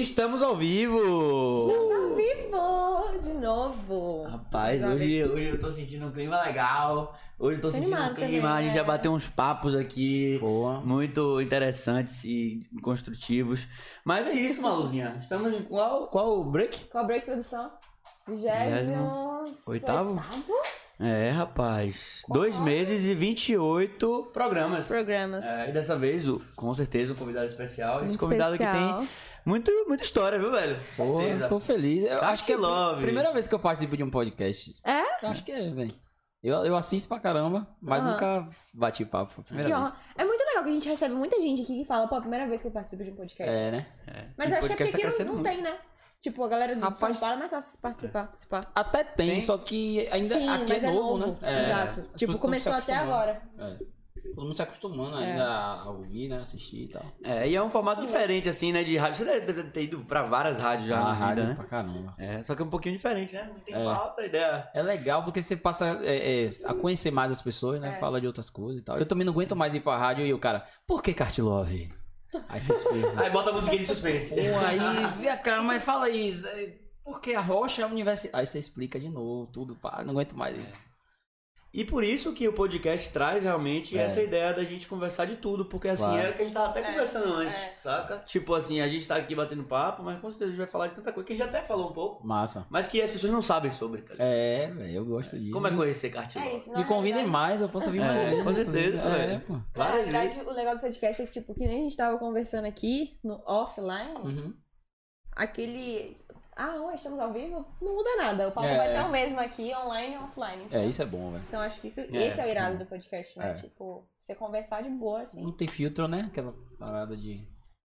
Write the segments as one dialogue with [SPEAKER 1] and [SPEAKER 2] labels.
[SPEAKER 1] Estamos ao vivo!
[SPEAKER 2] Estamos ao vivo de novo.
[SPEAKER 1] Rapaz,
[SPEAKER 2] Mais uma
[SPEAKER 1] hoje,
[SPEAKER 2] vez.
[SPEAKER 1] hoje eu tô sentindo um clima legal. Hoje eu tô
[SPEAKER 2] Tô
[SPEAKER 1] sentindo um
[SPEAKER 2] animada
[SPEAKER 1] clima.
[SPEAKER 2] também, é.
[SPEAKER 1] a gente já
[SPEAKER 2] galera.
[SPEAKER 1] bateu uns papos aqui
[SPEAKER 3] Boa.
[SPEAKER 1] muito interessantes e construtivos. Mas é isso, Maluzinha. Estamos em qual, qual break?
[SPEAKER 2] Qual break produção? Vigésimo
[SPEAKER 1] Oitavo? É, rapaz. Dois
[SPEAKER 2] Qual?
[SPEAKER 1] meses e 28 programas.
[SPEAKER 2] programas.
[SPEAKER 1] É, e dessa vez, o- com certeza, um convidado especial. Esse convidado que tem muito, muita história, viu, velho? Com certeza.
[SPEAKER 3] Porra, tô feliz. Eu
[SPEAKER 1] Cat
[SPEAKER 3] acho que é a
[SPEAKER 1] Love.
[SPEAKER 3] primeira vez que eu participo de um podcast.
[SPEAKER 2] É?
[SPEAKER 3] Eu acho que é, velho. Eu, eu assisto pra caramba, mas
[SPEAKER 2] Aham.
[SPEAKER 3] nunca bati papo. Foi a
[SPEAKER 2] Que
[SPEAKER 3] Primeira vez.
[SPEAKER 2] honra. É muito legal que a gente recebe muita gente aqui que fala, pô, é a primeira vez que eu participo de um podcast.
[SPEAKER 3] É, né?
[SPEAKER 1] É.
[SPEAKER 2] Mas
[SPEAKER 1] E
[SPEAKER 2] eu
[SPEAKER 1] o
[SPEAKER 2] acho que é
[SPEAKER 1] podcast
[SPEAKER 2] porque
[SPEAKER 1] tá
[SPEAKER 2] aqui
[SPEAKER 1] crescendo
[SPEAKER 2] não, não
[SPEAKER 1] muito.
[SPEAKER 2] tem, né? Tipo, a galera do
[SPEAKER 3] Rapaz.
[SPEAKER 2] São Paulo é mais fácil participar. participar.
[SPEAKER 3] Até tem,
[SPEAKER 1] Tem?
[SPEAKER 3] só que ainda
[SPEAKER 2] Sim,
[SPEAKER 3] aqui
[SPEAKER 2] mas
[SPEAKER 3] é novo, né? É.
[SPEAKER 2] Exato.
[SPEAKER 3] As pessoas
[SPEAKER 2] Tipo,
[SPEAKER 3] tão
[SPEAKER 2] começou
[SPEAKER 3] se
[SPEAKER 2] até
[SPEAKER 3] acostumando.
[SPEAKER 2] agora.
[SPEAKER 3] É. Todo mundo se acostumando
[SPEAKER 2] É.
[SPEAKER 3] ainda a ouvir, né? Assistir e tal.
[SPEAKER 1] É, e é um formato diferente, assim, né? De rádio. Você deve deve ter ido pra várias rádios já
[SPEAKER 3] Ah,
[SPEAKER 1] na vida,
[SPEAKER 3] rádio
[SPEAKER 1] né?
[SPEAKER 3] pra caramba.
[SPEAKER 1] É, só que é um pouquinho diferente, né? Não tem
[SPEAKER 3] É.
[SPEAKER 1] pauta, ideia.
[SPEAKER 3] É legal porque você passa é, é, a conhecer mais as pessoas, né?
[SPEAKER 2] É.
[SPEAKER 3] Fala de outras coisas e tal. Eu também não aguento mais ir pra rádio e o cara, por que Cat Love? Aí você né? explica.
[SPEAKER 1] é Aí bota a musiquinha de suspense.
[SPEAKER 3] Pô, aí, vem cara, mas fala aí, é, por que a rocha é a universidade? Aí você explica de novo, tudo, pá, não aguento mais isso.
[SPEAKER 1] E por isso que o podcast traz realmente
[SPEAKER 3] É.
[SPEAKER 1] essa ideia da gente conversar de tudo, porque assim
[SPEAKER 3] Claro.
[SPEAKER 1] é o que a gente tava até
[SPEAKER 2] É,
[SPEAKER 1] conversando antes,
[SPEAKER 2] é.
[SPEAKER 1] saca? Tipo assim, a gente tá aqui batendo papo, mas com certeza a gente vai falar de tanta coisa que a gente até falou um pouco,
[SPEAKER 3] Massa.
[SPEAKER 1] mas que as pessoas não sabem sobre, tá ligado?
[SPEAKER 3] É, velho, eu gosto disso.
[SPEAKER 1] Como é conhecer Cartilão?
[SPEAKER 2] É isso,
[SPEAKER 3] Me convidem
[SPEAKER 2] mais.
[SPEAKER 3] mais, eu posso vir
[SPEAKER 1] É,
[SPEAKER 3] mais vezes.
[SPEAKER 1] com
[SPEAKER 3] inclusive.
[SPEAKER 1] certeza,
[SPEAKER 3] é,
[SPEAKER 1] velho.
[SPEAKER 3] pô.
[SPEAKER 2] Na
[SPEAKER 1] Várias vezes.
[SPEAKER 2] realidade, o legal do podcast é que, tipo, que nem a gente tava conversando aqui no offline,
[SPEAKER 3] Uhum.
[SPEAKER 2] aquele. Ah, ué, estamos ao vivo? Não muda nada. O papo
[SPEAKER 3] É.
[SPEAKER 2] vai ser o mesmo aqui, online e offline.
[SPEAKER 3] É,
[SPEAKER 2] entendeu?
[SPEAKER 3] isso é bom, velho.
[SPEAKER 2] Então acho que isso,
[SPEAKER 1] É,
[SPEAKER 2] esse é o irado do podcast, né?
[SPEAKER 3] É.
[SPEAKER 2] Tipo, você conversar de boa, assim.
[SPEAKER 3] Não tem filtro, né? Aquela parada de.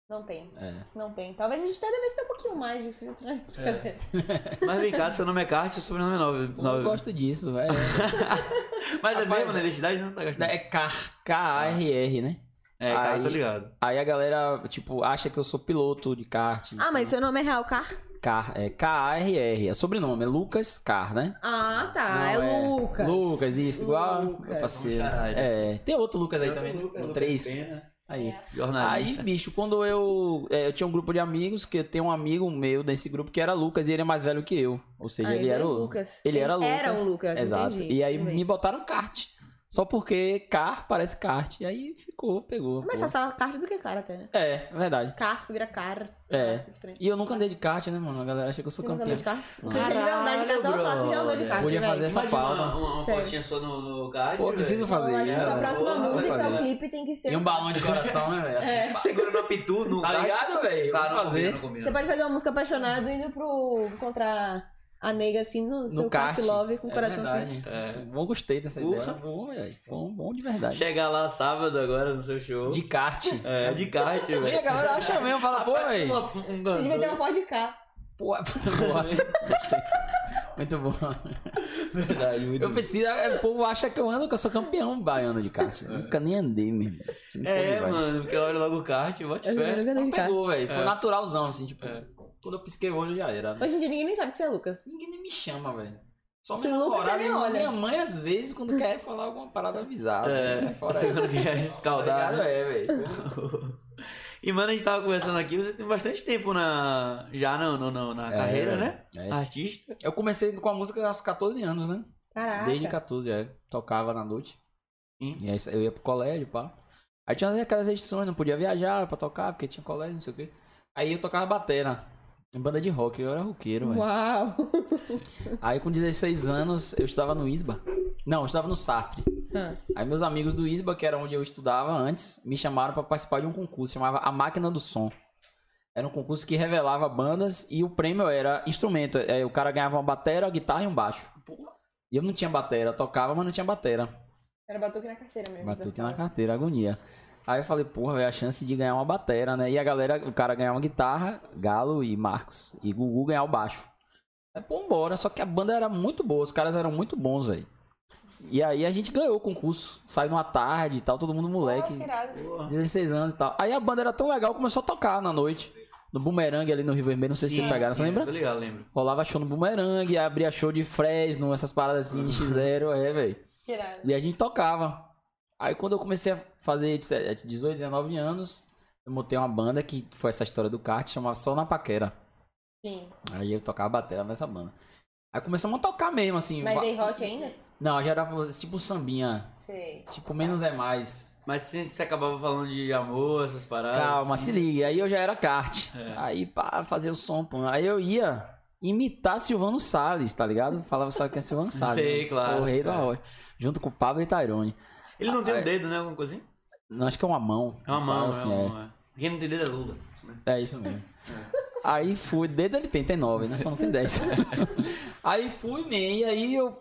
[SPEAKER 2] Não tem,
[SPEAKER 3] É.
[SPEAKER 2] não tem. Talvez a gente até devesse ter um pouquinho mais de filtro, né?
[SPEAKER 1] É. Mas vem cá, seu nome é Cartilão, seu sobrenome é
[SPEAKER 3] Pô,
[SPEAKER 1] Nove.
[SPEAKER 3] eu
[SPEAKER 1] nove.
[SPEAKER 3] gosto disso, velho.
[SPEAKER 1] Mas é
[SPEAKER 3] Rapaz,
[SPEAKER 1] mesmo, na
[SPEAKER 3] é.
[SPEAKER 1] identidade não tá gastando.
[SPEAKER 3] É Car- K-A-R-R, né?
[SPEAKER 1] É, cara,
[SPEAKER 3] Aí-
[SPEAKER 1] tô ligado.
[SPEAKER 3] Aí a galera, tipo, acha que eu sou piloto de kart.
[SPEAKER 2] Ah, mas seu nome é Real Car?
[SPEAKER 3] Car, é K-A-R-R. É sobrenome, é Lucas Car, né?
[SPEAKER 2] Ah, tá.
[SPEAKER 3] Não,
[SPEAKER 2] é,
[SPEAKER 3] é
[SPEAKER 2] Lucas.
[SPEAKER 3] Lucas, isso, igual
[SPEAKER 2] Lucas.
[SPEAKER 3] meu parceiro.
[SPEAKER 1] Caralho.
[SPEAKER 3] É, tem outro Lucas É. aí
[SPEAKER 1] Tanto
[SPEAKER 3] também, né?
[SPEAKER 1] é Lucas,
[SPEAKER 3] Com
[SPEAKER 1] Lucas
[SPEAKER 3] três.
[SPEAKER 1] Pena,
[SPEAKER 3] Aí. Aí,
[SPEAKER 2] tá.
[SPEAKER 1] Jornalista.
[SPEAKER 3] bicho, quando eu. é, eu tinha um grupo de amigos, que eu tenho um amigo meu desse grupo que era Lucas e ele é mais velho que eu. Ou seja,
[SPEAKER 2] Ah,
[SPEAKER 3] ele era o.
[SPEAKER 2] Lucas.
[SPEAKER 3] ele era
[SPEAKER 2] Era
[SPEAKER 3] Lucas.
[SPEAKER 2] um Lucas,
[SPEAKER 3] Exato.
[SPEAKER 2] entendi.
[SPEAKER 3] E aí
[SPEAKER 2] Tudo bem.
[SPEAKER 3] me botaram kart. Só porque car parece kart. E aí ficou, pegou.
[SPEAKER 2] Mas
[SPEAKER 3] pô.
[SPEAKER 2] só fala kart do que cara até, né?
[SPEAKER 3] É, verdade.
[SPEAKER 2] Car vira car.
[SPEAKER 3] É.
[SPEAKER 2] Ah, estranho.
[SPEAKER 3] E eu nunca andei de kart, né, mano? A galera acha que eu sou
[SPEAKER 2] Você nunca andou
[SPEAKER 3] campeão.
[SPEAKER 2] de carro? Não sei se ele vai andar de
[SPEAKER 1] Caralho,
[SPEAKER 2] casal ou falar que já andou de
[SPEAKER 1] brother.
[SPEAKER 2] kart.
[SPEAKER 3] Podia
[SPEAKER 2] velho.
[SPEAKER 3] fazer essa
[SPEAKER 1] Imagina
[SPEAKER 3] pauta.
[SPEAKER 1] uma, uma, uma
[SPEAKER 2] Sério.
[SPEAKER 1] fotinha sua no, no kart,
[SPEAKER 3] Pô, eu
[SPEAKER 1] velho.
[SPEAKER 3] preciso fazer
[SPEAKER 2] Eu acho que
[SPEAKER 3] isso.
[SPEAKER 2] sua
[SPEAKER 1] É,
[SPEAKER 2] próxima
[SPEAKER 1] porra,
[SPEAKER 2] música,
[SPEAKER 1] fazer.
[SPEAKER 2] o clipe tem que ser.
[SPEAKER 3] E um balão de coração, né, velho? Assim,
[SPEAKER 2] É,
[SPEAKER 3] pá.
[SPEAKER 1] Tá Segurando a pitu no
[SPEAKER 3] Tá
[SPEAKER 1] kart.
[SPEAKER 3] ligado, velho?
[SPEAKER 1] Tá,
[SPEAKER 3] Tá,
[SPEAKER 1] não
[SPEAKER 3] fazer.
[SPEAKER 1] combina, não combina.
[SPEAKER 2] Você pode fazer uma música apaixonada indo pro. encontrar a nega assim no, seu
[SPEAKER 3] kart.
[SPEAKER 2] kart love com o
[SPEAKER 3] É
[SPEAKER 2] coração assim.
[SPEAKER 3] verdade.
[SPEAKER 1] É.
[SPEAKER 3] Bom, gostei dessa
[SPEAKER 1] Porra.
[SPEAKER 3] ideia. Bom, velho. Bom, bom de verdade.
[SPEAKER 1] Chegar lá sábado agora no seu show.
[SPEAKER 3] De kart.
[SPEAKER 1] É, de kart, velho.
[SPEAKER 3] E a galera acha mesmo, fala, pô,
[SPEAKER 1] Rapaz,
[SPEAKER 3] velho.
[SPEAKER 1] uma- um
[SPEAKER 2] Você devia ter uma
[SPEAKER 1] ganso.
[SPEAKER 2] foto de cá.
[SPEAKER 3] Pô, boa. Muito bom.
[SPEAKER 1] Verdade, muito
[SPEAKER 3] Eu preciso, é, o povo acha que eu ando, que eu sou campeão baiano de kart. Nunca nem andei, meu irmão. Não
[SPEAKER 1] É,
[SPEAKER 3] pode, vai.
[SPEAKER 1] mano, porque olha logo o kart, bote
[SPEAKER 2] Eu já
[SPEAKER 1] fé.
[SPEAKER 2] nunca andei
[SPEAKER 3] Não
[SPEAKER 2] de kart.
[SPEAKER 3] pegou, velho. Foi
[SPEAKER 1] É.
[SPEAKER 3] naturalzão, assim, tipo,
[SPEAKER 1] É.
[SPEAKER 3] quando eu pisquei o olho já era.
[SPEAKER 2] Hoje em dia ninguém nem sabe que você é Lucas.
[SPEAKER 3] Ninguém nem me chama, velho. Só
[SPEAKER 2] Se
[SPEAKER 3] minha
[SPEAKER 2] Lucas,
[SPEAKER 3] namorada
[SPEAKER 2] você
[SPEAKER 3] e
[SPEAKER 2] nem olha.
[SPEAKER 3] minha mãe, às vezes, quando quer falar alguma parada avisada.
[SPEAKER 1] É,
[SPEAKER 3] assim, fora
[SPEAKER 1] você não quer escaldar,
[SPEAKER 3] Obrigado,
[SPEAKER 1] né?
[SPEAKER 3] é, velho.
[SPEAKER 1] E, mano, a gente tava conversando aqui, você tem bastante tempo na... Já não, não, não, na
[SPEAKER 3] É,
[SPEAKER 1] carreira, né?
[SPEAKER 3] é.
[SPEAKER 1] Artista.
[SPEAKER 3] Eu comecei com a música aos 14 anos, né?
[SPEAKER 2] Caraca.
[SPEAKER 3] Desde 14, é. Tocava na noite.
[SPEAKER 1] Sim.
[SPEAKER 3] E aí eu ia pro colégio, pá. Aí tinha aquelas restrições, não podia viajar pra tocar, porque tinha colégio, não sei o quê. Aí eu tocava batera. Em banda de rock, eu era roqueiro, velho.
[SPEAKER 2] Uau.
[SPEAKER 3] Aí com 16 anos, eu estava no ISBA. Não, eu estava no Sartre. Aí meus amigos do ISBA, que era onde eu estudava antes, me chamaram pra participar de um concurso, chamava A Máquina do Som. Era um concurso que revelava bandas e o prêmio era instrumento. É, O cara ganhava uma batera, uma guitarra e um baixo. E eu não tinha batera, eu tocava, mas não tinha batera.
[SPEAKER 2] Era batuque na carteira mesmo. assim.
[SPEAKER 3] Batuque
[SPEAKER 2] dessa
[SPEAKER 3] na
[SPEAKER 2] hora.
[SPEAKER 3] carteira, agonia. Aí eu falei, porra, velho, a chance de ganhar uma batera, né? E a galera, o cara ganhar uma guitarra, Galo e Marcos. E Gugu ganhar o baixo. Aí, pô, embora. Só que a banda era muito boa, os caras eram muito bons, velho. E aí a gente ganhou o concurso. Saiu numa tarde e tal, todo mundo moleque.
[SPEAKER 2] Ah, que irado.
[SPEAKER 3] 16 anos e tal. Aí a banda era tão legal, começou a tocar na noite. No Boomerang ali no Rio Vermelho, não sei se
[SPEAKER 1] Sim,
[SPEAKER 3] vocês pegaram,
[SPEAKER 1] sim,
[SPEAKER 3] você lembra?
[SPEAKER 1] Tô ligado, lembro.
[SPEAKER 3] Rolava show no Boomerang, abria show de Fresno, essas paradas assim,
[SPEAKER 1] Uhum.
[SPEAKER 3] de X0, é, velho.
[SPEAKER 2] Que irado.
[SPEAKER 3] é, E a gente tocava. Aí quando eu comecei a fazer 17, 18, 19 anos, eu eu montei uma banda que foi essa história do kart, chamava Só na Paquera.
[SPEAKER 2] Sim.
[SPEAKER 3] Aí eu tocava batera nessa banda. Aí começamos a tocar mesmo, assim.
[SPEAKER 2] Mas
[SPEAKER 3] va-
[SPEAKER 2] aí rock ainda?
[SPEAKER 3] Não, já era tipo um sambinha.
[SPEAKER 2] Sei.
[SPEAKER 3] Tipo, menos é mais.
[SPEAKER 1] Mas se você acabava falando de amor, essas paradas.
[SPEAKER 3] Calma,
[SPEAKER 1] assim.
[SPEAKER 3] se liga. Aí eu já era kart.
[SPEAKER 1] É.
[SPEAKER 3] Aí, pá, fazer o som, pô. Aí eu ia imitar Silvano Salles, tá ligado? Falava, sabe quem é Silvano Salles?
[SPEAKER 1] Sei,
[SPEAKER 3] né?
[SPEAKER 1] claro, É.
[SPEAKER 3] O rei da
[SPEAKER 1] claro.
[SPEAKER 3] rocha. Junto com o Pablo e Tairone.
[SPEAKER 1] Ele não tem
[SPEAKER 3] Ah, é.
[SPEAKER 1] um dedo, né? Alguma coisa assim?
[SPEAKER 3] Não, acho que é uma mão.
[SPEAKER 1] É uma mão,
[SPEAKER 3] Assim,
[SPEAKER 1] é uma mão. é. Quem não tem dedo é Lula.
[SPEAKER 3] É isso mesmo. Aí fui, desde ele tem, tem nove, né? Só não tem dez. aí fui, man, e aí eu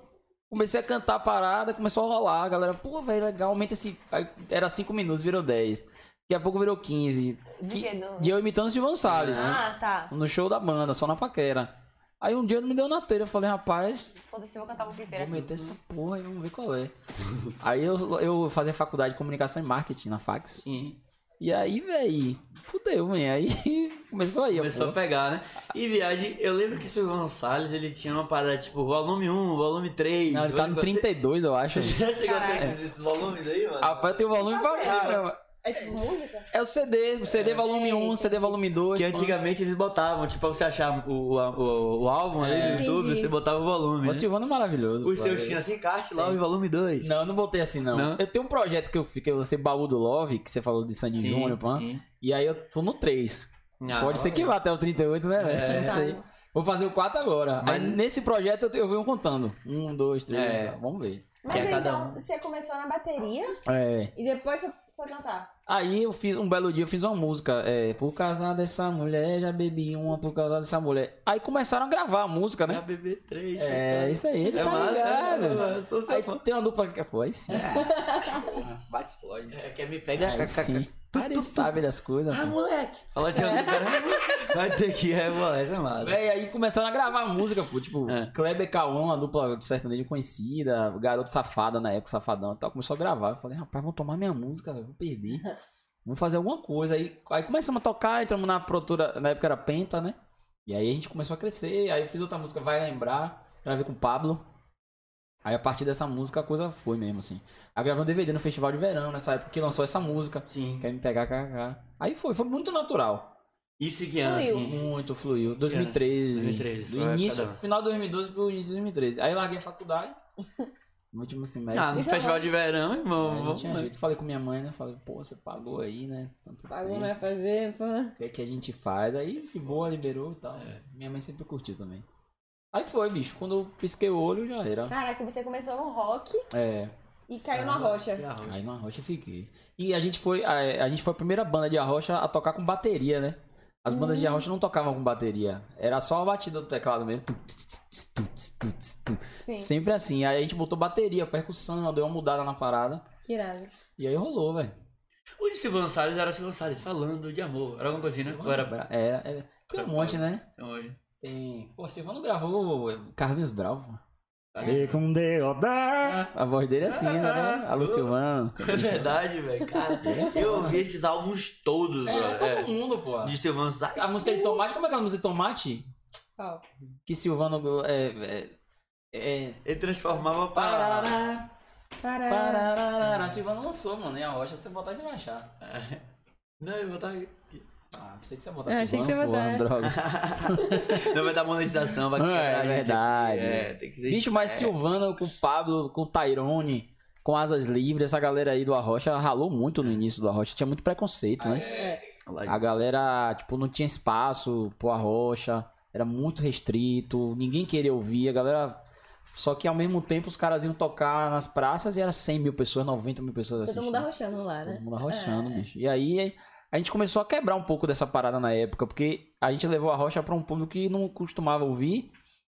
[SPEAKER 3] comecei a cantar a parada, começou a rolar, a galera, pô, velho, legal, aumenta esse. Aí era cinco minutos, virou dez. Daqui a pouco virou quinze.
[SPEAKER 2] De
[SPEAKER 3] Que-
[SPEAKER 2] que não?
[SPEAKER 3] De eu imitando o Silvão Salles,
[SPEAKER 2] Ah, tá.
[SPEAKER 3] no show da banda, só na paquera. Aí um dia ele me deu na telha, eu falei, rapaz,
[SPEAKER 2] Foda-se, eu vou cantar um a boca inteira.
[SPEAKER 3] Vou meter essa porra e vamos ver qual é. aí eu, eu fazia faculdade de comunicação e marketing na fax.
[SPEAKER 1] Sim.
[SPEAKER 3] E aí, véi, fudeu, man. Aí começou aí,
[SPEAKER 1] Começou a
[SPEAKER 3] ó.
[SPEAKER 1] pegar, né? E viagem, eu lembro que o Silvio Salles, ele tinha uma parada tipo volume 1, volume 3.
[SPEAKER 3] Não, ele tá no 32, eu acho.
[SPEAKER 1] Você já chegou a ter
[SPEAKER 2] Caraca.
[SPEAKER 1] esses, esses volumes aí, mano?
[SPEAKER 3] Rapaz, tem o volume pra
[SPEAKER 2] Sabe?
[SPEAKER 3] caramba.
[SPEAKER 2] É tipo música?
[SPEAKER 3] É o CD, o CD volume 1, CD volume 2.
[SPEAKER 1] Que antigamente eles botavam, tipo, pra você achar o, o, o, o álbum ali
[SPEAKER 3] É.
[SPEAKER 1] no YouTube,
[SPEAKER 2] Entendi.
[SPEAKER 1] você botava o volume.
[SPEAKER 3] O
[SPEAKER 1] Né?
[SPEAKER 3] Silvano é maravilhoso.
[SPEAKER 1] Os
[SPEAKER 3] pô.
[SPEAKER 1] seus tinham assim, encarte lá o volume 2.
[SPEAKER 3] Não, eu não botei assim, não.
[SPEAKER 1] Não?
[SPEAKER 3] Eu tenho um projeto que eu fiquei, eu lancei Baú do Love, que você falou de Sandy Júnior, pá.
[SPEAKER 1] sim. Ah,
[SPEAKER 3] E aí eu tô no 3.
[SPEAKER 1] Não,
[SPEAKER 3] Pode ser que vá até o 38, né, velho?
[SPEAKER 1] É.
[SPEAKER 3] Não sei. Vou fazer o 4 agora.
[SPEAKER 1] Mas-
[SPEAKER 3] Aí nesse projeto eu, te- eu venho contando. Um, dois, três.
[SPEAKER 1] É.
[SPEAKER 3] tá, Vamos ver.
[SPEAKER 2] Mas
[SPEAKER 1] Que é
[SPEAKER 2] aí,
[SPEAKER 1] cada
[SPEAKER 2] então,
[SPEAKER 1] um.
[SPEAKER 2] você começou na bateria
[SPEAKER 3] É.
[SPEAKER 2] e depois foi, foi cantar.
[SPEAKER 3] Aí eu fiz um belo dia, eu fiz uma música. É, por causa dessa mulher, já bebi uma por causa dessa mulher. Aí começaram a gravar a música,
[SPEAKER 1] É
[SPEAKER 3] né?
[SPEAKER 1] BB3.
[SPEAKER 3] É, isso aí,
[SPEAKER 1] É
[SPEAKER 3] tá
[SPEAKER 1] massa,
[SPEAKER 3] ligado?
[SPEAKER 1] é massa, eu sou seu
[SPEAKER 3] aí
[SPEAKER 1] fã.
[SPEAKER 3] tem uma dupla que foi, aí sim.
[SPEAKER 1] Bate explode. É, quer me pegar?
[SPEAKER 3] Aí sim. Tá É. Cara, ele sabe das coisas.
[SPEAKER 1] Ah,
[SPEAKER 3] pô.
[SPEAKER 1] moleque. Fala de onde cara. Vai ter que é, moleque, essa é massa.
[SPEAKER 3] Véi, aí começaram a gravar música, pô. Tipo,
[SPEAKER 1] É.
[SPEAKER 3] Kleber Kaon, a dupla de sertanejo conhecida, Garoto Safada na época, Safadão e tal. Começou a gravar. Eu falei, rapaz, vão tomar minha música, velho, vou perder. Vamos fazer alguma coisa. Aí, aí começamos a tocar, entramos na produtora, na época era Penta, né? E aí a gente começou a crescer. Aí eu fiz outra música, Vai Lembrar, gravei com o Pablo. Aí a partir dessa música a coisa foi mesmo, assim. Aí gravei um DVD no Festival de Verão, nessa época que lançou essa música.
[SPEAKER 1] Sim.
[SPEAKER 3] Quer me pegar, kkk. Aí foi, foi muito natural.
[SPEAKER 1] Isso que ano,
[SPEAKER 2] Fluiu.
[SPEAKER 1] assim.
[SPEAKER 3] Muito fluiu. 2013.
[SPEAKER 1] 2013, foi
[SPEAKER 3] Do
[SPEAKER 1] a
[SPEAKER 3] início,
[SPEAKER 1] época da-
[SPEAKER 3] final de 2012 pro início de 2013. Aí larguei a faculdade. No último semestre.
[SPEAKER 1] Ah, no
[SPEAKER 2] Isso é
[SPEAKER 1] festival
[SPEAKER 2] bom.
[SPEAKER 1] de verão, irmão.
[SPEAKER 3] Aí não
[SPEAKER 1] vamos-
[SPEAKER 3] tinha jeito. Falei com minha mãe, né? Falei, pô, você pagou aí, né? Tanto
[SPEAKER 2] Algo
[SPEAKER 3] tempo.
[SPEAKER 2] vai fazer, pô.
[SPEAKER 3] O que é que a gente faz? Aí, de boa, liberou e tal.
[SPEAKER 1] É.
[SPEAKER 3] Minha mãe sempre curtiu também. Aí foi, bicho. Quando eu pisquei o olho, já era.
[SPEAKER 2] Caraca, você começou no rock
[SPEAKER 3] É,
[SPEAKER 2] e caiu na rocha.
[SPEAKER 3] aí na rocha eu fiquei. E a gente foi, a, a gente foi a primeira banda de arrocha a tocar com bateria, né? As bandas
[SPEAKER 1] Uhum.
[SPEAKER 3] de arrocha não tocavam com bateria. Era só a batida do teclado mesmo. Tu, tss, tss, tss, tu, tss, tu, tss, tu.
[SPEAKER 2] Sim,
[SPEAKER 3] Sempre assim. Aí a gente botou bateria, percussão, deu uma mudada na parada.
[SPEAKER 2] que irado.
[SPEAKER 3] E aí rolou, velho.
[SPEAKER 1] O de Silvan Salles era Silvan Salles falando de amor. Era alguma coisa assim, né? Agora
[SPEAKER 3] Bra- Era, era- Tem um monte, né?
[SPEAKER 1] então, hoje.
[SPEAKER 3] Tem. Pô, Silvano gravou o Carlinhos Bravo.
[SPEAKER 1] Aí.
[SPEAKER 3] com A voz dele é assim, né? Alô, Silvano.
[SPEAKER 1] É verdade, velho. Cara, eu ouvi esses álbuns todos,
[SPEAKER 3] É,
[SPEAKER 1] brother.
[SPEAKER 3] todo mundo, pô.
[SPEAKER 1] É. De Silvan Salles.
[SPEAKER 3] A música de Tomate, como é que é a música de Tomate?
[SPEAKER 2] Qual?
[SPEAKER 3] Que Silvano é. é, é...
[SPEAKER 1] Ele transformava para.
[SPEAKER 3] Parará,
[SPEAKER 2] Caraca.
[SPEAKER 3] parará. Silvano lançou, mano. E a rocha, você botar, você vai achar.
[SPEAKER 1] É. Não, eu vou botar aí.
[SPEAKER 3] Ah, pensei que você ia botar
[SPEAKER 2] É, achei que
[SPEAKER 3] Silvano,
[SPEAKER 2] você ia
[SPEAKER 3] pô,
[SPEAKER 2] botar.
[SPEAKER 3] droga.
[SPEAKER 1] Não vai dar monetização, vai
[SPEAKER 3] É,
[SPEAKER 1] quebrar a gente
[SPEAKER 3] verdade.
[SPEAKER 1] aqui. É, tem que ser.
[SPEAKER 3] Bicho, mas Silvano com o Pablo, com o Tyrone, com Asas Livres, essa galera aí do Arrocha ralou muito no início do Arrocha. Tinha muito preconceito, né?
[SPEAKER 2] É.
[SPEAKER 3] A galera, tipo, não tinha espaço pro Arrocha. Era muito restrito. Ninguém queria ouvir. A galera... Só que ao mesmo tempo os caras iam tocar nas praças e era 100 mil pessoas, 90 mil pessoas assistindo.
[SPEAKER 2] Todo mundo arrochando lá, né?
[SPEAKER 3] Todo mundo arrochando, bicho. E aí a gente começou a quebrar um pouco dessa parada na época, porque a gente levou a rocha pra um público que não costumava ouvir.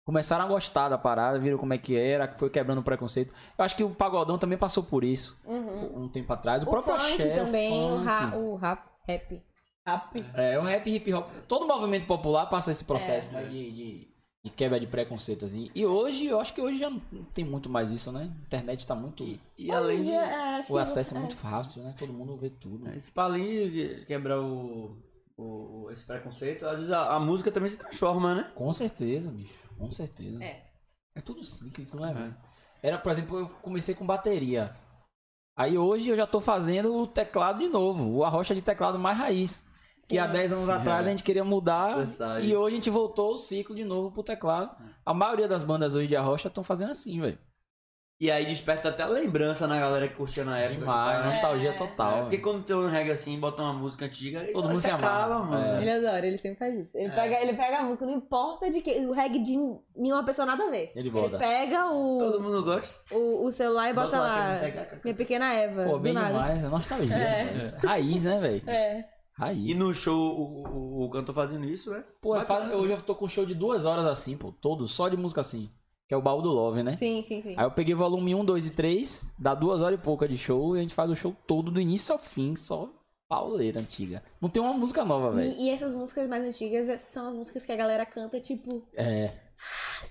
[SPEAKER 3] Começaram a gostar da parada, viram como é que era, foi quebrando o preconceito. Eu acho que o Pagodão também passou por isso
[SPEAKER 2] Uhum.
[SPEAKER 3] um tempo atrás. O,
[SPEAKER 2] O,
[SPEAKER 3] próprio
[SPEAKER 2] funk
[SPEAKER 3] axé,
[SPEAKER 2] também,
[SPEAKER 3] o
[SPEAKER 2] o,
[SPEAKER 3] funk.
[SPEAKER 2] ra o rap, rap. Rap.
[SPEAKER 3] É, o rap hip hop. Todo movimento popular passa esse processo,
[SPEAKER 2] É.
[SPEAKER 3] né? De, de- de quebra de preconceito, assim. E hoje, eu acho que hoje já não tem muito mais isso, né? A internet tá muito.
[SPEAKER 1] E, e além de.
[SPEAKER 3] O acesso é muito fácil, né? Todo mundo vê tudo.
[SPEAKER 1] Esse pra além de quebrar o, o- o- esse preconceito, às vezes a, a música também se transforma, né?
[SPEAKER 3] Com certeza, bicho. Com certeza.
[SPEAKER 2] É.
[SPEAKER 1] É.
[SPEAKER 3] É tudo cíclico, né, velho? Era, por exemplo, eu comecei com bateria. Aí hoje eu já tô fazendo o teclado de novo, o arrocha de teclado mais raiz. Que há 10 anos atrás a gente queria mudar
[SPEAKER 1] Necessário.
[SPEAKER 3] Ah, e hoje a gente voltou o ciclo de novo pro teclado.
[SPEAKER 1] É.
[SPEAKER 3] A maioria das bandas hoje de arrocha estão fazendo assim, velho.
[SPEAKER 1] E aí desperta até lembrança na galera que curtia na época.
[SPEAKER 3] Demais,
[SPEAKER 1] assim, tá?
[SPEAKER 3] nostalgia
[SPEAKER 2] É.
[SPEAKER 3] total.
[SPEAKER 1] É, porque
[SPEAKER 3] velho.
[SPEAKER 1] quando tem um reggae assim, bota uma música antiga,
[SPEAKER 3] Todo mundo
[SPEAKER 1] se
[SPEAKER 3] se amarra. É.
[SPEAKER 1] acaba, mano.
[SPEAKER 2] Ele é adora, ele sempre faz isso. Ele, pega, ele pega a música, não importa de que. O reggae de nenhuma pessoa nada a ver.
[SPEAKER 3] Ele bota.
[SPEAKER 2] pega o,
[SPEAKER 1] Todo mundo gosta.
[SPEAKER 2] o, o celular e bota, lá.
[SPEAKER 1] que ele pega, cacá.
[SPEAKER 2] Minha pequena Eva.
[SPEAKER 3] Pô,
[SPEAKER 2] do
[SPEAKER 3] bem
[SPEAKER 2] nada.
[SPEAKER 3] demais, é nostalgia.
[SPEAKER 2] É.
[SPEAKER 3] velho. Raiz, né, velho?
[SPEAKER 2] É.
[SPEAKER 3] Raiz.
[SPEAKER 1] E no show, o, o, o cantor fazendo isso, né?
[SPEAKER 3] Pô, é
[SPEAKER 1] Vai
[SPEAKER 3] fácil.
[SPEAKER 1] fazer-
[SPEAKER 3] Hoje eu tô com um show de duas horas assim, pô. Todo, só de música assim. Que é o baú do Love, né?
[SPEAKER 2] Sim, sim, sim.
[SPEAKER 3] Aí eu peguei volume 1, 2 e 3, dá duas horas e pouca de show, e a gente faz o show todo do início ao fim, só pauleira antiga. Não tem uma música nova, velho.
[SPEAKER 2] E, e essas músicas mais antigas é- são as músicas que a galera canta, tipo.
[SPEAKER 3] É.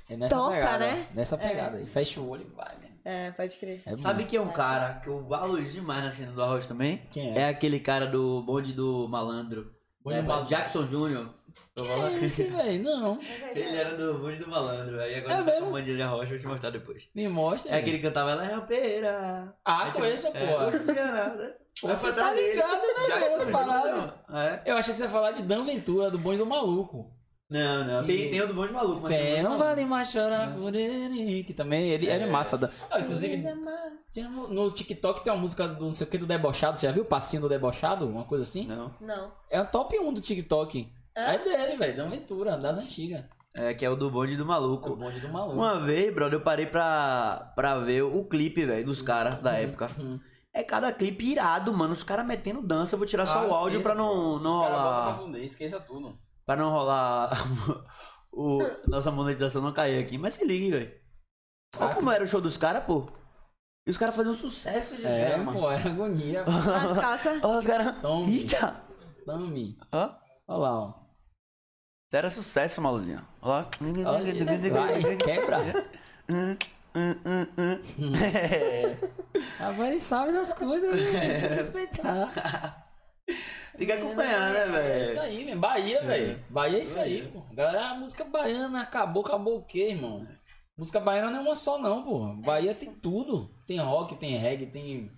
[SPEAKER 3] É nessa
[SPEAKER 2] Toca,
[SPEAKER 3] pegada.
[SPEAKER 2] né?
[SPEAKER 3] Nessa pegada aí. Fecha o olho e vai, velho.
[SPEAKER 2] É, pode crer.
[SPEAKER 3] É
[SPEAKER 1] Sabe
[SPEAKER 3] bom.
[SPEAKER 1] que é um cara que eu valorizo demais na cena do arroz também?
[SPEAKER 3] quem
[SPEAKER 1] É aquele cara do bonde do malandro.
[SPEAKER 3] Bonde
[SPEAKER 1] É,
[SPEAKER 3] do Malandro.
[SPEAKER 1] Jackson Jr. Eu falo-
[SPEAKER 3] É esse, velho? Não.
[SPEAKER 2] é,
[SPEAKER 1] Ele era do bonde do malandro. Aí agora
[SPEAKER 3] É
[SPEAKER 1] ele tá
[SPEAKER 3] mesmo?
[SPEAKER 1] com o bonde de arroz, vou te mostrar depois.
[SPEAKER 3] Me mostra.
[SPEAKER 1] É
[SPEAKER 3] velho.
[SPEAKER 1] aquele que cantava Ela é rampeira.
[SPEAKER 3] Ah,
[SPEAKER 1] é,
[SPEAKER 3] conheço,
[SPEAKER 1] é,
[SPEAKER 3] porra.
[SPEAKER 1] "Hoje não tinha nada."
[SPEAKER 3] Pô,
[SPEAKER 1] Vai
[SPEAKER 3] Você
[SPEAKER 1] pra
[SPEAKER 3] tá
[SPEAKER 1] trás dele.
[SPEAKER 3] ligado, né, velho?
[SPEAKER 1] Jackson
[SPEAKER 3] Essas
[SPEAKER 1] Jr.
[SPEAKER 3] paradas.
[SPEAKER 1] não. É.
[SPEAKER 3] Eu achei que você ia falar de Dan Ventura, do Bonde do Maluco.
[SPEAKER 1] Não, não.
[SPEAKER 3] E-
[SPEAKER 1] Tem, tem o do bonde maluco, mas.
[SPEAKER 3] É,
[SPEAKER 1] tem o
[SPEAKER 3] não
[SPEAKER 1] bonde maluco.
[SPEAKER 3] vale mais chorar por ele. Que também, ele ele é,
[SPEAKER 1] É.
[SPEAKER 3] massa. Dan. Não, inclusive,
[SPEAKER 2] Inclusive.
[SPEAKER 3] Tinha No no TikTok tem uma música do não sei o que do Debochado, você já viu o passinho do Debochado? Uma coisa assim?
[SPEAKER 1] Não.
[SPEAKER 2] Não.
[SPEAKER 3] É o top 1 do TikTok.
[SPEAKER 2] Hã?
[SPEAKER 3] É dele, velho, Dan Ventura, das antigas.
[SPEAKER 1] É, que é o do bonde do
[SPEAKER 3] O
[SPEAKER 1] maluco.
[SPEAKER 3] bonde do maluco.
[SPEAKER 1] Uma vez, brother, eu parei pra, pra ver o clipe, velho, dos caras da época.
[SPEAKER 3] Uhum.
[SPEAKER 1] É cada clipe irado, mano. Os caras metendo dança. Eu vou tirar
[SPEAKER 3] Ah,
[SPEAKER 1] só o áudio
[SPEAKER 3] esqueça,
[SPEAKER 1] pra não,
[SPEAKER 3] pô.
[SPEAKER 1] não
[SPEAKER 3] Os caras botam pra
[SPEAKER 1] rolar.
[SPEAKER 3] fuder, esqueça tudo.
[SPEAKER 1] Pra não rolar. o, nossa monetização não cair aqui. Mas se ligue, velho. Olha
[SPEAKER 3] Ah,
[SPEAKER 1] como é era o show dos caras, pô. E os caras faziam um sucesso de
[SPEAKER 3] É,
[SPEAKER 1] mano.
[SPEAKER 3] pô, é agonia.
[SPEAKER 2] As calças.
[SPEAKER 1] Olha os caras.
[SPEAKER 3] Tome.
[SPEAKER 1] Eita!
[SPEAKER 3] Tome.
[SPEAKER 1] Hã?
[SPEAKER 3] Olha lá, ó.
[SPEAKER 1] Isso era sucesso, maluquinho. Olha.
[SPEAKER 3] Olha, vai, quebra. Agora Ah, ele sabe das coisas, velho. Tem que respeitar.
[SPEAKER 1] Tem que acompanhar, né,
[SPEAKER 3] É isso
[SPEAKER 1] velho?
[SPEAKER 3] aí, velho. Bahia, velho. Bahia é isso aí,
[SPEAKER 1] Bahia.
[SPEAKER 3] pô. Galera, a música baiana acabou, acabou o quê, irmão? Música baiana não é uma só, não, pô. Bahia tem tudo. Tem rock, tem reggae, tem.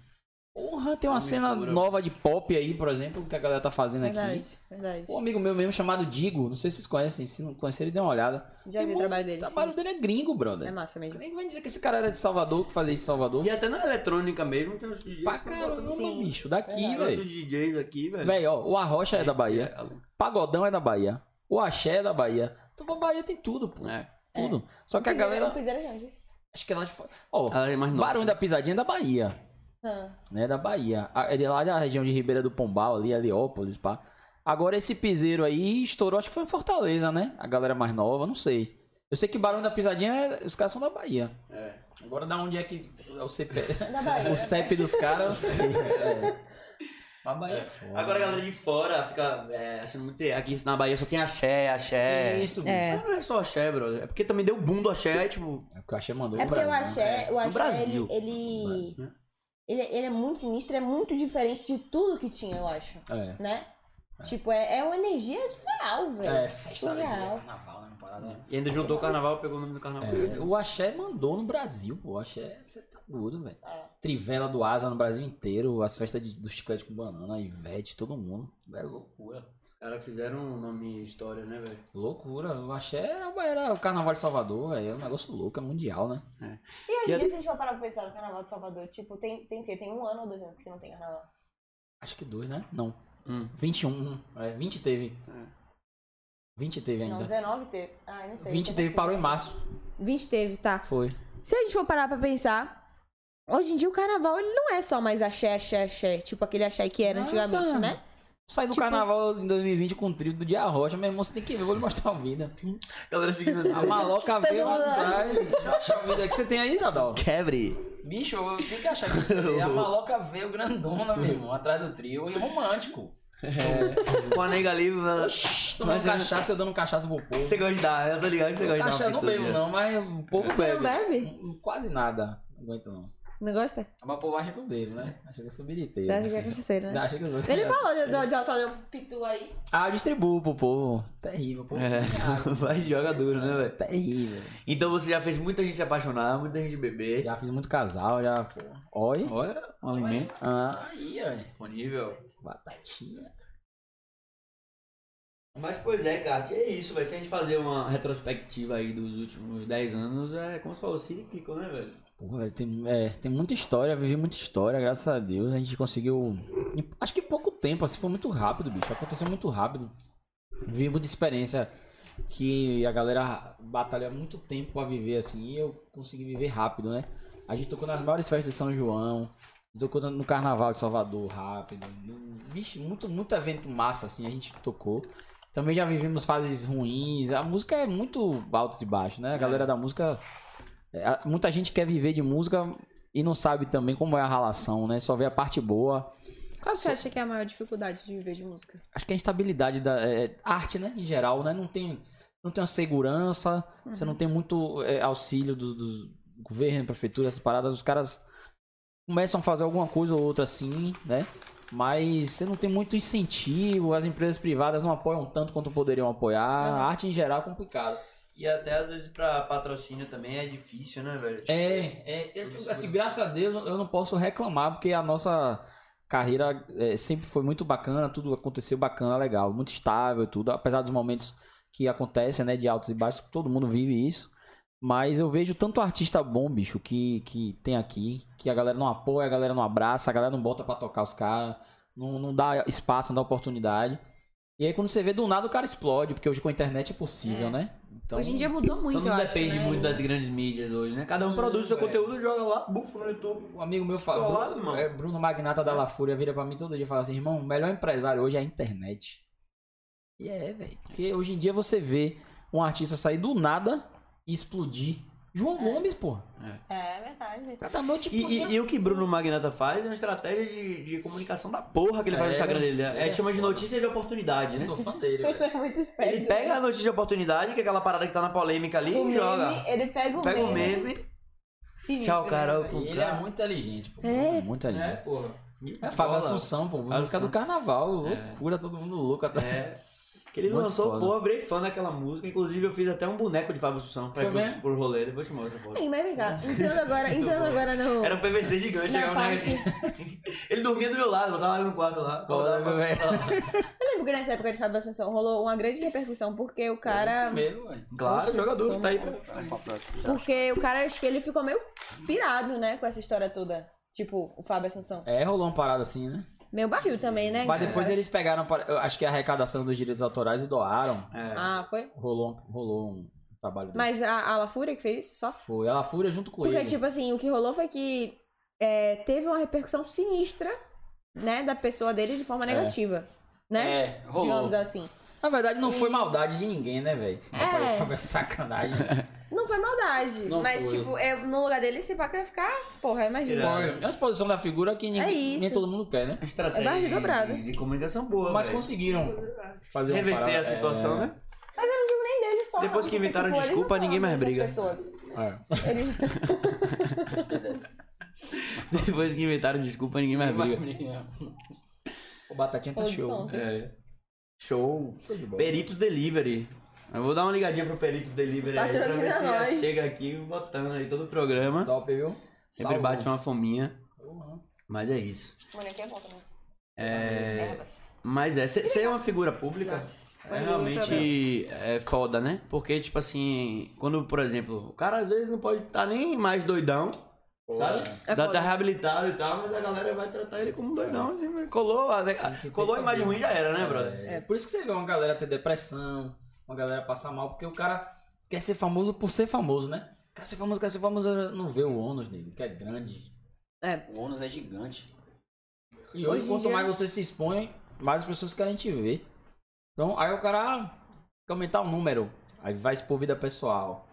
[SPEAKER 3] Porra, tem uma
[SPEAKER 1] Uma
[SPEAKER 3] cena
[SPEAKER 1] mistura.
[SPEAKER 3] nova de pop aí, por exemplo, que a galera tá fazendo aqui.
[SPEAKER 2] É Verdade, verdade.
[SPEAKER 3] Um amigo meu mesmo chamado Digo, não sei se vocês conhecem, se não conhecerem, dê uma olhada.
[SPEAKER 2] Já vi o
[SPEAKER 3] Irmão,
[SPEAKER 2] trabalho
[SPEAKER 3] O
[SPEAKER 2] dele.
[SPEAKER 3] trabalho
[SPEAKER 2] sim.
[SPEAKER 3] dele é gringo,
[SPEAKER 2] É
[SPEAKER 3] brother.
[SPEAKER 2] massa mesmo.
[SPEAKER 3] Nem vai dizer que esse cara era de Salvador, que fazia isso em Salvador.
[SPEAKER 1] E até na eletrônica mesmo tem uns DJs
[SPEAKER 3] Pra
[SPEAKER 1] que não botam
[SPEAKER 3] caramba,
[SPEAKER 2] Sim.
[SPEAKER 3] bicho, daqui,
[SPEAKER 1] Olha
[SPEAKER 3] velho.
[SPEAKER 1] esses DJs aqui, velho.
[SPEAKER 3] Velho, ó, o Arrocha é da Bahia. Pagodão é da Bahia. O axé é da Bahia. Então pra Bahia tem tudo, pô.
[SPEAKER 1] É.
[SPEAKER 3] Tudo. Só que a
[SPEAKER 2] Piseira-
[SPEAKER 3] galera.
[SPEAKER 2] O piseiro é Ah, de onde?
[SPEAKER 3] Acho que ela. Ó,
[SPEAKER 1] Ela é mais
[SPEAKER 3] o
[SPEAKER 1] nova.
[SPEAKER 3] Barão da Pisadinha é da Bahia.
[SPEAKER 2] Ah,
[SPEAKER 3] Né? Da Bahia. A- É de lá da região de Ribeira do Pombal, ali, Heliópolis, pá. Agora esse piseiro aí estourou, acho que foi em Fortaleza, né? A galera mais nova, não sei. Eu sei que Barão da Pisadinha, é- os caras são da Bahia.
[SPEAKER 1] É.
[SPEAKER 3] Agora da onde é que é o CP.
[SPEAKER 2] da Bahia. né?
[SPEAKER 3] o CEP dos caras, eu não sei. É. Mas Bahia é foda.
[SPEAKER 1] Agora a galera de fora fica é, achando muito. Aqui na Bahia só tem axé, axé.
[SPEAKER 3] Isso, bicho.
[SPEAKER 2] É.
[SPEAKER 1] Mas não é só axé, brother. É porque também deu boom do axé, aí, tipo.
[SPEAKER 3] É porque o Axé mandou
[SPEAKER 2] É
[SPEAKER 3] o
[SPEAKER 2] porque o
[SPEAKER 3] Brasil.
[SPEAKER 2] axé, o
[SPEAKER 1] No
[SPEAKER 2] axé
[SPEAKER 1] Brasil.
[SPEAKER 2] ele, ele,
[SPEAKER 3] né?
[SPEAKER 2] ele, ele é muito sinistro, é muito diferente de tudo que tinha, eu acho.
[SPEAKER 3] É.
[SPEAKER 2] Né? Tipo, é, é uma energia surreal, velho.
[SPEAKER 3] É, festa ali, é
[SPEAKER 2] surreal.
[SPEAKER 3] carnaval, né? Uma parada.
[SPEAKER 1] E ainda juntou o carnaval, pegou o nome do carnaval.
[SPEAKER 3] É, o axé mandou no Brasil, pô. O axé, você tá doido, velho.
[SPEAKER 2] É.
[SPEAKER 3] Trivela do Asa no Brasil inteiro, as festas de- do chiclete com banana, Ivete, todo mundo. É loucura.
[SPEAKER 1] Os caras fizeram um nome e história, né, velho?
[SPEAKER 3] Loucura. O axé era, era o carnaval de Salvador, velho. É um negócio louco, é mundial, né?
[SPEAKER 2] E hoje
[SPEAKER 1] E é
[SPEAKER 2] em
[SPEAKER 1] a-
[SPEAKER 2] dia, se a gente for parar pra pensar no Carnaval de Salvador, tipo, tem, tem o quê? Tem um ano ou dois anos que não tem Carnaval.
[SPEAKER 3] Acho que dois, né? Não.
[SPEAKER 1] Hum.
[SPEAKER 3] 21. É, 20 teve.
[SPEAKER 1] É.
[SPEAKER 3] 20 teve
[SPEAKER 2] Não,
[SPEAKER 3] ainda.
[SPEAKER 2] 19 teve. Ah, eu não sei.
[SPEAKER 3] 20 teve, parou em março.
[SPEAKER 2] 20 teve, tá.
[SPEAKER 3] Foi.
[SPEAKER 2] Se a gente for parar pra pensar, hoje em dia o carnaval ele não é só mais axé, axé, axé, tipo aquele axé que era
[SPEAKER 3] Nada.
[SPEAKER 2] antigamente, né?
[SPEAKER 3] Sai do
[SPEAKER 2] Tipo-
[SPEAKER 3] carnaval em 2020 com o trio do Dia Rocha. Meu irmão, você tem que ver, eu vou lhe mostrar uma vida.
[SPEAKER 1] Galera seguindo.
[SPEAKER 3] A maloca veio lá
[SPEAKER 2] mundo-
[SPEAKER 3] atrás. Deixa eu achar o vídeo que você tem aí, Dadal.
[SPEAKER 1] Quebre!
[SPEAKER 3] Bicho, eu tenho que achar que você vê. A maloca veio grandona, meu irmão, atrás do trio e romântico.
[SPEAKER 1] Com a nega livre, mano.
[SPEAKER 3] Oxi, tomando
[SPEAKER 1] Imagina.
[SPEAKER 3] cachaça, eu dando um cachaça pro povo.
[SPEAKER 1] Você gosta de dar, eu tô ligado que você gosta de dar. uma
[SPEAKER 3] Cachaça eu não bebo,
[SPEAKER 1] pitoninha.
[SPEAKER 3] não, mas o povo
[SPEAKER 2] Você
[SPEAKER 3] bebe.
[SPEAKER 2] não bebe?
[SPEAKER 3] Hum, Quase nada. Não aguento, não.
[SPEAKER 2] Não gosta?
[SPEAKER 3] Mas o povo acha que eu bebo, né? Acha que eu sou biriteiro.
[SPEAKER 2] Acha que é cachaceiro, né?
[SPEAKER 3] Acha que eu sou.
[SPEAKER 2] Ele falou de, de, de autódromo Pitu aí.
[SPEAKER 3] Ah, eu distribuo pro povo. Terrível, povo. Ah,
[SPEAKER 1] É, vai e joga duro, né, velho?
[SPEAKER 3] Terrível.
[SPEAKER 1] Então você já fez muita gente se apaixonar, muita gente beber.
[SPEAKER 3] Já fiz muito casal, já. pô. Oi.
[SPEAKER 1] Olha, um alimento
[SPEAKER 3] Ah, aí, ó.
[SPEAKER 1] disponível.
[SPEAKER 3] Batatinha.
[SPEAKER 1] Mas pois é, Kat, é isso, velho. Se a gente fazer uma retrospectiva aí dos últimos 10 anos, é como se falou, cíclico, né, velho?
[SPEAKER 3] Pô, velho, tem, é, tem muita história, vivi muita história, graças a Deus. A gente conseguiu. em- Acho que em pouco tempo, assim, foi muito rápido, bicho. Aconteceu muito rápido. Vivi muita experiência que a galera batalha muito tempo pra viver, assim. E eu consegui viver rápido, né? A gente tocou nas maiores festas de São João. Tocou no Carnaval de Salvador, rápido. no- Vixe, muito, muito evento massa, assim, a gente tocou. Também já vivemos fases ruins. A música é muito altos e baixos, né? A galera da música. é, a- Muita gente quer viver de música e não sabe também como é a relação, né? Só vê a parte boa.
[SPEAKER 2] Qual que você acha que é a maior dificuldade de viver de música?
[SPEAKER 3] Acho que a instabilidade da é, arte, né? Em geral, né? Não tem, não tem uma segurança, você não tem muito é, auxílio do, do governo, prefeitura, essas paradas. Os caras começam a fazer alguma coisa ou outra assim, né? Mas você não tem muito incentivo, as empresas privadas não apoiam tanto quanto poderiam apoiar.
[SPEAKER 2] Uhum.
[SPEAKER 3] A arte em geral é complicada.
[SPEAKER 1] E até às vezes pra patrocínio também é difícil, né, velho?
[SPEAKER 3] É, é eu- assim, graças a Deus eu não posso reclamar, porque a nossa carreira é, sempre foi muito bacana, tudo aconteceu bacana, legal, muito estável, tudo, apesar dos momentos que acontecem, né, de altos e baixos, todo mundo vive isso. Mas eu vejo tanto artista bom, bicho, que, que tem aqui, que a galera não apoia, a galera não abraça, a galera não bota pra tocar os caras, não, não dá espaço, não dá oportunidade. E aí quando você vê do nada o cara explode, porque hoje com a internet é possível,
[SPEAKER 2] É.
[SPEAKER 3] né? Então,
[SPEAKER 2] Hoje em dia é mudou muito,
[SPEAKER 1] então
[SPEAKER 2] eu
[SPEAKER 1] não
[SPEAKER 2] acho,
[SPEAKER 1] depende
[SPEAKER 2] né?
[SPEAKER 1] muito das grandes mídias hoje, né? Cada um
[SPEAKER 3] Não,
[SPEAKER 1] produz seu
[SPEAKER 3] velho.
[SPEAKER 1] conteúdo, joga lá, bufo no YouTube.
[SPEAKER 3] Um amigo meu fala,
[SPEAKER 1] Colado,
[SPEAKER 3] Bruno,
[SPEAKER 1] irmão.
[SPEAKER 3] é, Bruno Magnata da La Fúria vira pra mim todo dia e fala assim, irmão, o melhor empresário hoje é a internet. E é, velho. Porque hoje em dia você vê um artista sair do nada e explodir. João Gomes, pô.
[SPEAKER 2] É verdade.
[SPEAKER 3] Cada noite
[SPEAKER 2] tipo,
[SPEAKER 1] E, e- e o que Bruno Magnata faz é uma estratégia de, de comunicação da porra que ele faz no
[SPEAKER 3] É,
[SPEAKER 1] Instagram dele. né?
[SPEAKER 3] ele
[SPEAKER 1] É,
[SPEAKER 3] é
[SPEAKER 1] chama de
[SPEAKER 3] foda.
[SPEAKER 1] notícia de oportunidade,
[SPEAKER 3] Eu
[SPEAKER 1] né?
[SPEAKER 3] sou fã dele, velho.
[SPEAKER 2] é muito esperto.
[SPEAKER 1] Ele pega a notícia de oportunidade, que é aquela parada que tá na polêmica ali, e joga.
[SPEAKER 2] ele pega o
[SPEAKER 1] Pega o meme.
[SPEAKER 2] Sinistro,
[SPEAKER 1] Tchau,
[SPEAKER 2] né,
[SPEAKER 1] Carol.
[SPEAKER 2] velho?
[SPEAKER 3] E ele é muito inteligente, pô.
[SPEAKER 2] É?
[SPEAKER 3] Muito inteligente.
[SPEAKER 1] porra.
[SPEAKER 3] É, Fábio
[SPEAKER 1] Bola.
[SPEAKER 3] Assunção, pô. Música
[SPEAKER 1] Assunção.
[SPEAKER 3] do carnaval.
[SPEAKER 1] É.
[SPEAKER 3] Loucura, todo mundo louco até.
[SPEAKER 1] É. Que ele
[SPEAKER 3] Muito
[SPEAKER 1] lançou,
[SPEAKER 3] foda.
[SPEAKER 1] porra, virei fã daquela música. Inclusive, eu fiz até um boneco de Fábio Assunção pra
[SPEAKER 3] Foi
[SPEAKER 1] ir pro,
[SPEAKER 3] mesmo?
[SPEAKER 1] pro rolê. Depois te mostro, porra.
[SPEAKER 2] Ei, mas vem cá. Entrando agora, entrando
[SPEAKER 1] bom.
[SPEAKER 2] agora no...
[SPEAKER 1] Era um PVC gigante,
[SPEAKER 2] Na
[SPEAKER 1] chegava um
[SPEAKER 2] parte-
[SPEAKER 1] negócio assim. Ele dormia do meu lado, botava ele no quarto lá. acordava pra-
[SPEAKER 3] velho.
[SPEAKER 2] Eu lembro que nessa época de Fábio Assunção rolou uma grande repercussão, porque o cara...
[SPEAKER 3] Primeiro, velho.
[SPEAKER 1] Claro,
[SPEAKER 2] Nossa, um
[SPEAKER 1] jogador,
[SPEAKER 2] como-
[SPEAKER 1] tá aí.
[SPEAKER 2] Porque o cara, acho que ele ficou meio pirado, né, com essa história toda. Tipo, o Fábio Assunção.
[SPEAKER 3] É, rolou uma parada assim, né?
[SPEAKER 2] Meio barril também, né?
[SPEAKER 3] Mas
[SPEAKER 2] cara?
[SPEAKER 3] depois eles pegaram, para- eu acho que é a arrecadação dos direitos autorais e doaram.
[SPEAKER 1] É.
[SPEAKER 2] Ah, foi?
[SPEAKER 3] Rolou, rolou um trabalho desse.
[SPEAKER 2] Mas a, a La Fúria que fez isso, só?
[SPEAKER 3] Foi, ela fúria junto com
[SPEAKER 2] Porque,
[SPEAKER 3] ele.
[SPEAKER 2] tipo assim, o que rolou foi que é, teve uma repercussão sinistra, né, da pessoa dele de forma negativa, né?
[SPEAKER 3] É, rolou.
[SPEAKER 2] Digamos assim.
[SPEAKER 3] Na verdade, não foi maldade de ninguém, né, velho?
[SPEAKER 2] É.
[SPEAKER 3] Foi sacanagem.
[SPEAKER 2] Não foi maldade,
[SPEAKER 3] Não
[SPEAKER 2] mas,
[SPEAKER 3] foi.
[SPEAKER 2] tipo, é, no lugar dele, esse paca ia ficar, porra, imagina.
[SPEAKER 1] É.
[SPEAKER 3] Foi. É uma exposição da figura que
[SPEAKER 2] É
[SPEAKER 3] ninguém,
[SPEAKER 2] isso.
[SPEAKER 3] nem todo mundo quer, né?
[SPEAKER 1] A estratégia
[SPEAKER 2] É barriga
[SPEAKER 1] de-
[SPEAKER 2] dobrada.
[SPEAKER 1] de, comunicação boa.
[SPEAKER 3] Mas
[SPEAKER 1] velho.
[SPEAKER 3] conseguiram fazer uma
[SPEAKER 1] reverter
[SPEAKER 3] parada- é.
[SPEAKER 1] a situação, né?
[SPEAKER 2] Mas eu não digo nem dele só.
[SPEAKER 1] Depois que
[SPEAKER 2] porque,
[SPEAKER 1] inventaram
[SPEAKER 2] eles não
[SPEAKER 1] desculpa,
[SPEAKER 2] falam
[SPEAKER 1] ninguém mais
[SPEAKER 2] muito das
[SPEAKER 1] briga.
[SPEAKER 2] Pessoas.
[SPEAKER 3] É.
[SPEAKER 2] Eles...
[SPEAKER 1] Depois que inventaram desculpa, ninguém mais briga.
[SPEAKER 3] O Batatinha tá
[SPEAKER 2] Produção.
[SPEAKER 3] show. né?
[SPEAKER 1] É. Show.
[SPEAKER 3] Show de bola.
[SPEAKER 1] Peritos Delivery. Eu vou dar uma ligadinha pro Peritos Delivery aí. Pra
[SPEAKER 2] Patrocina
[SPEAKER 1] ver se já
[SPEAKER 2] nós.
[SPEAKER 1] chega aqui botando aí todo o programa.
[SPEAKER 3] Top, viu?
[SPEAKER 1] Sempre
[SPEAKER 3] Salve. Uhum.
[SPEAKER 1] bate uma fominha.
[SPEAKER 3] Porra.
[SPEAKER 1] Mas é isso.
[SPEAKER 2] Moleque é bom também.
[SPEAKER 1] É...
[SPEAKER 2] Ervas.
[SPEAKER 1] Mas é, você é uma figura pública. É realmente é foda, né? Porque, tipo assim, quando, por exemplo, o cara às vezes não pode estar nem mais doidão, sabe?
[SPEAKER 2] É
[SPEAKER 1] Dá
[SPEAKER 2] foda.
[SPEAKER 1] tá reabilitado e tal, mas a galera vai tratar ele como um doidão. Assim, mas colou a, a- colou a imagem ruim já era, né, brother?
[SPEAKER 3] É, por isso que você vê uma galera ter depressão, uma galera passar mal, porque o cara quer ser famoso por ser famoso, né? Quer ser famoso, quer ser famoso, não vê o ônus dele, que é grande.
[SPEAKER 2] É.
[SPEAKER 3] O ônus é gigante. E hoje,
[SPEAKER 2] Hoje em
[SPEAKER 3] quanto
[SPEAKER 2] dia-
[SPEAKER 3] mais você se expõe, mais as pessoas querem te ver. Então, aí o cara quer aumentar o número, aí vai expor vida pessoal.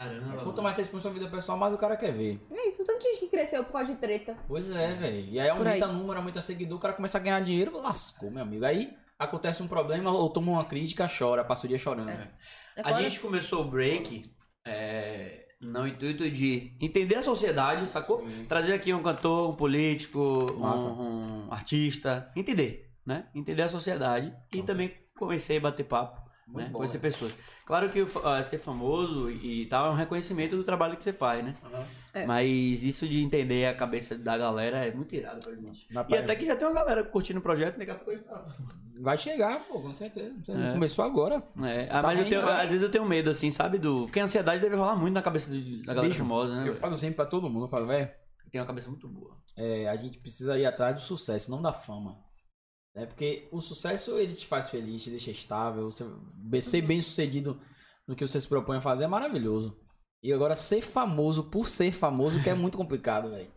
[SPEAKER 1] Caramba.
[SPEAKER 3] Quanto mais você expõe sua vida pessoal, mais o cara quer ver.
[SPEAKER 2] É isso, tanto de gente que cresceu por causa de treta.
[SPEAKER 3] Pois é, velho. E
[SPEAKER 2] aí.
[SPEAKER 3] aí aumenta o número, aumenta seguidor, o cara começa a ganhar dinheiro, lascou, meu amigo. Aí acontece um problema, ou
[SPEAKER 2] É.
[SPEAKER 3] toma uma crítica, chora, passa o dia chorando.
[SPEAKER 1] A gente começou o break é, no intuito de entender a sociedade, sacou? Trazer aqui um cantor, um político, um, um artista, entender, né? Entender a sociedade e também comecei a bater papo,
[SPEAKER 3] Muito
[SPEAKER 1] né?
[SPEAKER 3] bom,
[SPEAKER 1] conhecer
[SPEAKER 3] velho.
[SPEAKER 1] pessoas. Claro que ah, ser famoso e tal é um reconhecimento do trabalho que você faz, né?
[SPEAKER 2] É.
[SPEAKER 1] Mas isso de entender a cabeça da galera é muito irado pra gente.
[SPEAKER 3] Vai,
[SPEAKER 1] E
[SPEAKER 3] pai.
[SPEAKER 1] até que já tem uma galera curtindo o projeto, daqui a pouco a gente tá
[SPEAKER 3] Vai chegar, pô, com certeza. Você
[SPEAKER 1] É.
[SPEAKER 3] Começou agora.
[SPEAKER 1] É, ah, mas eu
[SPEAKER 3] bem
[SPEAKER 1] tenho-
[SPEAKER 3] demais.
[SPEAKER 1] às vezes eu tenho medo, assim, sabe? Do... Porque a ansiedade deve rolar muito na cabeça de- da galera
[SPEAKER 3] Bicho,
[SPEAKER 1] famosa, né?
[SPEAKER 3] Eu
[SPEAKER 1] velho?
[SPEAKER 3] falo sempre pra todo mundo, eu falo, velho,
[SPEAKER 1] Tem uma cabeça muito boa.
[SPEAKER 3] é, a gente precisa ir atrás do sucesso, não da fama. É porque o sucesso ele te faz feliz, te deixa estável. Você be-
[SPEAKER 1] Uhum.
[SPEAKER 3] ser bem sucedido no que você se propõe a fazer é maravilhoso. E agora ser famoso por ser famoso que é muito complicado, velho.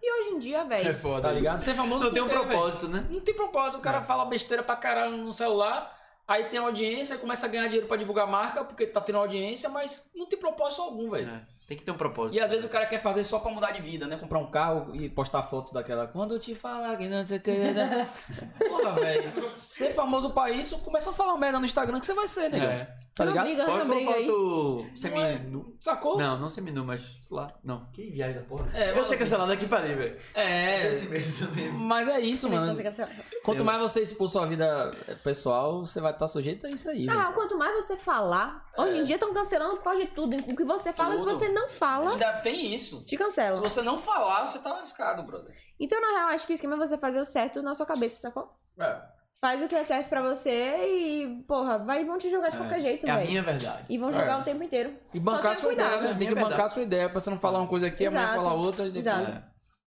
[SPEAKER 2] E hoje em dia, velho.
[SPEAKER 1] foda.
[SPEAKER 3] Tá ligado? Ser famoso
[SPEAKER 1] Não tem um
[SPEAKER 3] por quê, velho?
[SPEAKER 1] propósito, né?
[SPEAKER 3] Não tem propósito. O cara fala besteira pra caralho no celular, aí tem audiência, começa a ganhar dinheiro pra divulgar a marca, porque tá tendo audiência, mas não tem propósito algum, velho.
[SPEAKER 1] É, Tem que ter um propósito.
[SPEAKER 3] E às vezes o cara quer fazer só pra mudar de vida, né? Comprar um carro e postar foto daquela. Quando eu te falar que não sei o que. Né? Porra, velho. Ser famoso pra isso, começa a falar merda no Instagram que você vai ser, negão.
[SPEAKER 1] É.
[SPEAKER 3] Tá ligado?
[SPEAKER 2] Briga,
[SPEAKER 1] Posta
[SPEAKER 2] não
[SPEAKER 1] uma
[SPEAKER 2] briga aí.
[SPEAKER 1] foto
[SPEAKER 3] Não é-
[SPEAKER 1] seminu.
[SPEAKER 3] Sacou?
[SPEAKER 1] Não, não seminu, mas sei lá. Não. Que viagem da porra.
[SPEAKER 3] É,
[SPEAKER 1] eu
[SPEAKER 3] mas-
[SPEAKER 1] ser cancelado daqui pra ali, velho.
[SPEAKER 3] É.
[SPEAKER 1] Esse mesmo também.
[SPEAKER 3] Mas é isso,
[SPEAKER 2] Também
[SPEAKER 3] mano.
[SPEAKER 2] consegue acelerar.
[SPEAKER 3] Quanto mais você expor sua vida eh, pessoal, você vai estar sujeito a isso aí.
[SPEAKER 2] Na
[SPEAKER 3] velho.
[SPEAKER 2] real, quanto mais você falar, hoje em dia estão cancelando por causa de tudo. O que você fala e o que
[SPEAKER 1] É. Tudo.
[SPEAKER 2] você não fala,
[SPEAKER 3] Ainda tem isso.
[SPEAKER 2] te cancela.
[SPEAKER 3] você não falar, você tá lascado, brother.
[SPEAKER 2] Então, na real, acho que o esquema é você fazer o certo na sua cabeça, sacou?
[SPEAKER 3] É.
[SPEAKER 2] Faz o que é certo pra você e, porra, vai vão te jogar de qualquer jeito,
[SPEAKER 1] É a
[SPEAKER 2] velho.
[SPEAKER 1] minha verdade.
[SPEAKER 2] E vão jogar o tempo inteiro.
[SPEAKER 3] E bancar
[SPEAKER 2] Só
[SPEAKER 3] sua
[SPEAKER 2] tenha
[SPEAKER 3] ideia,
[SPEAKER 2] cuidado.
[SPEAKER 3] né? Tem
[SPEAKER 1] É
[SPEAKER 3] que bancar
[SPEAKER 1] verdade.
[SPEAKER 3] sua ideia pra você não falar uma coisa aqui, amanhã
[SPEAKER 2] Exato.
[SPEAKER 3] falar outra e depois.
[SPEAKER 2] Exato.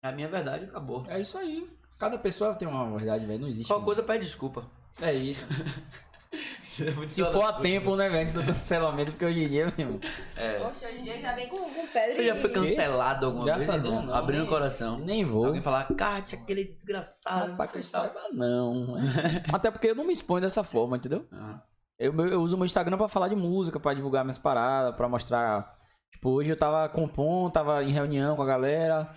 [SPEAKER 1] É a minha verdade e acabou.
[SPEAKER 3] É isso aí. Cada pessoa tem uma verdade, velho. Não existe.
[SPEAKER 1] Qualquer
[SPEAKER 3] não.
[SPEAKER 1] coisa pede desculpa.
[SPEAKER 3] É isso.
[SPEAKER 1] Isso é muito
[SPEAKER 3] Se for a tempo, né, velho? Antes do cancelamento, porque hoje em dia, meu irmão.
[SPEAKER 2] Poxa, hoje em dia já vem com, com pedra
[SPEAKER 1] Você já foi cancelado alguma
[SPEAKER 3] Graças a
[SPEAKER 1] vez?
[SPEAKER 3] Deus,
[SPEAKER 1] irmão?
[SPEAKER 3] não.
[SPEAKER 1] Abrindo o
[SPEAKER 3] Nem-
[SPEAKER 1] coração.
[SPEAKER 3] Nem vou.
[SPEAKER 1] Alguém "Ah, falar, Kátia, aquele desgraçado.
[SPEAKER 3] Rapaz, que eu
[SPEAKER 1] e tal.
[SPEAKER 3] saiba, não. Até porque eu não me exponho dessa forma, entendeu?
[SPEAKER 1] Ah.
[SPEAKER 3] Eu, meu- eu uso o meu Instagram pra falar de música, pra divulgar minhas paradas, pra mostrar. Tipo, hoje eu tava compondo, tava em reunião com a galera.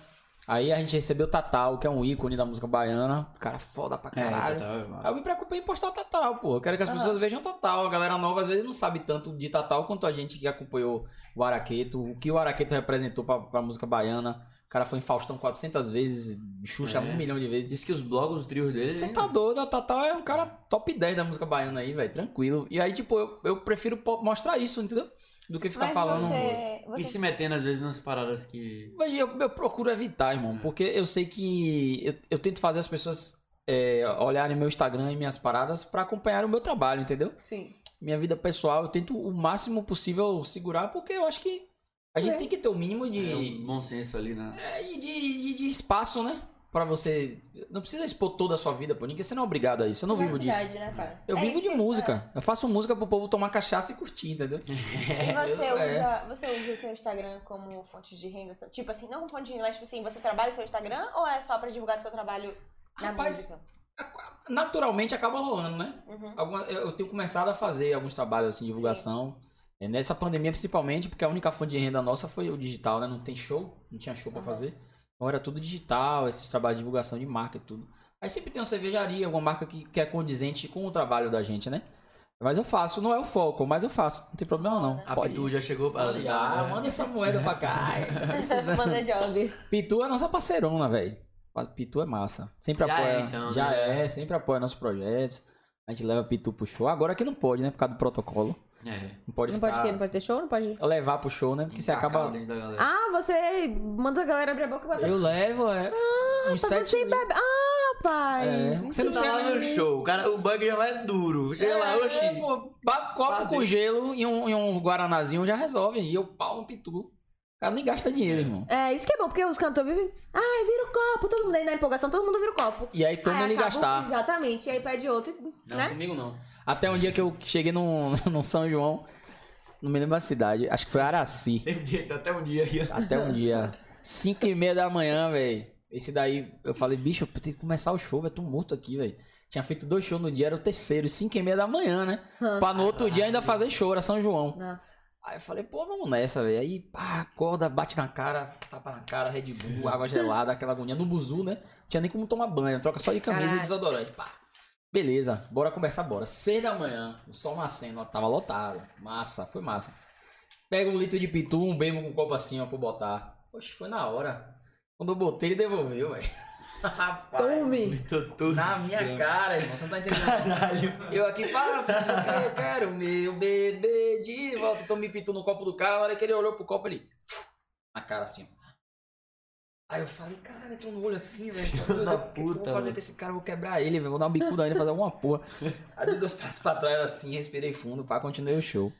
[SPEAKER 3] Aí a gente recebeu Tatal, que é um ícone da música baiana. Cara foda pra
[SPEAKER 1] Tá É,
[SPEAKER 3] caralho. Aí eu me preocupei em postar Tatal, pô. Eu quero que as pessoas vejam Tatal. A galera nova às vezes não sabe tanto de Tatal quanto a gente que acompanhou o Araqueto, o que o Araqueto representou pra, pra música baiana. O cara foi em Faustão 400 vezes, Xuxa
[SPEAKER 1] É.
[SPEAKER 3] um milhão de vezes.
[SPEAKER 1] Diz que os blogs, os trios dele.
[SPEAKER 3] Você
[SPEAKER 1] né?
[SPEAKER 3] tá doido, a Tatal é um cara top 10 da música baiana aí, velho, tranquilo. E aí, tipo, eu, eu prefiro po- mostrar isso, entendeu? Do que ficar
[SPEAKER 2] Mas
[SPEAKER 3] falando.
[SPEAKER 2] você, você...
[SPEAKER 1] E se metendo às vezes nas paradas que.
[SPEAKER 3] Mas eu, eu procuro evitar, irmão, porque eu sei que eu, eu tento fazer as pessoas é, olharem meu Instagram e minhas paradas pra acompanhar o meu trabalho, entendeu?
[SPEAKER 2] Sim.
[SPEAKER 3] Minha vida pessoal, eu tento o máximo possível segurar, porque eu acho que a gente
[SPEAKER 2] É.
[SPEAKER 3] tem que ter o mínimo
[SPEAKER 1] É
[SPEAKER 3] de,
[SPEAKER 1] um bom senso ali, né?
[SPEAKER 3] é, de, de- de espaço, né? Pra você. Não precisa expor toda a sua vida por ninguém, você não é obrigado a isso. Eu não vivo disso.
[SPEAKER 2] Privacidade, né, cara?
[SPEAKER 3] Eu
[SPEAKER 2] É
[SPEAKER 3] vivo
[SPEAKER 2] isso
[SPEAKER 3] de
[SPEAKER 2] que-
[SPEAKER 3] música. Eu faço música pro povo tomar cachaça e curtir, entendeu?
[SPEAKER 2] E você
[SPEAKER 3] eu- é.
[SPEAKER 2] usa, você usa o seu Instagram como fonte de renda? Tipo assim, não como fonte de renda, mas tipo assim, você trabalha o seu Instagram ou é só pra divulgar seu trabalho na
[SPEAKER 3] Rapaz,
[SPEAKER 2] música?
[SPEAKER 3] Naturalmente acaba rolando, né?
[SPEAKER 2] Uhum.
[SPEAKER 3] Alguma- eu eu tenho começado a fazer alguns trabalhos assim, de divulgação. É, Nessa pandemia, principalmente, porque a única fonte de renda nossa foi o digital, né? Não tem show, não tinha show pra
[SPEAKER 2] Aham.
[SPEAKER 3] fazer. Agora é tudo digital, esses trabalhos de divulgação de marca e tudo. Aí sempre tem uma cervejaria, alguma marca que, que é condizente com o trabalho da gente, né? Mas eu faço, não é o foco, mas eu faço, não tem problema não.
[SPEAKER 1] A Pitu já chegou pra. né?
[SPEAKER 3] Manda já, manda essa moeda pra cá. tá precisando.
[SPEAKER 2] Manda job.
[SPEAKER 3] Pitu é nossa parceirona, velho. Pitu é massa. Sempre
[SPEAKER 1] Já
[SPEAKER 3] apoia.
[SPEAKER 1] é, então,
[SPEAKER 3] já
[SPEAKER 1] né?
[SPEAKER 3] é, sempre apoia nossos projetos. A gente leva Pitu pro show. Agora que não pode, né? Por causa do protocolo.
[SPEAKER 1] É.
[SPEAKER 3] Não pode
[SPEAKER 2] Não
[SPEAKER 3] ficar...
[SPEAKER 2] pode quê? Não pode ter show? Não pode.
[SPEAKER 3] levar pro show, né? Porque você acaba.
[SPEAKER 1] dentro da galera.
[SPEAKER 2] Ah, você manda a galera abrir a boca e botar.
[SPEAKER 3] Eu levo, é. uns
[SPEAKER 2] Pra
[SPEAKER 3] sete
[SPEAKER 2] você
[SPEAKER 3] mil.
[SPEAKER 2] beber. Ah, rapaz. então,
[SPEAKER 3] É, você não
[SPEAKER 1] Tá
[SPEAKER 3] precisa
[SPEAKER 1] lá no
[SPEAKER 3] nem-
[SPEAKER 1] show, o, cara, o bug já vai duro. Chega lá,
[SPEAKER 3] É,
[SPEAKER 1] oxi.
[SPEAKER 3] pô, ba- copo
[SPEAKER 1] Padre.
[SPEAKER 3] com gelo e um, e um guaranazinho já resolve. E eu pau no Pitu. O cara nem gasta dinheiro, irmão.
[SPEAKER 2] É, isso que é bom, porque os cantores vivem. Ai, vira o copo. Todo mundo aí na empolgação, todo mundo vira o copo.
[SPEAKER 3] E aí toma
[SPEAKER 2] Aí
[SPEAKER 3] ele
[SPEAKER 2] acabam-
[SPEAKER 3] gastar.
[SPEAKER 2] Exatamente. E aí pede outro,
[SPEAKER 1] Não,
[SPEAKER 2] né?
[SPEAKER 1] comigo não.
[SPEAKER 3] Até um dia que eu cheguei num, num São João, não me lembro a cidade, acho que foi Araci.
[SPEAKER 1] Sempre disse, até um dia aí. ó.
[SPEAKER 3] Até um dia, 5 e meia da manhã, velho. Esse daí, eu falei, bicho, eu tenho que começar o show, velho, tô morto aqui, velho. Tinha feito dois shows no dia, era o terceiro, 5 e meia da manhã, né? Pra no outro dia ainda fazer show, era São João.
[SPEAKER 2] Nossa.
[SPEAKER 3] Aí eu falei, pô, vamos nessa, velho. Aí, pá, acorda, bate na cara, tapa na cara, Red Bull, água gelada, aquela agonia no buzu, né? Não tinha nem como tomar banho, né? troca só de camisa
[SPEAKER 2] Caralho.
[SPEAKER 3] e desodorante, pá. Beleza, bora começar, bora. Seis da manhã, o sol nascendo, ó, tava lotado. Massa, foi massa. Pego um litro de pitu, um bebo com um copo assim, ó, pra eu botar. Poxa, foi na hora. Quando eu botei, ele devolveu, velho. Rapaz.
[SPEAKER 2] Tome!
[SPEAKER 1] Tô todo
[SPEAKER 3] Na minha
[SPEAKER 1] descrente.
[SPEAKER 3] cara, irmão, você não tá entendendo.
[SPEAKER 1] Caralho.
[SPEAKER 3] Eu aqui, para, putz, eu quero- eu quero meu bebê de volta. Então me pintou no copo do cara, na hora que ele olhou pro copo, ele... Na cara, assim, ó. Aí eu falei, cara, entrou no olho assim, velho. Meu Deus,
[SPEAKER 1] da
[SPEAKER 3] o que, que eu vou
[SPEAKER 1] puta,
[SPEAKER 3] fazer
[SPEAKER 1] mano.
[SPEAKER 3] com esse cara? Eu Vou quebrar ele, velho. Vou dar uma bicuda nele, fazer alguma porra. Aí dei dois passos pra trás, assim, respirei fundo, pá, continuei o show.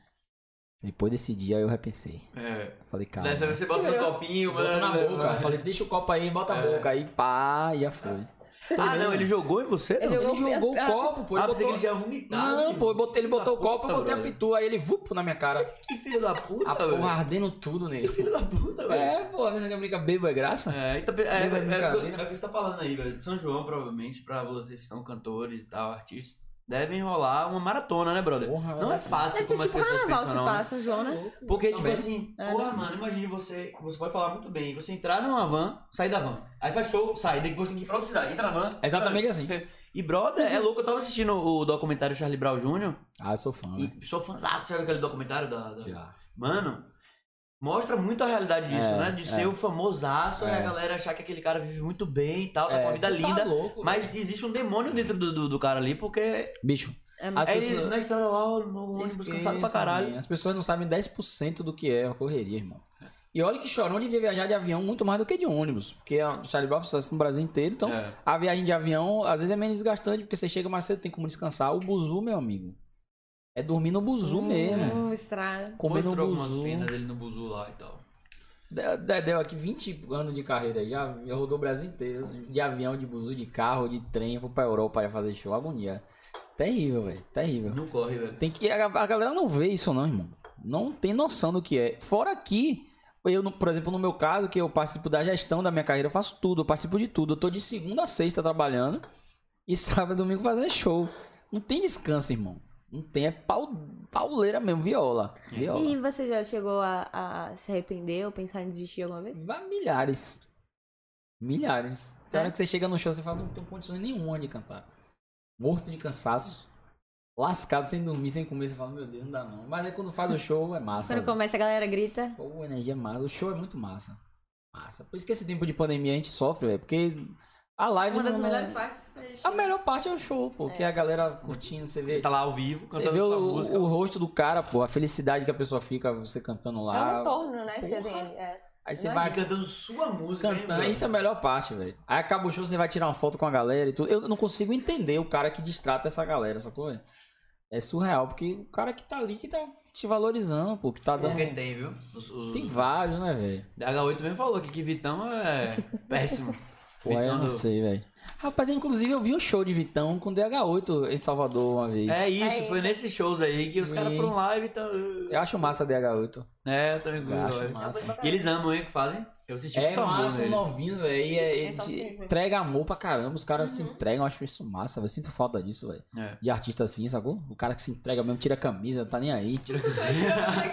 [SPEAKER 3] Depois desse dia, aí eu repensei.
[SPEAKER 1] É.
[SPEAKER 3] Falei, calma.
[SPEAKER 1] Dessa vez você bota no copinho, mano.
[SPEAKER 3] Botou na
[SPEAKER 1] né,
[SPEAKER 3] boca.
[SPEAKER 1] mano?
[SPEAKER 3] Falei, deixa o copo aí, bota a
[SPEAKER 1] É.
[SPEAKER 3] boca. Aí, pá, e já foi. Então,
[SPEAKER 1] Ah, não, ele jogou em você?
[SPEAKER 2] Ele
[SPEAKER 1] também?
[SPEAKER 3] Ele
[SPEAKER 2] jogou-
[SPEAKER 3] jogou o
[SPEAKER 2] Ah,
[SPEAKER 3] copo, pô.
[SPEAKER 1] Ah,
[SPEAKER 3] Ele
[SPEAKER 1] pensei que
[SPEAKER 3] botou...
[SPEAKER 1] ele já vomitava.
[SPEAKER 3] Não, pô, eu botei- ele botou o
[SPEAKER 1] Filho da
[SPEAKER 3] copo, eu
[SPEAKER 1] puta,
[SPEAKER 3] botei a
[SPEAKER 1] brother.
[SPEAKER 3] pitu, aí ele vupo na minha cara.
[SPEAKER 1] Que filho da puta,
[SPEAKER 3] A
[SPEAKER 1] velho.
[SPEAKER 3] porra ardendo tudo
[SPEAKER 1] Que
[SPEAKER 3] nele.
[SPEAKER 1] filho da puta, velho.
[SPEAKER 3] É, pô, você que brinca bebo é graça?
[SPEAKER 1] É, então, é, é, é,
[SPEAKER 3] Lembra
[SPEAKER 1] é, o
[SPEAKER 3] a
[SPEAKER 1] que-
[SPEAKER 3] brincadeira?
[SPEAKER 1] é o que você tá falando aí, velho. São João, provavelmente, pra vocês que são cantores e tal, artistas, devem rolar uma maratona, né, brother?
[SPEAKER 3] Porra,
[SPEAKER 1] Não é fácil
[SPEAKER 2] Deve ser
[SPEAKER 1] como as
[SPEAKER 2] tipo
[SPEAKER 1] pessoas
[SPEAKER 2] carnaval
[SPEAKER 1] pensam,
[SPEAKER 2] se
[SPEAKER 1] não, né?
[SPEAKER 2] passa, o João, né?
[SPEAKER 1] Porque,
[SPEAKER 3] Também.
[SPEAKER 1] tipo assim,
[SPEAKER 2] É,
[SPEAKER 1] porra, mano, imagine você, você pode falar muito bem, você entrar numa van, sair da van, aí faz show, sai, depois tem que ir pra outra cidade, entra na van.
[SPEAKER 3] É Exatamente assim.
[SPEAKER 1] E, brother, é louco, eu tava assistindo o documentário Charlie Brown Jr.,
[SPEAKER 3] Ah, eu sou fã, né?
[SPEAKER 1] e sou fãzado, sabe aquele documentário da... da-
[SPEAKER 3] Já.
[SPEAKER 1] Mano, mostra muito a realidade disso,
[SPEAKER 3] É,
[SPEAKER 1] né? De ser o famosaço e a
[SPEAKER 3] É.
[SPEAKER 1] galera achar que aquele cara vive muito bem e tal, tá com uma
[SPEAKER 3] É,
[SPEAKER 1] vida
[SPEAKER 3] cê tá
[SPEAKER 1] linda.
[SPEAKER 3] louco,
[SPEAKER 1] mas existe um demônio dentro do, do, do cara ali, porque
[SPEAKER 3] velho. Bicho,
[SPEAKER 2] É,
[SPEAKER 3] As
[SPEAKER 1] é
[SPEAKER 3] pessoas-
[SPEAKER 1] eles na estrada lá, no ônibus
[SPEAKER 3] esqueça,
[SPEAKER 1] cansado pra caralho.
[SPEAKER 3] man. As pessoas não sabem 10% do que é a correria, irmão. E olha que Chorão devia viajar de avião muito mais do que de ônibus. Porque a Charlie Brown fez sucesso no Brasil inteiro, então
[SPEAKER 1] É.
[SPEAKER 3] a viagem de avião às vezes é menos desgastante, porque você chega mais cedo, tem como descansar. O buzu, meu amigo, é dormir no
[SPEAKER 1] Hum,
[SPEAKER 3] buzu mesmo. né?
[SPEAKER 2] Uh, estrada.
[SPEAKER 3] Comer no
[SPEAKER 1] Mostrou algumas
[SPEAKER 3] buzu.
[SPEAKER 1] cenas dele no buzu lá e tal.
[SPEAKER 3] De- Dedéu aqui, 20 anos de carreira aí, já já rodou o Brasil inteiro. De avião, de buzu, de carro, de trem, vou pra Europa já fazer show, agonia. Terrível, velho, terrível.
[SPEAKER 1] Não corre, velho.
[SPEAKER 3] Tem que, a, a galera não vê isso não, irmão. Não tem noção do que é. Fora que, eu, no- por exemplo, no meu caso, que eu participo da gestão da minha carreira, eu faço tudo, eu participo de tudo. Eu tô de segunda a sexta trabalhando e sábado e domingo fazendo show. Não tem descanso, irmão. Não tem, é pau, pauleira mesmo, viola.
[SPEAKER 2] E
[SPEAKER 3] Viola.
[SPEAKER 2] você já chegou a, a se arrepender ou pensar em desistir alguma vez?
[SPEAKER 3] Vai milhares. Milhares. Tem
[SPEAKER 2] É.
[SPEAKER 3] hora que você chega no show, você fala, não tenho condições nenhuma de cantar. Morto de cansaço. Lascado, sem dormir, sem comer, você fala, meu Deus, não dá não. Mas aí quando faz o show, é massa.
[SPEAKER 2] Quando
[SPEAKER 3] velho.
[SPEAKER 2] começa, a galera grita.
[SPEAKER 3] Pô, a energia é massa. O show é muito massa. Massa. Por isso que esse tempo de pandemia a gente sofre, velho. Porque a live.
[SPEAKER 2] É Uma das
[SPEAKER 3] não- é
[SPEAKER 2] melhores partes. da gente-
[SPEAKER 3] A melhor parte é o show, pô. Que a galera curtindo, você vê.
[SPEAKER 1] Você tá lá ao vivo,
[SPEAKER 3] você
[SPEAKER 1] cantando
[SPEAKER 3] vê
[SPEAKER 1] sua
[SPEAKER 3] o,
[SPEAKER 1] música.
[SPEAKER 3] o rosto do cara, pô. A felicidade que a pessoa fica você cantando
[SPEAKER 2] É um
[SPEAKER 3] lá.
[SPEAKER 2] retorno, né? Que você
[SPEAKER 3] Porra.
[SPEAKER 2] tem. É.
[SPEAKER 3] aí você
[SPEAKER 2] né?
[SPEAKER 1] Vai
[SPEAKER 3] vai
[SPEAKER 1] cantando sua música, hein,
[SPEAKER 3] cantando.
[SPEAKER 1] brother?
[SPEAKER 3] Isso é a melhor parte, velho. Aí acaba o show, você vai tirar uma foto com a galera e tudo. Eu não consigo entender o cara que distrata essa galera, sacou? velho? É surreal, porque o cara que tá ali que tá te valorizando, pô. Que tá dando.
[SPEAKER 1] Porque tem, viu? Os- os-
[SPEAKER 3] Tem vários, né, velho?
[SPEAKER 1] DH8 também falou aqui que Vitão é péssimo.
[SPEAKER 3] Pô, aí eu não
[SPEAKER 1] do-
[SPEAKER 3] sei, velho. Rapaz, inclusive eu vi um show de Vitão com DH8 em Salvador uma vez.
[SPEAKER 1] É isso,
[SPEAKER 2] É
[SPEAKER 1] foi
[SPEAKER 2] isso.
[SPEAKER 1] nesses shows aí que os caras
[SPEAKER 3] E-
[SPEAKER 1] foram lá e Vitão.
[SPEAKER 3] Eu acho massa DH8.
[SPEAKER 1] É, eu também
[SPEAKER 3] Eu acho
[SPEAKER 1] gosto.
[SPEAKER 3] massa.
[SPEAKER 1] E eles amam, hein, o que fazem? Eu senti
[SPEAKER 3] É
[SPEAKER 1] muito amor
[SPEAKER 3] massa,
[SPEAKER 1] nele.
[SPEAKER 3] novinhos, velho. E é-
[SPEAKER 2] É
[SPEAKER 3] Eles
[SPEAKER 2] só Uhum.
[SPEAKER 3] te-
[SPEAKER 2] vocês, né?
[SPEAKER 3] entregam amor pra caramba. Os caras se entregam, eu acho isso massa. velho. Eu sinto falta disso, velho.
[SPEAKER 1] É.
[SPEAKER 3] De artista assim, sacou? O cara que se entrega mesmo, tira a camisa, não tá nem aí.
[SPEAKER 1] Tira-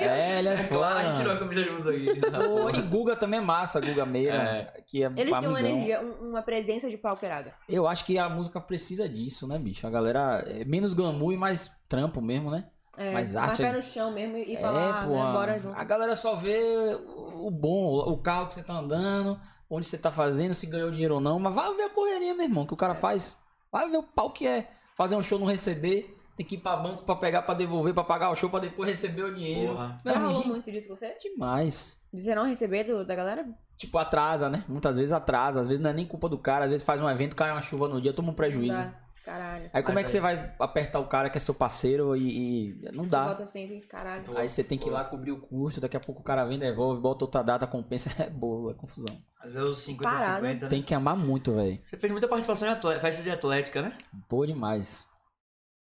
[SPEAKER 3] É, ele é
[SPEAKER 1] É claro, a gente tirou
[SPEAKER 3] foda.
[SPEAKER 1] a camisa juntos aqui.
[SPEAKER 3] Pô, E Guga também é massa, Guga Meira.
[SPEAKER 1] É.
[SPEAKER 3] Que é
[SPEAKER 2] Eles têm uma
[SPEAKER 3] amigão.
[SPEAKER 2] energia, um- uma presença de pau queirada.
[SPEAKER 3] Eu acho que a música precisa disso, né, bicho? A galera é menos glamour e mais trampo mesmo, né?
[SPEAKER 2] É,
[SPEAKER 3] Mas
[SPEAKER 2] marcar
[SPEAKER 3] arte-
[SPEAKER 2] no chão mesmo e falar,
[SPEAKER 3] É, pô,
[SPEAKER 2] né,
[SPEAKER 3] a-
[SPEAKER 2] bora junto.
[SPEAKER 3] A galera só vê o o bom, o carro que você tá andando, onde você tá fazendo, se ganhou dinheiro ou não, mas vai ver a correria, meu irmão, que o cara
[SPEAKER 2] É.
[SPEAKER 3] faz. Vai ver o pau que é. Fazer um show não receber, tem que ir pra banco pra pegar, pra devolver, pra pagar o show, pra depois receber o dinheiro.
[SPEAKER 1] Porra.
[SPEAKER 3] Meu
[SPEAKER 2] Já rolou
[SPEAKER 3] amigo,
[SPEAKER 2] muito disso com você?
[SPEAKER 3] é demais.
[SPEAKER 2] De você não receber do- da galera?
[SPEAKER 3] Tipo, atrasa, né? Muitas vezes atrasa, às vezes não é nem culpa do cara, às vezes faz um evento, cai uma chuva no dia, toma um prejuízo.
[SPEAKER 2] Dá. Caralho.
[SPEAKER 3] Aí como
[SPEAKER 1] Mas
[SPEAKER 3] é que
[SPEAKER 1] aí-
[SPEAKER 3] você vai apertar o cara que é seu parceiro e. e- Não
[SPEAKER 2] Te
[SPEAKER 3] dá.
[SPEAKER 2] bota sempre, caralho.
[SPEAKER 1] Pô,
[SPEAKER 3] Aí você tem que ir lá cobrir o custo, daqui a pouco o cara vem, devolve, bota outra data, compensa, é bolo, é confusão.
[SPEAKER 1] Às vezes os 50,
[SPEAKER 2] Parada.
[SPEAKER 1] 50.
[SPEAKER 3] Tem que amar muito, velho.
[SPEAKER 1] Você fez muita participação em atle- festa de atlética, né?
[SPEAKER 3] Pô demais.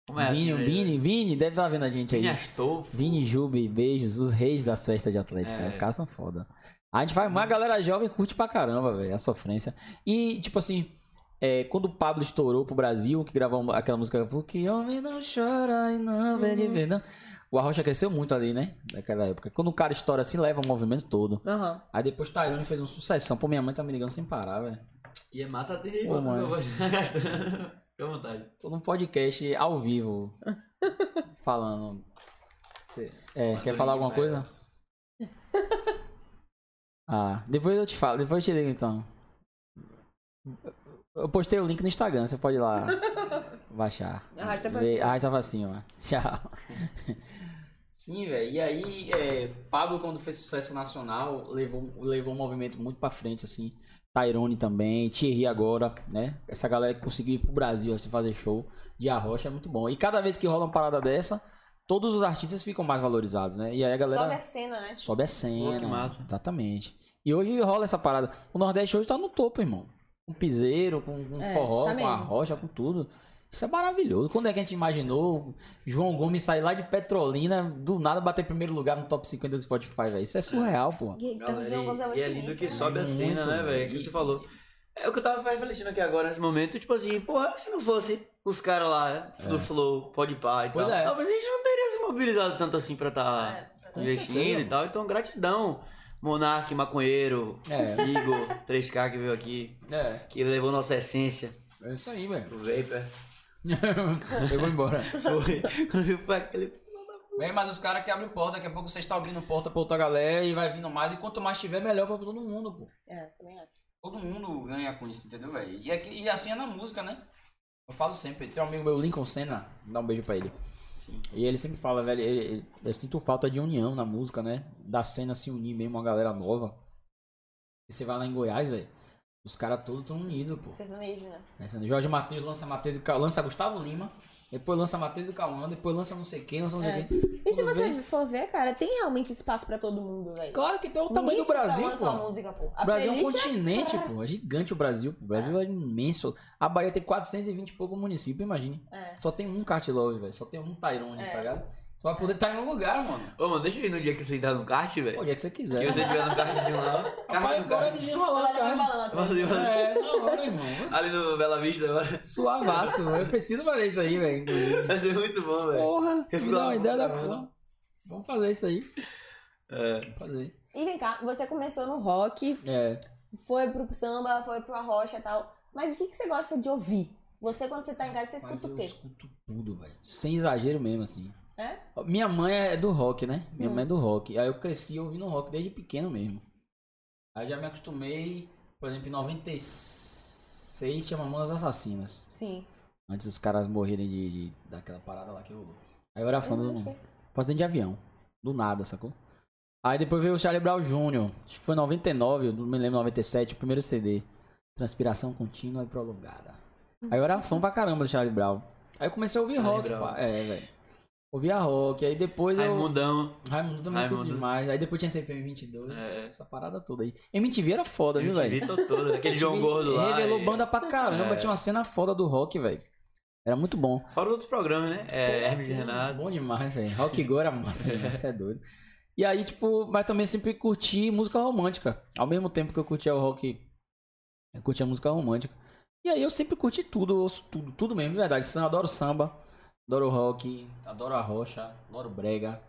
[SPEAKER 1] Como é
[SPEAKER 3] Vini, é
[SPEAKER 1] assim?
[SPEAKER 3] Vini, Vini, deve estar vendo a gente aí.
[SPEAKER 1] Vini é Astolfo.
[SPEAKER 3] Vini, Jube, beijos, os reis das festas de Atlético.
[SPEAKER 1] É.
[SPEAKER 3] Os caras são foda. A gente vai, mas a galera jovem curte pra caramba, velho, a sofrência. E, tipo assim, é, quando o Pablo estourou pro Brasil, que gravou aquela música, porque homem não chora e não vê
[SPEAKER 1] Uhum.
[SPEAKER 3] de verdade. O Arrocha cresceu muito ali, né? Naquela época. Quando o cara estoura assim, leva o movimento todo.
[SPEAKER 2] Aham.
[SPEAKER 3] Aí depois Tyrone fez uma sucessão. Pô, minha mãe tá me ligando sem parar, velho.
[SPEAKER 1] E é massa ter.
[SPEAKER 3] Pô, mano.
[SPEAKER 1] Fica à vontade.
[SPEAKER 3] Tô num podcast ao vivo. falando. Cê- é,
[SPEAKER 1] Mas
[SPEAKER 3] quer
[SPEAKER 1] eu
[SPEAKER 3] É, falar
[SPEAKER 1] ligo
[SPEAKER 3] alguma
[SPEAKER 1] pra
[SPEAKER 3] coisa? Ah, depois eu te falo, depois eu te ligo então. Eu postei o link no Instagram, você pode ir lá baixar.
[SPEAKER 2] Arrasta pra
[SPEAKER 3] Vê-
[SPEAKER 2] cima.
[SPEAKER 3] Arrasta pra cima. Tchau. Sim, velho. E aí, é, Pablo, quando fez sucesso nacional, levou, levou o movimento muito pra frente, assim. Tyrone também, Thierry agora, né? Essa galera que conseguiu ir pro Brasil, assim, fazer show de arrocha é muito bom. E cada vez que rola uma parada dessa, todos os artistas ficam mais valorizados, né? E aí a galera...
[SPEAKER 2] Sobe a cena, né?
[SPEAKER 1] Tipo,
[SPEAKER 3] Sobe a cena.
[SPEAKER 1] Pô, que massa.
[SPEAKER 3] Exatamente. E hoje rola essa parada. O Nordeste hoje tá no topo, irmão. Com piseiro, com, com
[SPEAKER 2] É,
[SPEAKER 3] forró,
[SPEAKER 2] tá
[SPEAKER 3] com
[SPEAKER 2] mesmo.
[SPEAKER 3] a rocha, com tudo. Isso é maravilhoso. Quando é que a gente imaginou João Gomes sair lá de Petrolina, do nada bater primeiro lugar no top 50 do Spotify, velho? Isso é surreal, pô.
[SPEAKER 1] Galera, e, e é lindo que sobe a
[SPEAKER 3] Muito,
[SPEAKER 1] cena, né,
[SPEAKER 3] velho.
[SPEAKER 1] velho? Que você falou. É o que eu tava refletindo aqui agora nesse momento, tipo assim, porra, se não fosse os caras lá do Flow, pode pá e
[SPEAKER 3] É. Pois
[SPEAKER 1] tal,
[SPEAKER 3] é.
[SPEAKER 1] talvez a gente não teria se mobilizado tanto assim pra tá investindo
[SPEAKER 3] certeza,
[SPEAKER 1] e tal. Então, gratidão, Monark, Maconheiro,
[SPEAKER 3] É.
[SPEAKER 1] Igor, 3K que veio aqui,
[SPEAKER 3] É,
[SPEAKER 1] que levou nossa essência,
[SPEAKER 3] é isso aí, velho.
[SPEAKER 1] o Vapor.
[SPEAKER 3] Eu vou embora.
[SPEAKER 1] Foi, quando viu foi aquele...
[SPEAKER 3] Vem, mas os caras que abrem porta, daqui a pouco vocês estão abrindo porta pra outra galera e vai vindo mais. E quanto mais tiver, melhor pra todo mundo, pô.
[SPEAKER 2] É, também acho.
[SPEAKER 3] Todo mundo ganha com isso, entendeu, velho? E, aqui- e assim é na música, né? Eu falo sempre, tem um amigo meu, Lincoln Senna, dá um beijo pra ele.
[SPEAKER 1] Sim.
[SPEAKER 3] E ele sempre fala, velho, ele- ele- eu sinto falta de união na música, né? Da cena se unir mesmo, uma galera nova. E você vai lá em Goiás, velho, os caras todos tão unidos, pô.
[SPEAKER 2] Sertanejo, né?
[SPEAKER 3] Tá entendendo? Jorge Matheus lança Matheus e Ca- lança Gustavo Lima, depois lança Matheus e Cauã, depois lança não sei quem, lança não sei
[SPEAKER 2] É.
[SPEAKER 3] quem.
[SPEAKER 2] E se
[SPEAKER 3] Quando
[SPEAKER 2] você
[SPEAKER 3] vem-
[SPEAKER 2] for ver, cara, tem realmente espaço pra todo mundo, velho.
[SPEAKER 3] Claro que tem o tá
[SPEAKER 2] Ninguém
[SPEAKER 3] tamanho do
[SPEAKER 2] escuta
[SPEAKER 3] Brasil,
[SPEAKER 2] uma só
[SPEAKER 3] pô.
[SPEAKER 2] música, pô.
[SPEAKER 3] O
[SPEAKER 2] A
[SPEAKER 3] Brasil é um
[SPEAKER 2] playlist
[SPEAKER 3] continente, pô. É gigante o Brasil, pô. O Brasil é imenso. A Bahia tem 420 e pouco município, imagine.
[SPEAKER 2] É.
[SPEAKER 3] Só tem um Cartilove, velho. Só tem um Tyrone,
[SPEAKER 2] É.
[SPEAKER 3] tá ligado? Só vai poder estar em um lugar, mano.
[SPEAKER 1] Ô, mano, deixa eu ir no dia que você entrar no kart, velho.
[SPEAKER 3] Onde é que você
[SPEAKER 1] Que
[SPEAKER 3] quiser.
[SPEAKER 1] você estiver no kartzinho lá, kart
[SPEAKER 3] Vai
[SPEAKER 1] no
[SPEAKER 3] agora
[SPEAKER 1] kart.
[SPEAKER 2] é Você
[SPEAKER 3] desenrolar
[SPEAKER 2] vai
[SPEAKER 3] o
[SPEAKER 2] levar
[SPEAKER 3] cara.
[SPEAKER 2] balão atrás.
[SPEAKER 1] Vazio, vazio.
[SPEAKER 3] É, na hora, irmão.
[SPEAKER 1] Ali no Bela Vista agora.
[SPEAKER 3] Suavaço. Eu preciso fazer isso aí, velho. inclusive.
[SPEAKER 1] Vai ser muito bom, velho.
[SPEAKER 3] Porra, se
[SPEAKER 1] Eu
[SPEAKER 3] me
[SPEAKER 1] fico
[SPEAKER 3] dá
[SPEAKER 1] lá,
[SPEAKER 3] uma ideia da
[SPEAKER 1] vamos lá.
[SPEAKER 3] porra. Vamos fazer isso aí.
[SPEAKER 1] É.
[SPEAKER 3] Vamos fazer.
[SPEAKER 2] E vem cá, você começou no rock,
[SPEAKER 3] É.
[SPEAKER 2] foi pro samba, foi pro arrocha e tal. Mas o que, que você gosta de ouvir? Você, quando você tá em casa, você
[SPEAKER 3] Mas
[SPEAKER 2] escuta o
[SPEAKER 3] eu
[SPEAKER 2] quê?
[SPEAKER 3] escuto tudo, velho. Sem exagero mesmo, assim.
[SPEAKER 2] É? Hum.
[SPEAKER 3] Minha mãe é do rock, né? Minha mãe é do rock. Aí eu cresci ouvindo rock desde pequeno mesmo. Aí já me acostumei, por exemplo, em 96 tinha Mamonas Assassinas.
[SPEAKER 2] Sim.
[SPEAKER 3] Antes dos caras morrerem de, de- daquela parada lá que rolou. Aí eu era fã do,
[SPEAKER 2] Não, é não,
[SPEAKER 3] foi acidente de avião. Do nada, sacou? Aí depois veio o Charlie Brown Jr. Acho que foi em 99, eu não me lembro, 97, o primeiro CD. Transpiração contínua e prolongada. Aí eu era fã pra caramba do Charlie Brown. Aí eu comecei a ouvir
[SPEAKER 1] Charlie
[SPEAKER 3] rock,
[SPEAKER 1] Brown.
[SPEAKER 3] pá. É, velho. Ouvia rock, aí depois eu...
[SPEAKER 1] Raimundão.
[SPEAKER 3] Raimundo também curto
[SPEAKER 1] Raimundo.
[SPEAKER 3] demais. Aí depois tinha CPM 22,
[SPEAKER 1] É.
[SPEAKER 3] essa parada toda aí. MTV era foda, viu, velho?
[SPEAKER 1] MTV tô todo. Aquele João
[SPEAKER 3] MTV
[SPEAKER 1] Gordo lá.
[SPEAKER 3] Revelou
[SPEAKER 1] e-
[SPEAKER 3] banda pra caramba,
[SPEAKER 1] É.
[SPEAKER 3] tinha uma cena foda do rock, velho. Era muito bom.
[SPEAKER 1] Fora outros programas, né? É, Hermes e
[SPEAKER 3] Pô,
[SPEAKER 1] Renato.
[SPEAKER 3] Bom demais, velho. Rock Go era massa, velho. Isso é doido. E aí, tipo, mas também sempre curti música romântica. Ao mesmo tempo que eu curtia o rock, eu curtia música romântica. E aí eu sempre curti tudo, eu ouço tudo, tudo mesmo, de verdade. Sam- Adoro samba, adoro rock, adoro a rocha, adoro brega.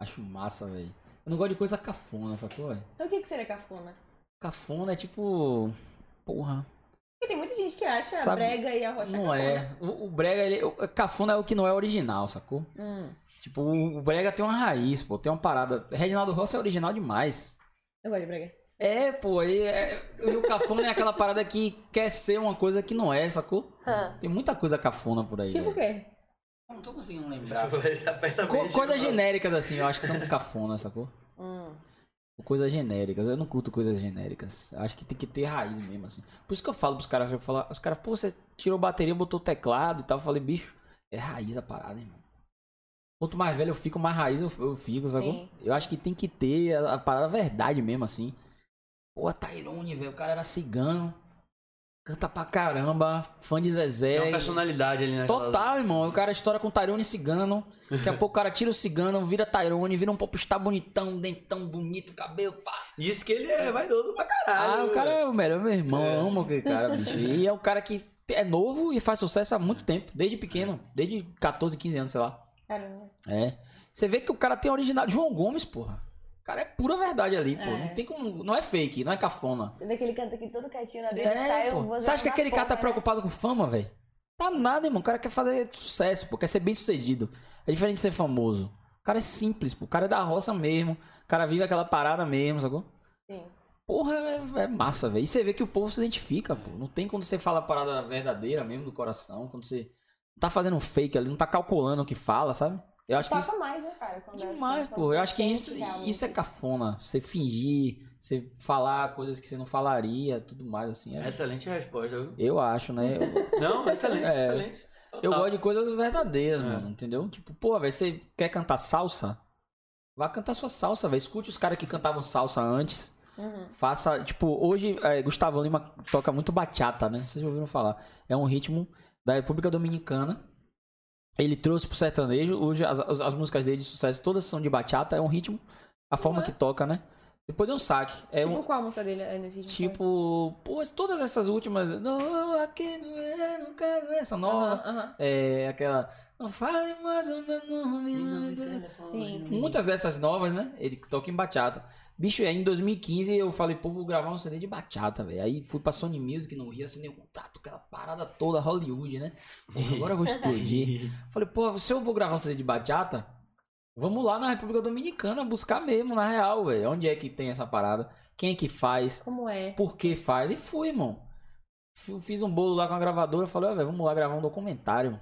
[SPEAKER 3] Acho massa, velho. Eu não gosto de coisa cafona, sacou, velho?
[SPEAKER 2] Então o que, que seria cafona?
[SPEAKER 3] Cafona é tipo. Porra.
[SPEAKER 2] Porque tem muita gente que acha a
[SPEAKER 3] Sabe-
[SPEAKER 2] brega e a rocha
[SPEAKER 3] não
[SPEAKER 2] cafona.
[SPEAKER 3] é. O, o brega, ele. O, cafona é o que não é original, sacou?
[SPEAKER 2] Hum,
[SPEAKER 3] Tipo, o Brega tem uma raiz, pô, tem uma parada. Reginaldo Rossi é original demais.
[SPEAKER 2] eu gosto de brega.
[SPEAKER 3] É, pô, e, é, e o cafona é aquela parada que quer ser uma coisa que não é, sacou? Tem muita coisa cafona por aí.
[SPEAKER 2] Tipo o
[SPEAKER 3] velho.
[SPEAKER 2] quê?
[SPEAKER 3] Não tô conseguindo
[SPEAKER 1] Esse aperta
[SPEAKER 3] Co
[SPEAKER 1] bem,
[SPEAKER 3] coisas
[SPEAKER 1] tipo,
[SPEAKER 3] genéricas, assim, eu acho que são cafona, sacou?
[SPEAKER 2] Hum.
[SPEAKER 3] Coisas genéricas, eu não curto coisas genéricas. Eu acho que tem que ter raiz mesmo, assim. Por isso que eu falo pros caras, eu falo, os caras, pô, você tirou bateria, botou teclado e tal. Eu falei, bicho, é raiz a parada, irmão. Quanto mais velho eu fico, mais raiz eu, eu fico, sacou?
[SPEAKER 2] Sim.
[SPEAKER 3] Eu acho que tem que ter a, a parada verdade mesmo, assim. Pô, a Tyrone, velho, o cara era cigano, canta pra caramba, fã de Zezé.
[SPEAKER 1] Tem uma personalidade ali naquela...
[SPEAKER 3] Total, irmão. O cara estoura com Tyrone e cigano. Daqui a pouco o cara tira o cigano, vira Tyrone, vira um popstar bonitão, dentão, bonito, cabelo, pá.
[SPEAKER 1] Diz que ele é vaidoso pra
[SPEAKER 3] Ah,
[SPEAKER 1] caralho.
[SPEAKER 3] o cara é o melhor, meu irmão.
[SPEAKER 1] É.
[SPEAKER 3] Eu amo aquele cara, bicho. E é um cara que é novo e faz sucesso há muito tempo, desde pequeno, desde 14, 15 anos, sei lá.
[SPEAKER 2] Caramba.
[SPEAKER 3] É. Você vê que o cara tem original João Gomes, porra. O cara é pura verdade ali, pô.
[SPEAKER 2] É.
[SPEAKER 3] Não tem como. Não é fake, não é cafona.
[SPEAKER 2] Você vê que ele canta aqui todo quietinho na dele,
[SPEAKER 3] É,
[SPEAKER 2] sai,
[SPEAKER 3] pô.
[SPEAKER 2] eu vou
[SPEAKER 3] Você acha que
[SPEAKER 2] na
[SPEAKER 3] aquele cara tá
[SPEAKER 2] porra, né?
[SPEAKER 3] preocupado com fama, velho? Tá nada, irmão. O cara quer fazer sucesso, pô. Quer ser bem sucedido. É diferente de ser famoso. O cara é simples, pô. O cara é da roça mesmo. O cara vive aquela parada mesmo, sacou?
[SPEAKER 2] Sim.
[SPEAKER 3] Porra, é, é massa, velho. E você vê que o povo se identifica, pô. Não tem quando você fala a parada verdadeira mesmo do coração, quando você não tá fazendo um fake ali, não tá calculando o que fala, sabe? Eu acho que
[SPEAKER 2] Tá
[SPEAKER 4] Toca
[SPEAKER 3] isso
[SPEAKER 4] mais, né, cara? quando é assim,
[SPEAKER 3] demais,
[SPEAKER 4] quando
[SPEAKER 3] pô.
[SPEAKER 4] você
[SPEAKER 3] Eu acho que
[SPEAKER 4] sente
[SPEAKER 3] isso,
[SPEAKER 4] realmente.
[SPEAKER 3] isso é cafona. Você fingir, você falar coisas que você não falaria, tudo mais, assim. é-
[SPEAKER 1] Excelente resposta, viu?
[SPEAKER 3] Eu acho, né? Eu,
[SPEAKER 1] Não, excelente,
[SPEAKER 3] É.
[SPEAKER 1] excelente.
[SPEAKER 3] eu
[SPEAKER 1] Total.
[SPEAKER 3] gosto de coisas verdadeiras,
[SPEAKER 1] É.
[SPEAKER 3] mano, entendeu? Tipo, pô, velho, você quer cantar salsa? Vá cantar sua salsa, velho. Escute os caras que cantavam salsa antes.
[SPEAKER 4] Uhum.
[SPEAKER 3] Faça, tipo, hoje é, Gustavo Lima toca muito bachata, né? Vocês já ouviram falar. É um ritmo da República Dominicana. Ele trouxe pro sertanejo. Hoje as, as- as músicas dele de sucesso todas são de bachata. É um ritmo, a forma que toca, né? Depois deu um saque. É
[SPEAKER 2] tipo,
[SPEAKER 3] um,
[SPEAKER 2] qual a música dele é nesse ritmo?
[SPEAKER 3] tipo, pô, todas essas últimas. Não, aqui não é, não quero essa nova.
[SPEAKER 2] Aham, aham.
[SPEAKER 3] É aquela. Não fale mais o meu nome. não me dê-"
[SPEAKER 4] é
[SPEAKER 2] Sim.
[SPEAKER 3] Muitas dessas novas, né? Ele toca em bachata. Bicho, aí em 2015 eu falei, pô, vou gravar um CD de bachata, velho. Aí fui pra Sony Music no Rio, assinei um contrato, aquela parada toda, Hollywood, né? Pô, agora eu vou explodir. falei, pô, se eu vou gravar um CD de bachata, vamos lá na República Dominicana buscar mesmo, na real, velho. Onde é que tem essa parada? Quem é que faz?
[SPEAKER 2] Como é?
[SPEAKER 3] por que faz. E fui, irmão. F- Fiz um bolo lá com a gravadora. Falei, ó, velho, vamos lá gravar um documentário.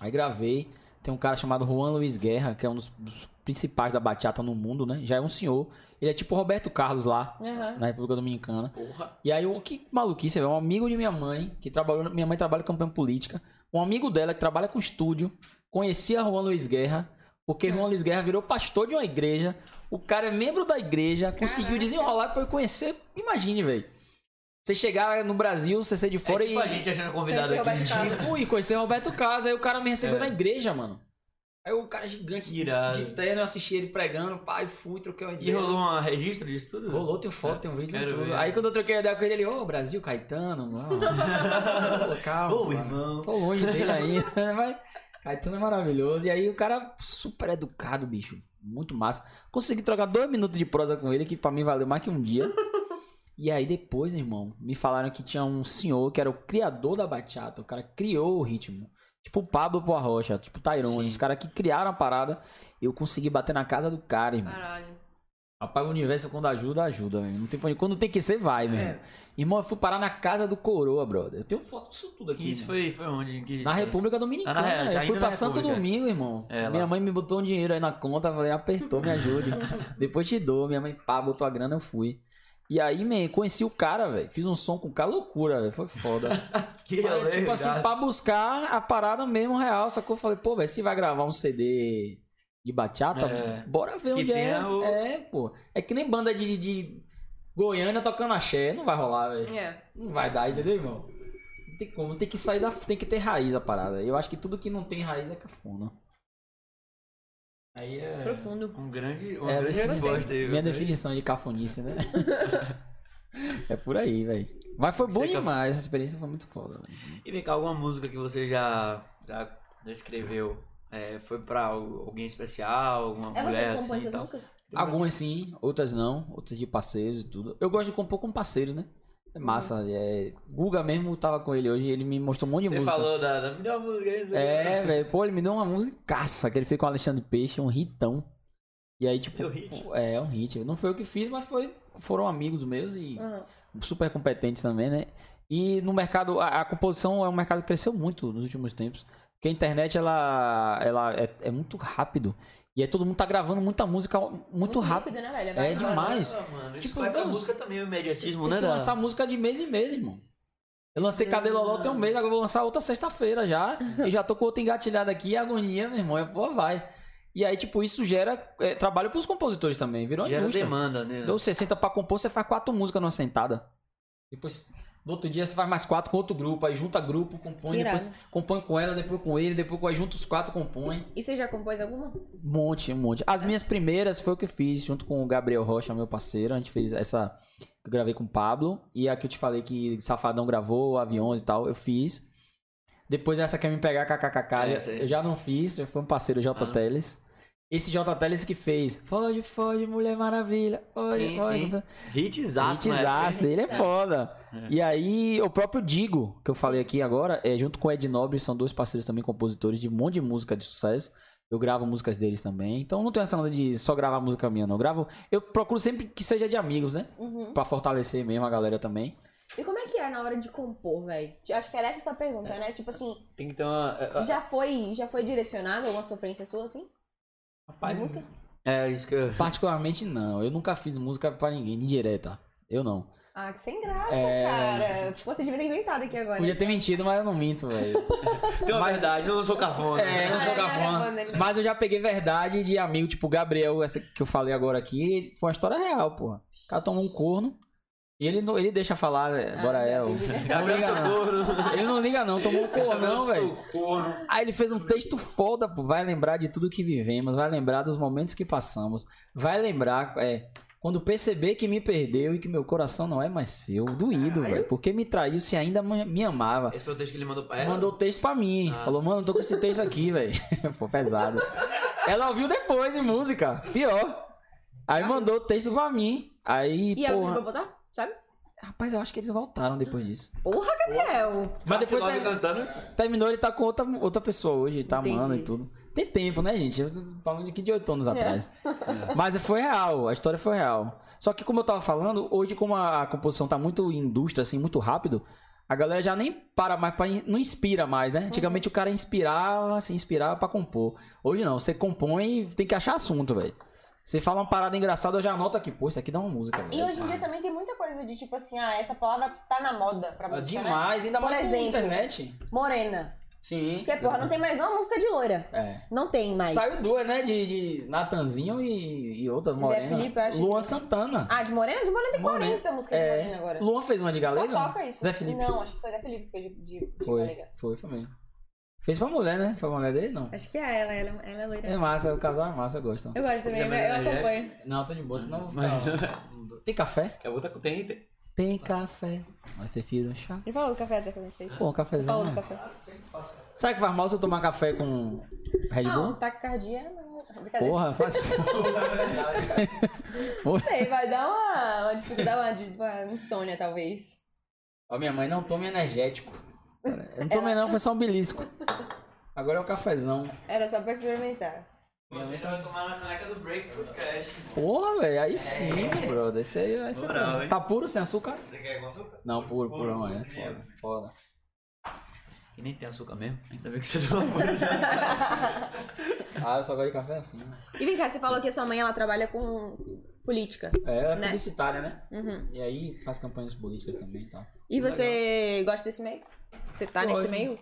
[SPEAKER 3] Aí gravei. Tem um cara chamado Juan Luiz Guerra, que é um dos, dos principais da bachata no mundo, né? Já é um senhor. Ele é tipo Roberto Carlos lá,
[SPEAKER 2] Aham.
[SPEAKER 3] na República Dominicana.
[SPEAKER 1] Porra.
[SPEAKER 3] E aí, um, que maluquice, velho. Um amigo de minha mãe, que trabalhou. Minha mãe trabalha com campanha política. Um amigo dela que trabalha com estúdio. Conhecia Juan Luiz Guerra. Porque Juan Luiz Guerra virou pastor de uma igreja. O cara é membro da igreja. Conseguiu
[SPEAKER 2] Caraca.
[SPEAKER 3] desenrolar pra eu conhecer. Imagine, velho. Você chegar no Brasil, você ser de fora
[SPEAKER 1] é tipo
[SPEAKER 3] e.
[SPEAKER 1] a gente achando convidado
[SPEAKER 4] é
[SPEAKER 2] Conheceu o Roberto
[SPEAKER 1] aqui.
[SPEAKER 2] Carlos.
[SPEAKER 3] Fui conhecer Roberto Carlos. Aí o cara me recebeu
[SPEAKER 1] É.
[SPEAKER 3] na igreja, mano. Aí o cara gigante
[SPEAKER 1] Que irado.
[SPEAKER 3] de terno, eu assisti ele pregando. Pai, fui, troquei uma
[SPEAKER 1] E
[SPEAKER 3] ideia.
[SPEAKER 1] rolou um registro disso tudo?
[SPEAKER 3] Rolou, tem foto, tem um vídeo, tem
[SPEAKER 1] Quero
[SPEAKER 3] tudo.
[SPEAKER 1] ver.
[SPEAKER 3] Aí quando eu troquei a ideia com ele, ele, ô Brasil, Caetano, mano. Pô, calma.
[SPEAKER 1] Ô,
[SPEAKER 3] mano.
[SPEAKER 1] irmão.
[SPEAKER 3] Tô longe dele ainda, né, mas Caetano é maravilhoso. E aí o cara, super educado, bicho. Muito massa. Consegui trocar dois minutos de prosa com ele, que pra mim valeu mais que um dia. E aí depois, irmão, me falaram que tinha um senhor que era o criador da bachata. O cara criou o ritmo. Tipo o Pablo Porrocha, tipo o Tyrone.
[SPEAKER 1] Sim.
[SPEAKER 3] Os caras que criaram a parada. Eu consegui bater na casa do cara, irmão.
[SPEAKER 2] Caralho.
[SPEAKER 3] Rapaz, o universo quando ajuda, ajuda, velho. Não tem pra onde- Quando tem que ser, vai,
[SPEAKER 1] É.
[SPEAKER 3] meu. irmão. Irmão, eu fui parar na casa do Coroa, brother. Eu tenho foto disso tudo aqui.
[SPEAKER 1] E isso
[SPEAKER 3] irmão.
[SPEAKER 1] foi, foi onde? Que
[SPEAKER 3] Na
[SPEAKER 1] isso?
[SPEAKER 3] República Dominicana.
[SPEAKER 1] Ah, na- já
[SPEAKER 3] eu fui
[SPEAKER 1] ainda na
[SPEAKER 3] pra Santo
[SPEAKER 1] República.
[SPEAKER 3] Domingo, irmão.
[SPEAKER 1] É, lá.
[SPEAKER 3] minha mãe me botou um dinheiro aí na conta, falei, apertou, me ajude. Depois te dou. Minha mãe pá, botou a grana, eu fui. E aí, man, conheci o cara, velho. Fiz um som com o cara, loucura, velho. Foi foda.
[SPEAKER 1] Que
[SPEAKER 3] Aí,
[SPEAKER 1] rolê,
[SPEAKER 3] tipo assim,
[SPEAKER 1] irado.
[SPEAKER 3] pra buscar a parada mesmo real. Só que eu falei, pô, velho, se vai gravar um CD de bachata,
[SPEAKER 1] É.
[SPEAKER 3] bora ver
[SPEAKER 1] Que
[SPEAKER 3] onde é.
[SPEAKER 1] tenha o-
[SPEAKER 3] É, pô. É que nem banda de, de Goiânia tocando axé. Não vai rolar, velho.
[SPEAKER 2] É.
[SPEAKER 3] Não vai dar, entendeu, irmão? Não tem como, tem que sair da. Tem que ter raiz a parada. Eu acho que tudo que não tem raiz é cafona.
[SPEAKER 1] Aí é
[SPEAKER 2] Profundo.
[SPEAKER 1] um grande, uma
[SPEAKER 3] É,
[SPEAKER 1] grande
[SPEAKER 3] eu
[SPEAKER 1] resposta aí.
[SPEAKER 3] Minha
[SPEAKER 1] viu?
[SPEAKER 3] definição de cafonice, né? é por aí, velho. Mas foi bom
[SPEAKER 1] Você é caf-
[SPEAKER 3] demais, essa experiência foi muito foda. velho.
[SPEAKER 1] E vem cá, alguma música que você já, já já escreveu é, foi pra al- alguém especial, alguma
[SPEAKER 4] É você
[SPEAKER 1] mulher
[SPEAKER 4] que
[SPEAKER 1] assim
[SPEAKER 4] compõe
[SPEAKER 1] e
[SPEAKER 4] essas
[SPEAKER 1] tal?
[SPEAKER 4] músicas?
[SPEAKER 3] Algumas sim, outras não, outras de parceiros e tudo. Eu gosto de compor com parceiros, né?
[SPEAKER 1] Uhum.
[SPEAKER 3] É massa. É... Guga mesmo tava com ele hoje, ele me mostrou um monte de
[SPEAKER 1] Você
[SPEAKER 3] música.
[SPEAKER 1] falou da, da... Me deu uma música né? aí. você-
[SPEAKER 3] É, velho. Pô, ele me deu uma musicaça que ele fez com o Alexandre Peixe, um hitão. E aí, tipo.
[SPEAKER 1] É um hit?
[SPEAKER 3] pô, É, um hit. Não foi eu que fiz, mas foi, foram amigos meus e
[SPEAKER 1] Ah.
[SPEAKER 2] Aham.
[SPEAKER 3] super competentes também, né? E no mercado, a, a composição é um mercado que cresceu muito nos últimos tempos. Porque a internet, ela, ela é, é muito rápido. E aí todo mundo tá gravando muita música muito,
[SPEAKER 1] Uhum.
[SPEAKER 3] rápido.
[SPEAKER 2] né, velho?
[SPEAKER 3] É demais.
[SPEAKER 1] Caramba, mano. Isso
[SPEAKER 3] Tipo,
[SPEAKER 1] vai pra
[SPEAKER 3] não,
[SPEAKER 1] música também, o imediatismo,
[SPEAKER 3] Tem
[SPEAKER 1] né?
[SPEAKER 3] que
[SPEAKER 1] da- É.
[SPEAKER 3] lançar música de mês em mês, irmão. Eu lancei Cadê Loló tem um mês, agora eu vou lançar outra sexta-feira já. e já tô com outra engatilhada aqui, agonia, meu irmão. E a porra vai. E aí, tipo, isso gera é, trabalho pros compositores também. Virou uma
[SPEAKER 1] Gera
[SPEAKER 3] indústria.
[SPEAKER 1] demanda, né?
[SPEAKER 3] Deu 60 pra compor, você faz quatro músicas numa sentada. Depois, no outro dia, você faz mais quatro com outro grupo. Aí junta grupo, compõe,
[SPEAKER 2] Irado.
[SPEAKER 3] depois compõe com ela, depois com ele, depois com aí junta os quatro, compõe.
[SPEAKER 2] E você já compôs alguma?
[SPEAKER 3] Um monte, um monte. As minhas primeiras foi o que eu fiz junto com o Gabriel Rocha, meu parceiro. A gente fez essa que eu gravei com o Pablo. E a que eu te falei que Safadão gravou, Aviões e tal, eu fiz. Depois essa quer me pegar KKKK,
[SPEAKER 1] É, Essa,
[SPEAKER 3] eu
[SPEAKER 1] essa.
[SPEAKER 3] já não fiz, já foi um parceiro J
[SPEAKER 1] Ah.
[SPEAKER 3] Teles. Esse J Teles que fez. Foge, foge, Mulher Maravilha. Foge,
[SPEAKER 1] Sim,
[SPEAKER 3] foge.
[SPEAKER 1] sim.
[SPEAKER 3] foge.
[SPEAKER 1] Hitzaço, né?
[SPEAKER 3] Hitizaço, ele é foda.
[SPEAKER 1] É.
[SPEAKER 3] E aí, o próprio Digo, que eu falei aqui agora, é junto com o Ed Nobre, são dois parceiros também compositores de um monte de música de sucesso. Eu gravo músicas deles também. Então não tenho essa onda de só gravar música minha, não. Eu gravo. Eu procuro sempre que seja de amigos, né?
[SPEAKER 2] Uhum.
[SPEAKER 3] Pra fortalecer mesmo a galera também.
[SPEAKER 2] E como é que é na hora de compor, velho? Tipo, Acho que era essa a sua pergunta,
[SPEAKER 3] É.
[SPEAKER 2] né? Tipo assim,
[SPEAKER 1] Tem que ter uma. é,
[SPEAKER 2] se já foi, já foi direcionado alguma sofrência sua, assim? De
[SPEAKER 3] Rapaz,
[SPEAKER 2] música?
[SPEAKER 1] É isso que eu.
[SPEAKER 3] Particularmente não. Eu nunca fiz música pra ninguém, direta. Eu não.
[SPEAKER 2] Ah, que sem graça,
[SPEAKER 3] É.
[SPEAKER 2] cara. Você devia ter inventado aqui agora.
[SPEAKER 3] Podia ter mentido, mas eu não minto, velho.
[SPEAKER 1] Tem uma verdade, eu não sou cafona.
[SPEAKER 3] É, eu não sou
[SPEAKER 2] Ah, ele era
[SPEAKER 3] cafona.
[SPEAKER 2] cafona, ele-
[SPEAKER 3] Mas eu já peguei verdade de amigo, tipo o Gabriel, essa que eu falei agora aqui, foi uma história real, porra. O cara tomou um corno e ele, não- ele deixa falar, velho, bora
[SPEAKER 2] meu
[SPEAKER 3] El.
[SPEAKER 2] Deus.
[SPEAKER 3] Ah, Não
[SPEAKER 1] Gabriel
[SPEAKER 3] liga não.
[SPEAKER 1] Socorro.
[SPEAKER 3] Ele não liga não, tomou um cornão, velho.
[SPEAKER 1] Gabriel Socorro.
[SPEAKER 3] Aí ele fez um texto foda, pô. Vai lembrar de tudo que vivemos, vai lembrar dos momentos que passamos, vai lembrar, é. Quando perceber que me perdeu e que meu coração não é mais seu, doído, velho. Porque me traiu se ainda me me amava.
[SPEAKER 1] Esse foi o texto que ele mandou pra ela.
[SPEAKER 3] Mandou o texto pra mim.
[SPEAKER 1] É? Ah.
[SPEAKER 3] Falou, mano, tô com esse texto aqui, velho. Pô, pesado. Ela ouviu depois em música. Pior. Aí mandou o texto pra mim. Aí,
[SPEAKER 2] E ela vai
[SPEAKER 3] porra.
[SPEAKER 2] botar? Sabe?
[SPEAKER 3] Rapaz, eu acho que eles voltaram depois disso.
[SPEAKER 2] Porra, Gabriel!
[SPEAKER 3] Mas depois
[SPEAKER 1] Quase
[SPEAKER 3] tá-
[SPEAKER 1] cantando.
[SPEAKER 3] Terminou, ele tá com outra, outra pessoa hoje, tá
[SPEAKER 2] Entendi. É.
[SPEAKER 3] amando e tudo. Tem tempo, né, gente? Eu tô falando aqui de oito anos atrás. Mas foi real, a história foi real. Só que, como eu tava falando, hoje, como a, a composição tá muito em indústria, assim, muito rápido, a galera já nem para mais, pra, in- não inspira mais, né? Antigamente o cara inspirava, se inspirava pra compor. Hoje não, você compõe e tem que achar assunto, velho. Você fala uma parada engraçada, eu já anoto aqui, pô, isso aqui dá uma música, velho.
[SPEAKER 2] Ah, E hoje em dia também tem muita coisa de tipo assim, ah, essa palavra tá na moda pra
[SPEAKER 3] Ah,
[SPEAKER 2] música, né?
[SPEAKER 3] Demais, ainda
[SPEAKER 2] Por
[SPEAKER 3] mais com
[SPEAKER 2] exemplo.
[SPEAKER 3] internet.
[SPEAKER 2] Morena.
[SPEAKER 3] Sim.
[SPEAKER 2] Porque, porra, não tem mais uma música de loira.
[SPEAKER 3] É.
[SPEAKER 2] Não tem mais.
[SPEAKER 3] Saiu duas, né? De, de Natanzinho e, e outra morena.
[SPEAKER 2] Felipe, eu acho
[SPEAKER 3] Luan
[SPEAKER 2] que-
[SPEAKER 3] Santana.
[SPEAKER 2] Ah, de Morena? De Morena tem
[SPEAKER 3] Morena.
[SPEAKER 2] 40 músicas de
[SPEAKER 3] É.
[SPEAKER 2] Morena agora.
[SPEAKER 3] Luan fez uma de galega?
[SPEAKER 2] Só toca isso.
[SPEAKER 3] Zé Felipe.
[SPEAKER 2] Não, acho que foi Zé Felipe que fez de, de, de
[SPEAKER 3] foi,
[SPEAKER 2] galega.
[SPEAKER 3] foi, foi mesmo. Fez pra mulher, né? Foi pra mulher dele? Não.
[SPEAKER 2] Acho que é ela, ela, ela é loira.
[SPEAKER 3] É massa, o casal é massa, eu gosto.
[SPEAKER 2] Eu gosto
[SPEAKER 1] também, Jamais eu- eu energética.
[SPEAKER 3] Não, tô de boa, senão eu vou
[SPEAKER 1] Mas-
[SPEAKER 3] ficar... um- Tem café?
[SPEAKER 1] Acabou, tá com. Tem, tem.
[SPEAKER 3] Tem café. Mas prefiro um chá.
[SPEAKER 2] Ele falou do café até que a gente fez.
[SPEAKER 3] Pô, um
[SPEAKER 2] Falou
[SPEAKER 3] cafezinho.
[SPEAKER 2] do
[SPEAKER 3] né?
[SPEAKER 2] café.
[SPEAKER 3] Sabe que faz mal se eu tomar café com Red Bull?
[SPEAKER 2] Não, taquicardia é uma- brincadeira.
[SPEAKER 3] Porra, faz...
[SPEAKER 2] Não sei, vai dar uma, uma dificuldade, uma, de- uma um insônia, talvez.
[SPEAKER 3] Ó, minha mãe, não tome energético. Eu não tomei não, foi só um belisco. Agora é o cafezão.
[SPEAKER 2] Era só pra experimentar.
[SPEAKER 1] Você vai tomar na caneca do break podcast.
[SPEAKER 3] Porra, velho, aí sim, brother. Esse aí vai ser
[SPEAKER 1] É. Moral,
[SPEAKER 3] bom.
[SPEAKER 1] hein?
[SPEAKER 3] Tá puro sem açúcar?
[SPEAKER 1] Você quer com açúcar?
[SPEAKER 3] Não, puro,
[SPEAKER 1] Puro,
[SPEAKER 3] purão, é.
[SPEAKER 1] puro,
[SPEAKER 3] Foda, foda.
[SPEAKER 1] Que nem tem açúcar mesmo. Ainda bem que você toma puro já.
[SPEAKER 3] Ah, eu só gosto de café assim. né?
[SPEAKER 2] E vem cá, você falou que a sua mãe ela trabalha com política.
[SPEAKER 3] É, ela é
[SPEAKER 2] Né?
[SPEAKER 3] publicitária, né?
[SPEAKER 2] Uhum.
[SPEAKER 3] E aí faz campanhas políticas também e tal.
[SPEAKER 2] E você gosta desse meio? Você tá nesse
[SPEAKER 3] Gosto.
[SPEAKER 2] meio?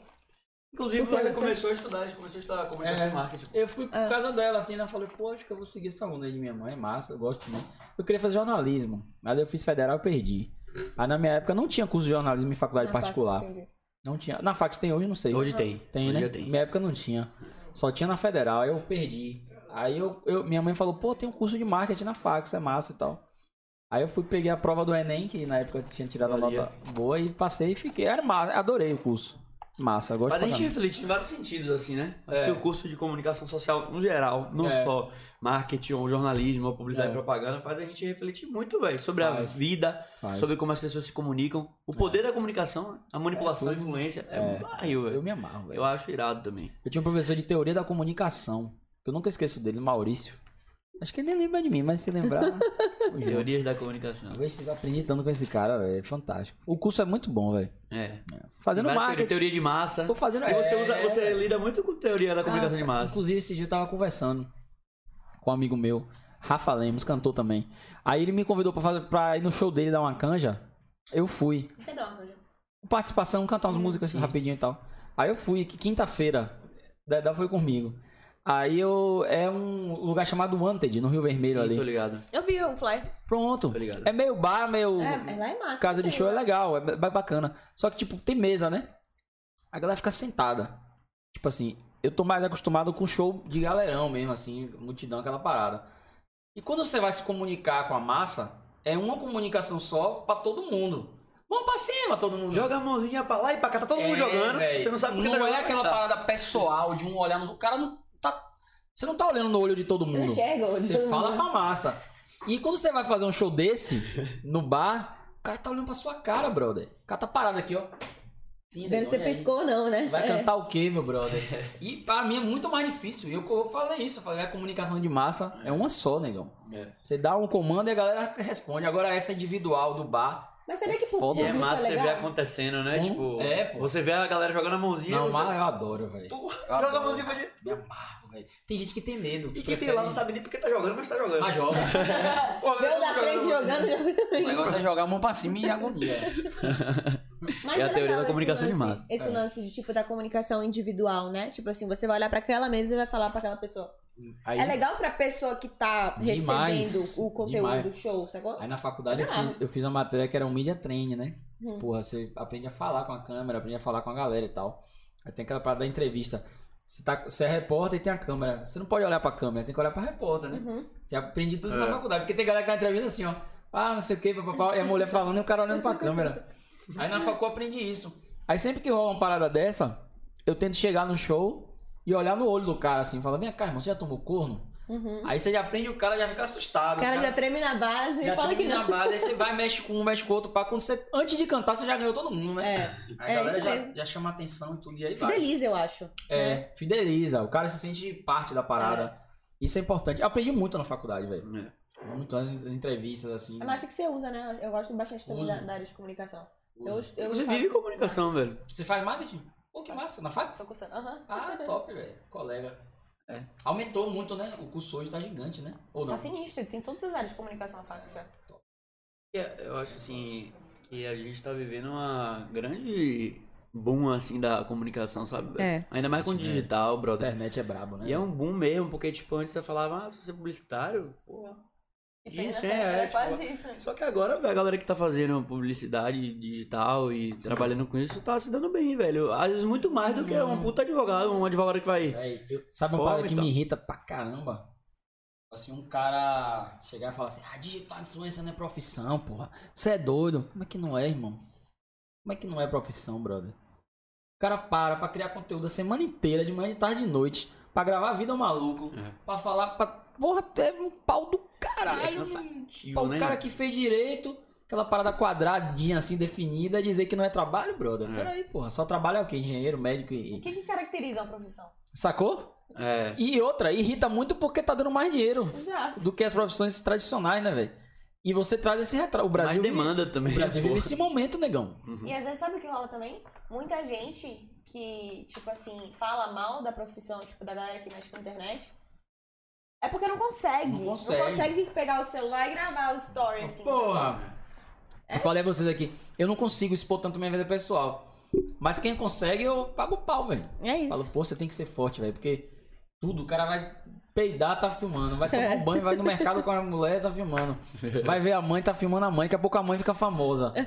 [SPEAKER 1] Inclusive,
[SPEAKER 2] Por que
[SPEAKER 1] você
[SPEAKER 2] você-
[SPEAKER 1] começou a estudar, a gente começou a estudar comunicação
[SPEAKER 3] É.
[SPEAKER 1] e marketing.
[SPEAKER 3] Eu fui
[SPEAKER 2] Ah.
[SPEAKER 3] por causa dela, assim, né? Eu Falei, pô, acho que eu vou seguir essa onda aí de minha mãe, é massa, eu gosto muito. Eu queria fazer jornalismo, mas eu fiz federal e perdi. Aí na minha época não tinha curso de jornalismo em faculdade
[SPEAKER 2] Na
[SPEAKER 3] particular.
[SPEAKER 2] parte, Ah, entendi.
[SPEAKER 3] Não tinha. Na fax tem hoje, não sei.
[SPEAKER 1] Hoje tem.
[SPEAKER 3] Tem,
[SPEAKER 1] Hoje
[SPEAKER 3] né?
[SPEAKER 1] já tem.
[SPEAKER 3] Minha época não tinha. Só tinha na Federal, aí eu perdi. Aí eu, eu- minha mãe falou, pô, tem um curso de marketing na fax, é massa e tal. Aí eu fui, peguei a prova do Enem, que na época eu tinha tirado a
[SPEAKER 1] Olha.
[SPEAKER 3] nota boa, e passei e fiquei. Era massa, adorei o curso. Massa, eu gosto
[SPEAKER 1] Mas a
[SPEAKER 3] pra
[SPEAKER 1] gente
[SPEAKER 3] caramba.
[SPEAKER 1] reflete em vários sentidos, assim, né? Acho
[SPEAKER 3] É.
[SPEAKER 1] que o curso de comunicação social, no geral, não
[SPEAKER 3] É.
[SPEAKER 1] só marketing ou jornalismo ou publicidade
[SPEAKER 3] É.
[SPEAKER 1] e propaganda, faz a gente refletir muito, velho, sobre
[SPEAKER 3] Faz.
[SPEAKER 1] a vida,
[SPEAKER 3] Faz.
[SPEAKER 1] sobre como as pessoas se comunicam, o poder da comunicação, a manipulação,
[SPEAKER 3] É,
[SPEAKER 1] a influência. É,
[SPEAKER 3] É.
[SPEAKER 1] um barril,
[SPEAKER 3] Eu
[SPEAKER 1] velho.
[SPEAKER 3] me amarro, velho.
[SPEAKER 1] Eu acho irado também.
[SPEAKER 3] Eu tinha um professor de teoria da comunicação, que eu nunca esqueço dele, Maurício. Acho que ele nem lembra de mim, mas se lembrar. eu juro.
[SPEAKER 1] Teorias da comunicação.
[SPEAKER 3] Talvez você aprendi tanto com esse cara, velho. É fantástico. O curso é muito bom, velho.
[SPEAKER 1] É.
[SPEAKER 3] Fazendo
[SPEAKER 1] Várias teorias,
[SPEAKER 3] marketing.
[SPEAKER 1] Teoria de massa.
[SPEAKER 3] Tô fazendo.
[SPEAKER 1] E você,
[SPEAKER 3] é,
[SPEAKER 1] usa, você lida muito Tá com teoria da comunicação
[SPEAKER 3] Ah,
[SPEAKER 1] de massa.
[SPEAKER 3] Inclusive, esse dia eu tava conversando com um amigo meu, Rafa Lemos, cantor também. Aí ele me convidou pra, fazer, pra ir no show dele dar uma canja. Eu fui. Participação, cantar umas músicas assim rapidinho e tal. Aí eu fui, que quinta-feira. Dedé foi comigo. Aí eu. É um lugar chamado Wanted, no Rio Vermelho
[SPEAKER 1] Sim, tô
[SPEAKER 3] ali.
[SPEAKER 1] ligado.
[SPEAKER 2] Eu vi o Fly.
[SPEAKER 3] Pronto.
[SPEAKER 1] Tô ligado.
[SPEAKER 3] É meio bar, meio.
[SPEAKER 2] É, ela é massa.
[SPEAKER 3] Casa de
[SPEAKER 2] sim,
[SPEAKER 3] show é
[SPEAKER 2] né?
[SPEAKER 3] legal, é ba- bacana. Só que, tipo, tem mesa, né? A galera fica sentada. Tipo assim, eu tô mais acostumado com show de galerão mesmo, assim, multidão, aquela parada. E quando você vai se comunicar com a massa, é uma comunicação só pra todo mundo. Vamos pra cima, todo mundo.
[SPEAKER 1] Joga a mãozinha pra lá e pra cá, tá todo mundo
[SPEAKER 3] É,
[SPEAKER 1] jogando.
[SPEAKER 3] véi.
[SPEAKER 1] Você não sabe por que
[SPEAKER 3] Não
[SPEAKER 1] tá jogando.
[SPEAKER 3] é aquela
[SPEAKER 1] mas tá.
[SPEAKER 3] parada pessoal de um olhar no. O cara não tá. Você não tá olhando no olho de todo
[SPEAKER 2] Você não
[SPEAKER 3] mundo.
[SPEAKER 2] enxerga o olho de
[SPEAKER 3] Você
[SPEAKER 2] todo
[SPEAKER 3] fala
[SPEAKER 2] mundo.
[SPEAKER 3] pra massa. E quando você vai fazer um show desse, no bar, o cara tá olhando pra sua cara, brother. O cara tá parado aqui, ó. Sim,
[SPEAKER 2] Deve
[SPEAKER 3] negão,
[SPEAKER 2] ser
[SPEAKER 3] e aí?
[SPEAKER 2] piscou, não, né?
[SPEAKER 3] Vai
[SPEAKER 2] É.
[SPEAKER 3] cantar o quê, meu brother? E pra mim é muito mais difícil. E eu, eu falei isso, eu falei, a comunicação de massa é uma só, negão.
[SPEAKER 1] É.
[SPEAKER 3] Você dá um comando e a galera responde. Agora essa individual do bar.
[SPEAKER 2] Mas será
[SPEAKER 3] É
[SPEAKER 2] que pro
[SPEAKER 3] foda.
[SPEAKER 1] E
[SPEAKER 2] público
[SPEAKER 1] é massa
[SPEAKER 2] é
[SPEAKER 1] você ver
[SPEAKER 2] legal?
[SPEAKER 1] acontecendo, né?
[SPEAKER 3] Hum?
[SPEAKER 1] Tipo,
[SPEAKER 3] É, pô.
[SPEAKER 1] você vê a galera jogando a mãozinha.
[SPEAKER 3] Não,
[SPEAKER 1] você...
[SPEAKER 3] mas eu adoro, velho.
[SPEAKER 1] Porra,
[SPEAKER 3] Eu
[SPEAKER 1] joga a
[SPEAKER 3] adoro.
[SPEAKER 1] mãozinha pra gente.
[SPEAKER 3] Me amarro, velho. Tem gente que tem medo.
[SPEAKER 1] E quem
[SPEAKER 3] prefere-
[SPEAKER 1] tem lá não sabe nem porque tá jogando, mas tá jogando.
[SPEAKER 3] Mas joga.
[SPEAKER 1] Porra,
[SPEAKER 2] Veio
[SPEAKER 1] velho,
[SPEAKER 2] da
[SPEAKER 1] tá
[SPEAKER 2] frente jogando, jogando.
[SPEAKER 3] O negócio é jogar a mão pra cima e agonia.
[SPEAKER 2] Mas
[SPEAKER 1] É a
[SPEAKER 2] legal
[SPEAKER 1] teoria da
[SPEAKER 2] esse
[SPEAKER 1] comunicação de
[SPEAKER 2] lance-
[SPEAKER 1] massa.
[SPEAKER 2] Esse
[SPEAKER 3] É.
[SPEAKER 2] lance de tipo da comunicação individual, né? Tipo assim, você vai olhar pra aquela mesa e vai falar pra aquela pessoa.
[SPEAKER 3] Aí,
[SPEAKER 2] É legal pra pessoa que tá
[SPEAKER 3] Demais,
[SPEAKER 2] recebendo o conteúdo
[SPEAKER 3] demais.
[SPEAKER 2] do show, sacou?
[SPEAKER 3] aí na faculdade eu
[SPEAKER 2] Ah.
[SPEAKER 3] fiz, eu fiz uma matéria que era um media training, né?
[SPEAKER 2] Hum.
[SPEAKER 3] Porra, você aprende a falar com a câmera, aprende a falar com a galera e tal. Aí tem aquela parada da entrevista. Você, tá, você é repórter e tem a câmera. Você não pode olhar pra câmera, tem que olhar pra repórter, né?
[SPEAKER 2] Uhum.
[SPEAKER 3] Já aprendi tudo isso
[SPEAKER 1] É.
[SPEAKER 3] na faculdade. Porque tem galera que dá entrevista assim, ó. Ah, não sei o que, papapá. E a mulher falando e o cara olhando pra câmera. Aí na faculdade eu aprendi isso. Aí sempre que rola uma parada dessa, eu tento chegar no show e olhar no olho do cara assim. Fala, vem cá, irmão, você já tomou corno?
[SPEAKER 2] Uhum.
[SPEAKER 3] Aí você já aprende o cara já fica assustado.
[SPEAKER 2] O cara já treme na base e
[SPEAKER 3] já
[SPEAKER 2] fala
[SPEAKER 3] tem
[SPEAKER 2] que
[SPEAKER 3] na
[SPEAKER 2] não.
[SPEAKER 3] base. Aí você vai, mexe com um, mexe com outro. Pá, quando você, antes de cantar, você já ganhou todo mundo, né?
[SPEAKER 2] É,
[SPEAKER 3] Aí
[SPEAKER 2] é
[SPEAKER 3] a galera
[SPEAKER 2] isso
[SPEAKER 3] já,
[SPEAKER 2] mesmo.
[SPEAKER 3] já chama atenção e tudo. E aí vai.
[SPEAKER 2] Fideliza, eu acho. né?
[SPEAKER 3] É, fideliza. O cara se sente parte da parada. Isso é importante. Eu aprendi muito na faculdade, velho.
[SPEAKER 1] jogando.
[SPEAKER 3] Muito nas entrevistas, assim.
[SPEAKER 2] É massa que você usa, né? Eu gosto bastante também
[SPEAKER 3] Uso.
[SPEAKER 2] da, da área de comunicação. Eu,
[SPEAKER 3] Uso.
[SPEAKER 2] eu
[SPEAKER 1] É. Você
[SPEAKER 2] faço-
[SPEAKER 1] vive comunicação, velho.
[SPEAKER 3] Você faz marketing? Pô, que massa, na
[SPEAKER 2] Tô
[SPEAKER 3] fax?
[SPEAKER 2] gostando. Aham.
[SPEAKER 3] Ah, top, velho. Colega. É. Aumentou muito, né? O curso hoje tá gigante, né? Ou não?
[SPEAKER 2] Tá sinistro, tem todas as áreas de comunicação na faca já.
[SPEAKER 1] É, Eu acho assim que a gente tá vivendo uma grande boom assim da comunicação, sabe? velho?
[SPEAKER 2] É.
[SPEAKER 1] Ainda mais com o
[SPEAKER 3] Acho que é.
[SPEAKER 1] digital,
[SPEAKER 3] A
[SPEAKER 1] brother.
[SPEAKER 3] internet é brabo, né?
[SPEAKER 1] E é um boom mesmo, porque tipo, antes você falava, ah, se você é publicitário, porra. Isso, é,
[SPEAKER 2] Ela
[SPEAKER 1] é, tipo,
[SPEAKER 2] quase isso.
[SPEAKER 1] Só que agora velho, a galera que tá fazendo publicidade digital e trabalhando com isso tá se dando bem, velho. Às vezes muito mais do que
[SPEAKER 3] Uhum.
[SPEAKER 1] uma puta advogada, um advogado que vai.
[SPEAKER 3] Véi, eu- sabe uma
[SPEAKER 1] Fome,
[SPEAKER 3] parada que
[SPEAKER 1] então.
[SPEAKER 3] me irrita pra caramba? Assim, um cara chegar e falar assim, ah, digital influencer não é profissão, porra. Você é doido. Como é que não é, irmão? Como é que não é profissão, brother? O cara para pra criar conteúdo a semana inteira, de manhã, de tarde e de noite, pra gravar a vida ao maluco,
[SPEAKER 1] É.
[SPEAKER 3] pra falar, pra... Porra, teve um pau do caralho, mano. Pra
[SPEAKER 1] cansativo,
[SPEAKER 3] um cara que fez direito, aquela parada quadradinha assim, definida, dizer que não é trabalho, brother.
[SPEAKER 1] É.
[SPEAKER 3] Peraí, porra. Só trabalho é o quê? Engenheiro, médico
[SPEAKER 2] O
[SPEAKER 3] e.
[SPEAKER 2] que, que caracteriza uma profissão?
[SPEAKER 3] Sacou?
[SPEAKER 1] É.
[SPEAKER 3] E outra, irrita muito porque tá dando mais dinheiro
[SPEAKER 2] Exato.
[SPEAKER 3] do que as profissões tradicionais, né, velho? E você traz esse retrato. O Brasil.
[SPEAKER 1] mais demanda
[SPEAKER 3] vive,
[SPEAKER 1] também.
[SPEAKER 3] o Brasil vive
[SPEAKER 1] porra.
[SPEAKER 3] esse momento, negão.
[SPEAKER 2] E às vezes sabe o que rola também? Muita gente que, tipo assim, fala mal da profissão, tipo, da galera que mexe com a internet. É porque não consegue.
[SPEAKER 3] Não consegue.
[SPEAKER 2] consegue pegar o celular e gravar o story, assim.
[SPEAKER 3] Eu falei a vocês aqui, eu não consigo expor tanto minha vida pessoal. Mas quem consegue, eu pago o pau, velho.
[SPEAKER 2] sabe? É
[SPEAKER 3] Falo,
[SPEAKER 2] isso.
[SPEAKER 3] pô, você tem que ser forte, velho, porque tudo, o cara vai peidar, tá filmando, vai tomar um banho, vai no mercado com a mulher, tá filmando. Vai ver a mãe, tá filmando a mãe, daqui a pouco a mãe fica famosa.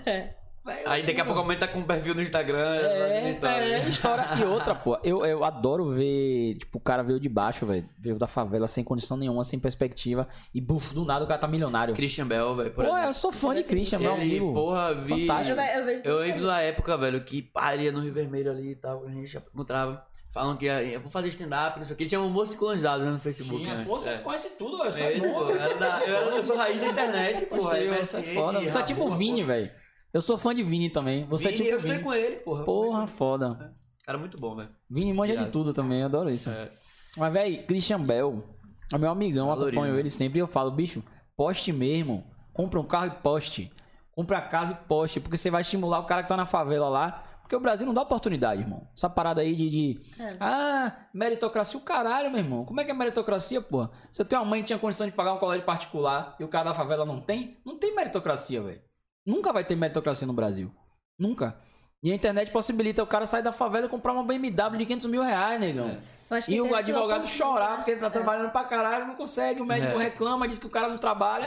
[SPEAKER 3] Véi,
[SPEAKER 1] Aí daqui a pouco aumenta com o perfil no Instagram. lá
[SPEAKER 3] É,
[SPEAKER 1] no né? Instagram.
[SPEAKER 3] é, história. E outra, pô, eu, eu adoro ver, tipo, o cara veio de baixo, velho. Veio da favela sem condição nenhuma, sem perspectiva. E, buf, do nada o cara tá milionário.
[SPEAKER 1] Christian Bell, velho, por
[SPEAKER 3] Pô,
[SPEAKER 1] exemplo.
[SPEAKER 3] eu sou fã de Christian, meu
[SPEAKER 1] Ele,
[SPEAKER 3] amigo.
[SPEAKER 1] porra, vi.
[SPEAKER 3] Fantástico.
[SPEAKER 2] ve- vejo
[SPEAKER 1] Eu
[SPEAKER 2] tudo
[SPEAKER 1] lembro
[SPEAKER 2] isso
[SPEAKER 1] da época, velho, que paria no Rio Vermelho ali e tal, a gente já encontrava. Falam que ah, eu vou fazer stand-up, não sei o que. Tinha um moço colonizado né, no Facebook.
[SPEAKER 3] Tinha,
[SPEAKER 1] antes,
[SPEAKER 3] pô, você
[SPEAKER 1] é.
[SPEAKER 3] conhece tudo, velho. Você
[SPEAKER 1] É
[SPEAKER 3] é
[SPEAKER 1] isso, pô,
[SPEAKER 3] novo.
[SPEAKER 1] eu era da- eu, era- eu sou raiz da internet, porra.
[SPEAKER 3] Posterior,
[SPEAKER 1] MSN,
[SPEAKER 3] Você é foda. Você é tipo o
[SPEAKER 1] Rabu,
[SPEAKER 3] Vini,
[SPEAKER 1] pô.
[SPEAKER 3] velho. Eu sou fã de Vini também. Você
[SPEAKER 1] Vini,
[SPEAKER 3] é tipo
[SPEAKER 1] eu
[SPEAKER 3] o
[SPEAKER 1] estudei
[SPEAKER 3] Vini.
[SPEAKER 1] com ele, porra.
[SPEAKER 3] Porra, foda.
[SPEAKER 1] Cara, muito bom, velho.
[SPEAKER 3] Vini manja de
[SPEAKER 1] Irado.
[SPEAKER 3] tudo também, eu adoro isso.
[SPEAKER 1] É.
[SPEAKER 3] Mas, velho, Christian Bell é meu amigão, eu
[SPEAKER 1] Valoriza,
[SPEAKER 3] acompanho
[SPEAKER 1] né?
[SPEAKER 3] ele sempre e eu falo, bicho, poste mesmo. Compra um carro e poste. Compra a casa e poste, porque você vai estimular o cara que tá na favela lá. Porque o Brasil não dá oportunidade, irmão. Essa parada aí de. de-
[SPEAKER 2] É.
[SPEAKER 3] Ah, meritocracia, o caralho, meu irmão. Como é que é meritocracia, porra? Se eu tenho uma mãe que tinha condição de pagar um colégio particular e o cara da favela não tem, não tem meritocracia, velho. Nunca vai ter meritocracia no Brasil. Nunca. E a internet possibilita o cara sair da favela e comprar uma BMW de 500 mil reais, negão.
[SPEAKER 1] É.
[SPEAKER 2] Eu acho que
[SPEAKER 3] E o
[SPEAKER 2] tem esse
[SPEAKER 3] advogado
[SPEAKER 2] oposto,
[SPEAKER 3] chorar
[SPEAKER 2] né?
[SPEAKER 3] porque ele tá trabalhando pra caralho, não consegue. O médico
[SPEAKER 1] É.
[SPEAKER 3] reclama, diz que o cara não trabalha.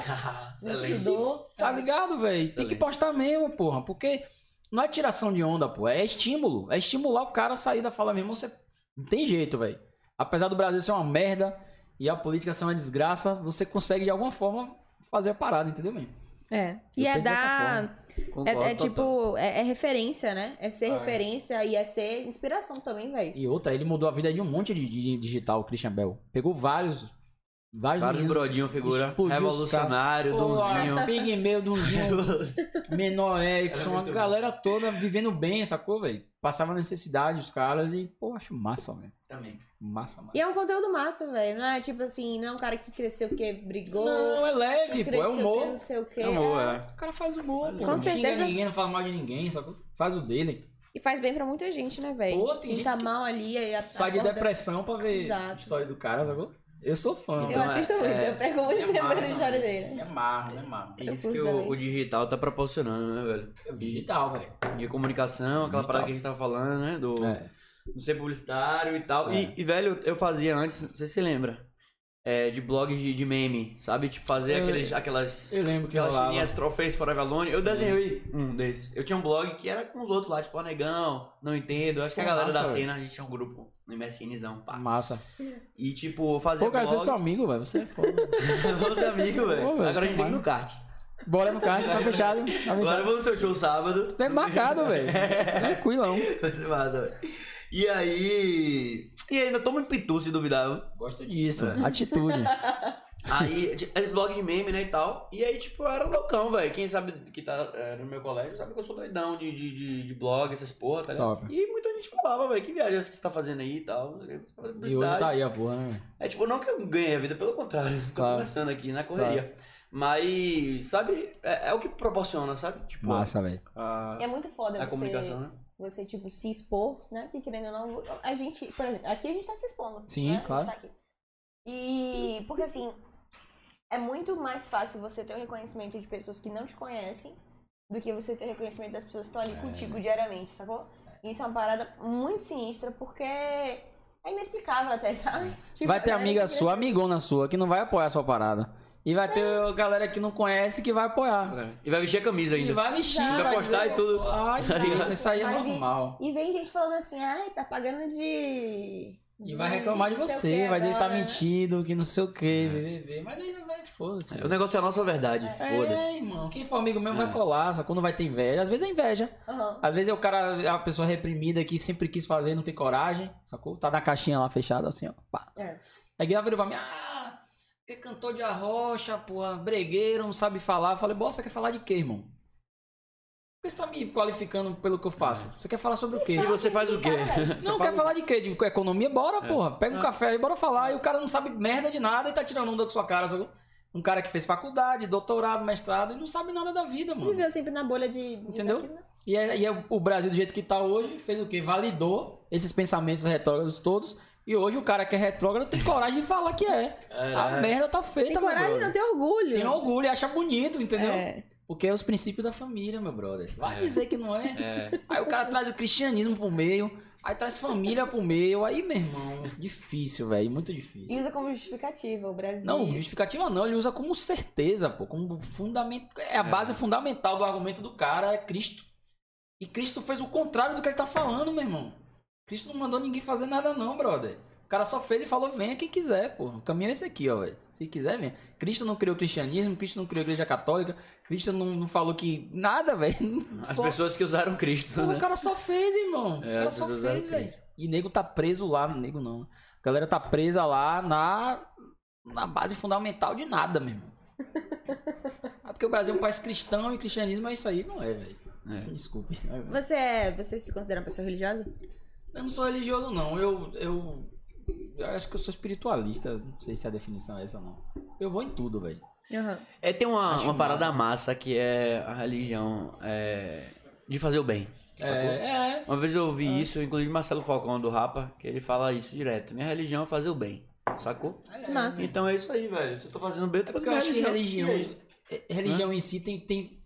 [SPEAKER 1] Excelente.
[SPEAKER 2] Estudou.
[SPEAKER 3] Tá ligado, velho? Tem que
[SPEAKER 1] Excelente.
[SPEAKER 3] postar mesmo, porra. Porque não é tiração de onda, pô. É estímulo. É estimular o cara a sair da fala mesmo. Você não tem jeito, velho. Apesar do Brasil ser uma merda e a política ser uma desgraça, você consegue de alguma forma fazer a parada, entendeu, meu?
[SPEAKER 2] É.
[SPEAKER 3] Eu
[SPEAKER 2] E é
[SPEAKER 3] penso dessa
[SPEAKER 2] dar.
[SPEAKER 3] forma.
[SPEAKER 2] É,
[SPEAKER 1] Concordo,
[SPEAKER 2] é
[SPEAKER 1] total.
[SPEAKER 2] tipo, é, é referência, né? É ser
[SPEAKER 3] Ah, é.
[SPEAKER 2] referência e é ser inspiração também, velho.
[SPEAKER 3] E outra, ele mudou a vida de um monte de, de digital, o Christian Bell. Pegou vários Vários,
[SPEAKER 1] Vários
[SPEAKER 3] meninos
[SPEAKER 1] brodinho figura
[SPEAKER 3] explodiu os
[SPEAKER 1] revolucionário, donzinho.
[SPEAKER 3] Pô, Pigmeu, Donzinho, Menor Erickson, a
[SPEAKER 4] muito
[SPEAKER 3] galera toda vivendo bem, sacou, velho? Passava necessidade os caras e, pô, acho massa, velho.
[SPEAKER 1] Também.
[SPEAKER 3] Massa, massa.
[SPEAKER 2] E é um conteúdo massa, velho. Não é tipo assim, não é um cara que cresceu porque brigou.
[SPEAKER 3] Não, é
[SPEAKER 2] que
[SPEAKER 3] leve, pô, é
[SPEAKER 2] cresceu porque
[SPEAKER 3] humor.
[SPEAKER 2] não sei o quê.
[SPEAKER 1] É boa, é.
[SPEAKER 3] O cara faz humor, pô.
[SPEAKER 2] Com
[SPEAKER 3] não
[SPEAKER 2] certeza.
[SPEAKER 3] xinga ninguém, não fala mal de ninguém, sacou? Faz o dele.
[SPEAKER 2] E faz bem pra muita gente, né, velho?
[SPEAKER 3] Pô, tem
[SPEAKER 2] Quem
[SPEAKER 3] gente
[SPEAKER 2] tá
[SPEAKER 3] que
[SPEAKER 2] mal ali, aí a
[SPEAKER 3] Sai de
[SPEAKER 2] acorda-
[SPEAKER 3] depressão pra ver a
[SPEAKER 2] Exato.
[SPEAKER 3] história do cara, sacou? Eu sou fã,
[SPEAKER 2] Eu
[SPEAKER 1] Então,
[SPEAKER 3] mano.
[SPEAKER 2] assisto
[SPEAKER 1] é-
[SPEAKER 2] muito,
[SPEAKER 1] é-
[SPEAKER 2] eu pego
[SPEAKER 3] Me
[SPEAKER 2] muito tempo
[SPEAKER 3] amarro
[SPEAKER 2] na história
[SPEAKER 3] também.
[SPEAKER 2] dele.
[SPEAKER 3] Me amarro, me amarro.
[SPEAKER 1] É
[SPEAKER 2] Eu
[SPEAKER 1] isso
[SPEAKER 2] curto
[SPEAKER 1] que o,
[SPEAKER 2] também.
[SPEAKER 1] o digital tá proporcionando, né, velho?
[SPEAKER 3] É o digital, velho.
[SPEAKER 1] E a comunicação, aquela
[SPEAKER 3] Digital. É.
[SPEAKER 1] parada que a gente tava falando, né? Do, do ser publicitário e tal. E, e, velho, eu fazia antes, não sei se você lembra, é, de blogs de, de meme, sabe? Tipo, fazer
[SPEAKER 3] Eu-
[SPEAKER 1] aqueles, aquelas...
[SPEAKER 3] Eu lembro que
[SPEAKER 1] Aquelas
[SPEAKER 3] rolava. Uhum.
[SPEAKER 1] chininhas troféus Forever Alone. Eu desenhei um desses. Eu tinha um blog que era com os outros lá, tipo, ó, negão, não entendo. Acho que a
[SPEAKER 3] Pô,
[SPEAKER 1] galera
[SPEAKER 3] massa,
[SPEAKER 1] da
[SPEAKER 3] velho.
[SPEAKER 1] cena, a gente tinha um grupo no MSNzão, pá.
[SPEAKER 3] Massa.
[SPEAKER 1] E, tipo, eu fazia
[SPEAKER 3] Pô, cara, você é
[SPEAKER 1] blog...
[SPEAKER 3] seu amigo, velho. Você é foda.
[SPEAKER 1] Vamos ser amigos, velho.
[SPEAKER 3] Pô, velho,
[SPEAKER 1] Agora a gente tem que ir
[SPEAKER 3] mano.
[SPEAKER 1] no kart.
[SPEAKER 3] Bora no caixa, tá fechado. Tá fechado.
[SPEAKER 1] Agora eu vou no seu show sábado.
[SPEAKER 3] É marcado, velho. Tranquilão.
[SPEAKER 1] Vai ser massa, velho. E aí... E ainda toma um pitu, se duvidar, viu?
[SPEAKER 3] Gosto disso. Atitude.
[SPEAKER 1] Aí, tipo, é blog de meme, né, e tal. E aí, tipo, eu era loucão, velho. Quem sabe que tá é, no meu colégio sabe que eu sou doidão de, de, de, de blog, essas porra, tá ligado?
[SPEAKER 3] Top.
[SPEAKER 1] E muita gente falava, velho, que viagem é essa que você tá fazendo aí e tal. Você tá fazendo
[SPEAKER 3] E hoje
[SPEAKER 1] publicidade.
[SPEAKER 3] tá aí a porra, né, velho?
[SPEAKER 1] É tipo, não que eu ganhei a vida, pelo contrário. Tô
[SPEAKER 3] Claro.
[SPEAKER 1] conversando aqui na correria. Mas, sabe, é, é o que proporciona, sabe? Tipo,
[SPEAKER 3] Massa, velho.
[SPEAKER 1] a,
[SPEAKER 2] E é muito foda
[SPEAKER 1] a
[SPEAKER 2] você,
[SPEAKER 1] comunicação, né?
[SPEAKER 2] você, tipo, se expor, né? Porque querendo ou não, a gente, por exemplo, aqui a gente tá se expondo.
[SPEAKER 3] Sim,
[SPEAKER 2] né? A gente
[SPEAKER 3] claro.
[SPEAKER 2] tá aqui. E porque assim, é muito mais fácil você ter o reconhecimento de pessoas que não te conhecem do que você ter o reconhecimento das pessoas que
[SPEAKER 3] É.
[SPEAKER 2] estão ali contigo diariamente, sacou? Isso é uma parada muito sinistra, porque é inexplicável até, sabe? Tipo, a
[SPEAKER 3] Vai ter
[SPEAKER 2] galera
[SPEAKER 3] amiga
[SPEAKER 2] que cresceu-
[SPEAKER 3] sua, amigona sua, que não vai apoiar a sua parada. E vai ter a galera que não conhece que vai apoiar.
[SPEAKER 1] Ah, E vai vestir a camisa
[SPEAKER 3] E
[SPEAKER 1] ainda.
[SPEAKER 3] vai vestir.
[SPEAKER 2] Vai
[SPEAKER 1] postar e tudo.
[SPEAKER 3] Ah,
[SPEAKER 1] Tá ligado?
[SPEAKER 3] isso aí é
[SPEAKER 2] Vai vir-
[SPEAKER 3] normal.
[SPEAKER 2] E vem gente falando assim, ai, tá pagando de.
[SPEAKER 3] E vai reclamar de
[SPEAKER 2] não sei o
[SPEAKER 3] você,
[SPEAKER 2] quê
[SPEAKER 3] vai dizer que tá
[SPEAKER 2] agora, né?
[SPEAKER 3] mentindo, que não sei o que, BBB. Mas aí não vai, foda-se.
[SPEAKER 1] O negócio é a nossa verdade,
[SPEAKER 3] É,
[SPEAKER 1] foda-se.
[SPEAKER 3] irmão. Quem for amigo meu
[SPEAKER 1] É.
[SPEAKER 3] vai colar, só quando vai ter inveja. Às vezes é inveja.
[SPEAKER 2] Aham.
[SPEAKER 3] Às vezes é o cara, é a pessoa reprimida que sempre quis fazer, não tem coragem, sacou? Tá na caixinha lá fechada, assim, ó. Pá.
[SPEAKER 2] É.
[SPEAKER 3] Aí ela virou pra mim, ah, é cantor de arrocha, porra, bregueiro, não sabe falar. Eu falei, bosta, você quer falar de quê, irmão? Por que você tá me qualificando pelo que eu faço? Você quer falar sobre o quê?
[SPEAKER 1] E você faz o quê? É. Você
[SPEAKER 3] Não,
[SPEAKER 1] fala
[SPEAKER 3] quer falar de quê? De economia? Bora, porra. Pega um
[SPEAKER 1] É.
[SPEAKER 3] café aí, bora falar. E o cara não sabe merda de nada e tá tirando onda com sua cara, sacou? Um cara que fez faculdade, doutorado, mestrado e não sabe nada da vida, mano.
[SPEAKER 2] Viveu sempre na bolha de. de-
[SPEAKER 3] Entendeu?
[SPEAKER 2] daqui, né?
[SPEAKER 3] E, é, e é o Brasil do jeito que tá hoje fez o quê? Validou esses pensamentos retrógrados todos. E hoje o cara que é retrógrado tem coragem de falar que é. a merda tá feita,
[SPEAKER 2] Tem coragem,
[SPEAKER 3] meu
[SPEAKER 2] não
[SPEAKER 3] brother.
[SPEAKER 2] tem orgulho.
[SPEAKER 3] Tem orgulho e acha bonito, entendeu?
[SPEAKER 2] É.
[SPEAKER 3] Porque é os princípios da família, meu brother. Vai
[SPEAKER 1] É.
[SPEAKER 3] dizer que não é.
[SPEAKER 1] É.
[SPEAKER 3] Aí o cara traz o cristianismo pro meio, aí traz família pro meio. Aí, meu irmão, difícil, velho. Muito
[SPEAKER 2] E
[SPEAKER 3] difícil.
[SPEAKER 2] usa como justificativa o Brasil.
[SPEAKER 3] Não, justificativa não, ele usa como certeza, pô, como fundamento, é a base fundamental do argumento do cara, é Cristo. E Cristo fez o contrário do que ele tá falando, meu irmão. Cristo não mandou ninguém fazer nada não, brother. O cara só fez e falou, venha quem quiser, pô. O caminho é esse aqui, ó, velho. Se quiser, venha. Cristo não criou o cristianismo, Cristo não criou a igreja católica, Cristo não, não falou que nada, velho.
[SPEAKER 1] As
[SPEAKER 3] Só...
[SPEAKER 1] pessoas que usaram Cristo,
[SPEAKER 3] Pô,
[SPEAKER 1] né?
[SPEAKER 3] o cara só fez, irmão.
[SPEAKER 1] É,
[SPEAKER 3] o cara
[SPEAKER 1] as
[SPEAKER 3] só
[SPEAKER 1] pessoas
[SPEAKER 3] fez,
[SPEAKER 1] eram
[SPEAKER 3] velho. E nego tá preso lá, nego não. A galera tá presa lá na, na base fundamental de nada, meu irmão. Ah, porque o Brasil é um país cristão e cristianismo é isso aí. Não é, velho.
[SPEAKER 1] É.
[SPEAKER 3] Desculpa. isso não é, velho.
[SPEAKER 2] Você, é- você se considera uma pessoa religiosa?
[SPEAKER 3] Eu não sou religioso, não. Eu, eu, eu acho que eu sou espiritualista. Não sei se a definição é essa, não. Eu vou em tudo, velho.
[SPEAKER 2] Aham.
[SPEAKER 1] É, tem uma,
[SPEAKER 3] Acho
[SPEAKER 1] uma parada
[SPEAKER 3] massa.
[SPEAKER 1] massa que é a religião é, de fazer o bem. sacou?
[SPEAKER 3] É, é.
[SPEAKER 1] Uma vez eu ouvi isso, inclusive Marcelo Falcão do Rapa, que ele fala isso direto. Minha religião é fazer o bem, sacou?
[SPEAKER 2] Que massa.
[SPEAKER 1] Então é isso aí, velho. Se eu tô fazendo bem, eu
[SPEAKER 3] É
[SPEAKER 1] tô
[SPEAKER 3] porque
[SPEAKER 1] fazendo
[SPEAKER 3] eu acho que
[SPEAKER 1] minha
[SPEAKER 3] religião,
[SPEAKER 1] E aí?
[SPEAKER 3] eh, religião em si tem, tem,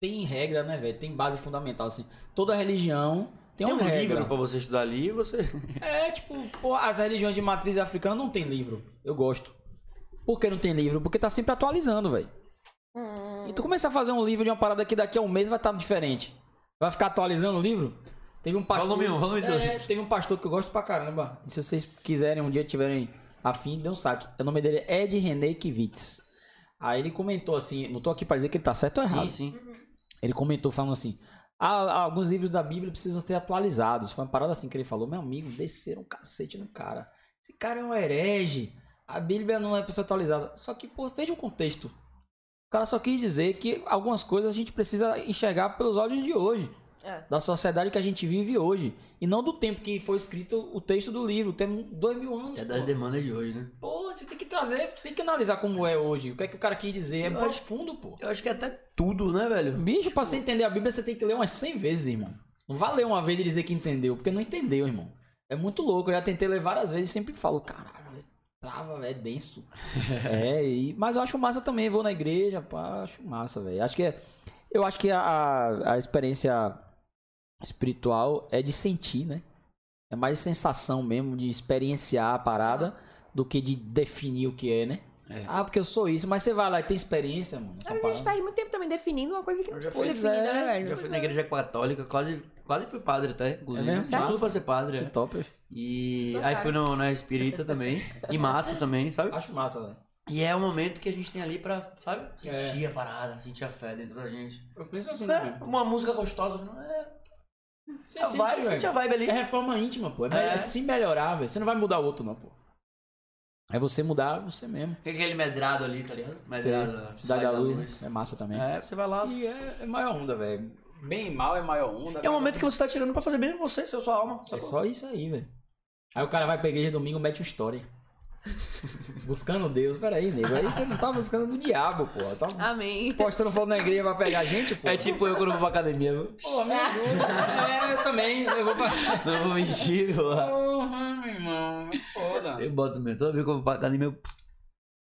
[SPEAKER 3] tem regra, né, velho? Tem base fundamental, assim. Toda religião
[SPEAKER 1] Tem
[SPEAKER 3] tem,
[SPEAKER 1] um
[SPEAKER 3] é uma regra.
[SPEAKER 1] livro pra você estudar ali e você.
[SPEAKER 3] É, tipo, pô, as religiões de matriz africana não tem livro. Eu gosto. Por que não tem livro? Porque tá sempre atualizando, velho.
[SPEAKER 2] Hum,
[SPEAKER 3] E tu começar a fazer um livro de uma parada que daqui a um mês vai estar diferente. Vai ficar atualizando o livro? Teve um pastor.
[SPEAKER 1] Volume um, volume dois.
[SPEAKER 3] É, teve um pastor que eu gosto pra caramba. Se vocês quiserem, um dia tiverem afim, dê um saque. O nome dele é Ed René Kivitz. Aí ele comentou assim: não tô aqui pra dizer que ele tá certo ou errado.
[SPEAKER 1] Sim, sim.
[SPEAKER 3] Ele comentou falando assim: "Ah, alguns livros da Bíblia precisam ser atualizados. Foi uma parada assim que ele falou: meu amigo, desceram um cacete no cara. Esse cara é um herege. Ah, A Bíblia não é pra ser atualizada. Só que, pô, veja o contexto. O cara só quis dizer que algumas coisas a gente precisa enxergar pelos olhos de hoje.
[SPEAKER 2] É.
[SPEAKER 3] Da sociedade que a gente vive hoje. E não do tempo que foi escrito o texto do livro. Tem um, dois mil anos.
[SPEAKER 1] É das
[SPEAKER 3] pô.
[SPEAKER 1] demandas de hoje, né?
[SPEAKER 3] Pô, você tem que trazer, você tem que analisar como é hoje. O que é que o cara quis dizer? É
[SPEAKER 1] Eu acho-
[SPEAKER 3] profundo, pô.
[SPEAKER 1] Eu acho que é até tudo, né, velho?
[SPEAKER 3] Bicho,
[SPEAKER 2] Tipo,
[SPEAKER 3] pra você entender a Bíblia, você tem que ler umas 100 vezes, irmão. Não vai ler uma vez e dizer que entendeu, porque não entendeu, irmão. É muito louco, eu já tentei ler várias vezes e sempre falo, caralho, velho, trava, velho, é denso. é, e... mas eu acho massa também, vou na igreja, pá, acho massa, velho. Acho que é... Eu acho que a- a, a experiência espiritual é de sentir, né? É mais sensação mesmo, de experienciar a parada, do que de definir o que é, né?
[SPEAKER 1] É.
[SPEAKER 3] Ah, porque eu sou isso, mas você vai lá e tem experiência, mano. com a
[SPEAKER 2] Às vezes a
[SPEAKER 3] parada.
[SPEAKER 2] gente perde muito tempo também definindo uma coisa que não
[SPEAKER 1] Eu já
[SPEAKER 2] precisa ser
[SPEAKER 3] fui-
[SPEAKER 2] definida,
[SPEAKER 3] Pois
[SPEAKER 2] né,
[SPEAKER 3] é,
[SPEAKER 1] Eu
[SPEAKER 2] velho?
[SPEAKER 1] já fui na igreja católica, quase, quase fui padre até, inclusive.
[SPEAKER 3] É mesmo?
[SPEAKER 1] Tinha tudo pra ser padre.
[SPEAKER 3] Que
[SPEAKER 1] é.
[SPEAKER 3] top, velho.
[SPEAKER 1] E
[SPEAKER 2] Sou
[SPEAKER 1] aí
[SPEAKER 2] cara.
[SPEAKER 1] fui no, na espírita também. E massa também, sabe?
[SPEAKER 3] Acho massa, velho.
[SPEAKER 1] E é o momento que a gente tem ali pra, sabe?
[SPEAKER 3] É.
[SPEAKER 1] Sentir a parada, sentir a fé dentro da gente.
[SPEAKER 3] Eu penso assim,
[SPEAKER 1] É, uma música gostosa. não É,
[SPEAKER 3] Você
[SPEAKER 1] a vibe, sente a vibe ali.
[SPEAKER 3] É reforma íntima, pô. É, me-
[SPEAKER 1] É.
[SPEAKER 3] é se melhorar, velho. Você não vai mudar o outro, não, pô. É você mudar você mesmo.
[SPEAKER 1] Aquele medrado ali, tá ligado?
[SPEAKER 3] Você
[SPEAKER 1] Medrado.
[SPEAKER 3] dá
[SPEAKER 1] cidade
[SPEAKER 3] da luz, né? É massa também.
[SPEAKER 1] É, você vai lá.
[SPEAKER 3] E é, é maior onda, velho. Bem e mal é maior onda.
[SPEAKER 1] É o momento que você tá tirando pra fazer bem você, seu, sua alma.
[SPEAKER 3] É
[SPEAKER 1] sacou?
[SPEAKER 3] só isso aí, velho. Aí o cara vai pra igreja domingo e mete uma história. buscando Deus. Peraí, nego. Aí você não tá buscando do diabo, pô. Tá
[SPEAKER 2] Amém.
[SPEAKER 3] postando foto na igreja pra pegar gente, pô.
[SPEAKER 1] É tipo eu quando vou pra academia, viu?
[SPEAKER 3] Pô, me ajuda. é, eu também. Eu vou pra...
[SPEAKER 1] Não vou mentir, porra.
[SPEAKER 3] Porra, meu irmão. é Foda.
[SPEAKER 1] Eu boto mesmo. Toda vez que eu vou pra academia, eu...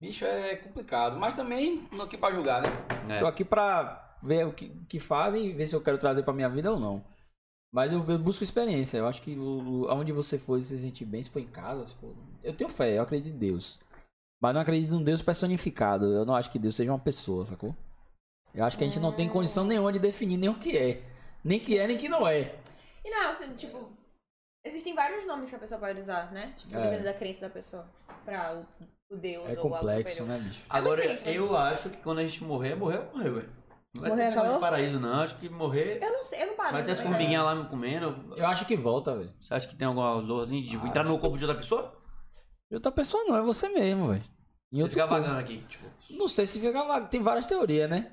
[SPEAKER 3] Bicho, é complicado, mas também não aqui pra julgar, né?
[SPEAKER 1] É.
[SPEAKER 3] Tô aqui pra ver o que, o que fazem e ver se eu quero trazer pra minha vida ou não. Mas eu, eu busco experiência. Eu acho que o, o- aonde você for, se você sentir bem, se for em casa, se for. Eu tenho fé, eu acredito em Deus. Mas não acredito em Deus personificado. Eu não acho que Deus seja uma pessoa, sacou? Eu acho que a gente não tem condição nenhuma de definir nem o que é. Nem que é, nem que não é.
[SPEAKER 2] E não, assim, tipo, existem vários nomes que a pessoa pode usar, né? Tipo,
[SPEAKER 3] É.
[SPEAKER 2] dependendo da crença da pessoa. Pra o, o Deus
[SPEAKER 3] É
[SPEAKER 2] ou algo
[SPEAKER 3] complexo,
[SPEAKER 2] superior.
[SPEAKER 3] né, bicho?
[SPEAKER 1] Agora,
[SPEAKER 2] Mas, gente,
[SPEAKER 1] eu acho que quando a gente morrer, morreu, morreu, velho. Não vai ter
[SPEAKER 2] Morrer
[SPEAKER 1] esse negócio de
[SPEAKER 2] acabou?
[SPEAKER 1] paraíso, não. Acho que morrer.
[SPEAKER 2] Eu não sei, eu não paro.
[SPEAKER 1] Mas se
[SPEAKER 2] né,
[SPEAKER 1] as
[SPEAKER 2] é
[SPEAKER 1] formiguinhas lá me comendo,
[SPEAKER 3] Eu acho que volta, velho.
[SPEAKER 1] você acha que tem alguma zorra assim? De
[SPEAKER 3] Ah,
[SPEAKER 1] entrar no corpo de outra pessoa?
[SPEAKER 3] De Outra pessoa não, é você mesmo, velho. Em
[SPEAKER 1] Você
[SPEAKER 3] outro
[SPEAKER 1] fica
[SPEAKER 3] corpo.
[SPEAKER 1] vagando aqui. Tipo,
[SPEAKER 3] Não sei se fica vago. Tem várias teorias, né?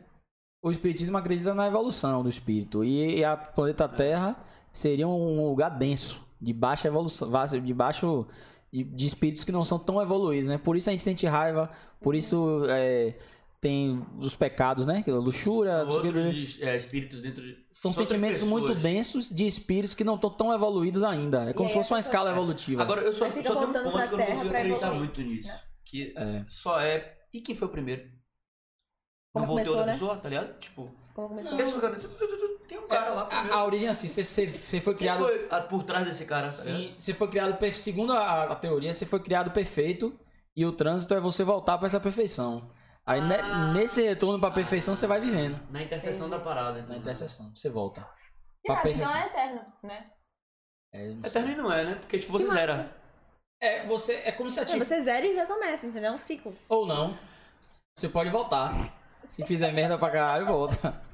[SPEAKER 3] O espiritismo acredita na evolução do espírito. E a
[SPEAKER 1] É.
[SPEAKER 3] planeta Terra seria um lugar denso, de baixa evolução, va- de baixo de, de espíritos que não são tão evoluídos, né? Por isso a gente sente raiva, por
[SPEAKER 1] Uhum.
[SPEAKER 3] isso é, tem os pecados, né? Que é Luxúria,
[SPEAKER 1] são
[SPEAKER 3] não sei o que, né?
[SPEAKER 1] outros de- é, espíritos dentro de.
[SPEAKER 3] são
[SPEAKER 1] são outras
[SPEAKER 3] sentimentos muito
[SPEAKER 1] pessoas.
[SPEAKER 3] densos de espíritos que não estão tão evoluídos ainda. É
[SPEAKER 2] E
[SPEAKER 3] como
[SPEAKER 2] aí
[SPEAKER 3] se
[SPEAKER 2] a
[SPEAKER 3] fosse uma
[SPEAKER 2] pessoa-
[SPEAKER 3] escala evolutiva.
[SPEAKER 1] Agora, eu só,
[SPEAKER 2] Aí
[SPEAKER 1] só
[SPEAKER 2] fica
[SPEAKER 1] tenho um
[SPEAKER 2] voltando
[SPEAKER 1] ponto que eu
[SPEAKER 2] pra
[SPEAKER 1] não consigo
[SPEAKER 2] Terra pra
[SPEAKER 1] acreditar
[SPEAKER 2] evoluir, né?
[SPEAKER 1] muito nisso. Que
[SPEAKER 3] É.
[SPEAKER 1] só é. E quem foi o primeiro?
[SPEAKER 2] Como
[SPEAKER 1] não voltou
[SPEAKER 2] começou,
[SPEAKER 1] outra
[SPEAKER 2] né?
[SPEAKER 1] pessoa, tá ligado? Tipo,
[SPEAKER 2] Como começou?
[SPEAKER 1] esse cara. tu, tu, tu, tu, Tem um cara lá
[SPEAKER 3] a,
[SPEAKER 1] primeiro.
[SPEAKER 3] a origem é assim, você- você você foi
[SPEAKER 1] Quem
[SPEAKER 3] criado
[SPEAKER 1] foi a- por trás desse cara? tá ligado?
[SPEAKER 3] Sim, você foi criado, per- segundo a, a teoria, você foi criado perfeito e o trânsito é você voltar pra essa perfeição. Aí ne-
[SPEAKER 2] Ah.
[SPEAKER 3] nesse retorno pra perfeição você vai vivendo.
[SPEAKER 1] Na interseção da
[SPEAKER 2] Entendi.
[SPEAKER 1] parada, então.
[SPEAKER 3] Na interseção, você volta.
[SPEAKER 2] Será que
[SPEAKER 3] perfeição.
[SPEAKER 2] não é eterno, né?
[SPEAKER 3] É, não sei.
[SPEAKER 1] Eterno e não é, né? Porque, tipo, você
[SPEAKER 2] Que
[SPEAKER 1] zera.
[SPEAKER 2] massa.
[SPEAKER 3] É, você é como se
[SPEAKER 1] tipo
[SPEAKER 3] ativ...
[SPEAKER 2] Você zera e recomeça, entendeu? É um ciclo.
[SPEAKER 3] ou não. Você pode voltar. Se fizer merda pra caralho, volta.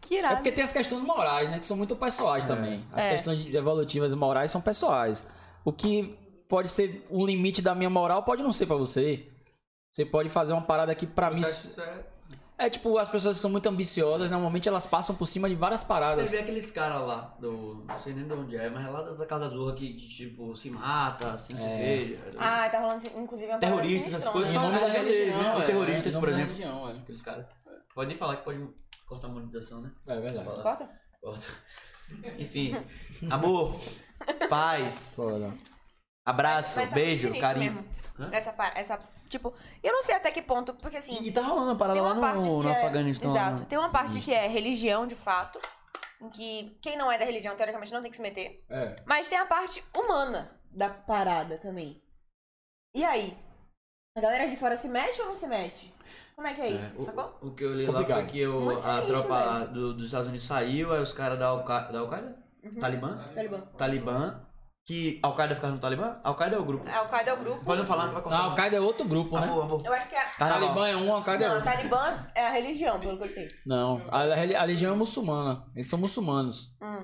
[SPEAKER 2] Que
[SPEAKER 3] É porque tem as questões morais, né? Que são muito pessoais também. As
[SPEAKER 2] É.
[SPEAKER 3] questões de- evolutivas e morais são pessoais. O que pode ser o limite da minha moral pode não ser pra você. Você pode fazer uma parada que pra mim.
[SPEAKER 1] Isso é-
[SPEAKER 3] É tipo, as pessoas que são muito ambiciosas, normalmente elas passam por cima de várias paradas.
[SPEAKER 1] Você vê aqueles caras lá, do. Não sei nem de onde é, mas é lá da- da Casa Azul que, que, tipo, se mata, assim, não
[SPEAKER 3] É.
[SPEAKER 1] sei o quê.
[SPEAKER 2] Ah, tá rolando assim, inclusive uma parada
[SPEAKER 1] Terroristas,
[SPEAKER 2] sinistrona,
[SPEAKER 1] essas coisas,
[SPEAKER 3] Em
[SPEAKER 2] né?
[SPEAKER 1] só-
[SPEAKER 3] nome da
[SPEAKER 1] É,
[SPEAKER 3] religião,
[SPEAKER 1] né? Os
[SPEAKER 3] é,
[SPEAKER 1] terroristas,
[SPEAKER 3] em nome
[SPEAKER 1] por
[SPEAKER 3] da
[SPEAKER 1] exemplo.
[SPEAKER 3] religião, é.
[SPEAKER 1] Aqueles caras. Pode nem falar que pode cortar a monetização, né?
[SPEAKER 3] É verdade.
[SPEAKER 2] Corta?
[SPEAKER 1] Corta. Enfim. Amor, paz,
[SPEAKER 3] Foda.
[SPEAKER 1] abraço,
[SPEAKER 2] Mas tá muito
[SPEAKER 1] beijo,
[SPEAKER 2] sinistro
[SPEAKER 1] carinho.
[SPEAKER 2] mesmo.
[SPEAKER 1] Hã?
[SPEAKER 2] Essa parte, essa, tipo, eu não sei até que ponto, porque assim,
[SPEAKER 1] E tá rolando uma parada
[SPEAKER 2] tem uma
[SPEAKER 1] lá
[SPEAKER 2] parte
[SPEAKER 1] no,
[SPEAKER 2] que
[SPEAKER 1] no
[SPEAKER 2] é,
[SPEAKER 1] Afeganistão. né? lá
[SPEAKER 2] Exato.
[SPEAKER 1] no-
[SPEAKER 2] Tem uma parte que é religião, de fato, em que quem não é da religião, teoricamente, não tem que se meter.
[SPEAKER 3] É.
[SPEAKER 2] Mas tem a parte humana da parada também. E aí? A galera de fora se mexe ou não se mete? Como é que é isso,
[SPEAKER 1] o-
[SPEAKER 2] sacou?
[SPEAKER 1] O, que eu li lá foi
[SPEAKER 3] Complicado.
[SPEAKER 1] que o-
[SPEAKER 2] Muito
[SPEAKER 1] a
[SPEAKER 2] sinistro,
[SPEAKER 1] tropa do- dos Estados Unidos saiu, aí os caras da Al-Qaeda. Da Al-Qaeda?
[SPEAKER 2] Uhum.
[SPEAKER 1] Talibã?
[SPEAKER 2] Talibã.
[SPEAKER 1] Talibã. Que Al-Qaeda ficava no Talibã? Al-Qaeda é o grupo.
[SPEAKER 2] A Al-Qaeda é o grupo.
[SPEAKER 1] Pode não falar, não vai cortar.
[SPEAKER 3] Não, o Qaeda é outro grupo, né?
[SPEAKER 1] Amor, amor. Tá,
[SPEAKER 2] Eu acho que a.
[SPEAKER 1] Carnaval.
[SPEAKER 3] Talibã é um, o Qaeda é
[SPEAKER 2] Não, a
[SPEAKER 3] outro.
[SPEAKER 2] Talibã é a religião, pelo que eu sei.
[SPEAKER 3] Não, a, a reli- a religião é muçulmana. Eles são muçulmanos.
[SPEAKER 2] Hum.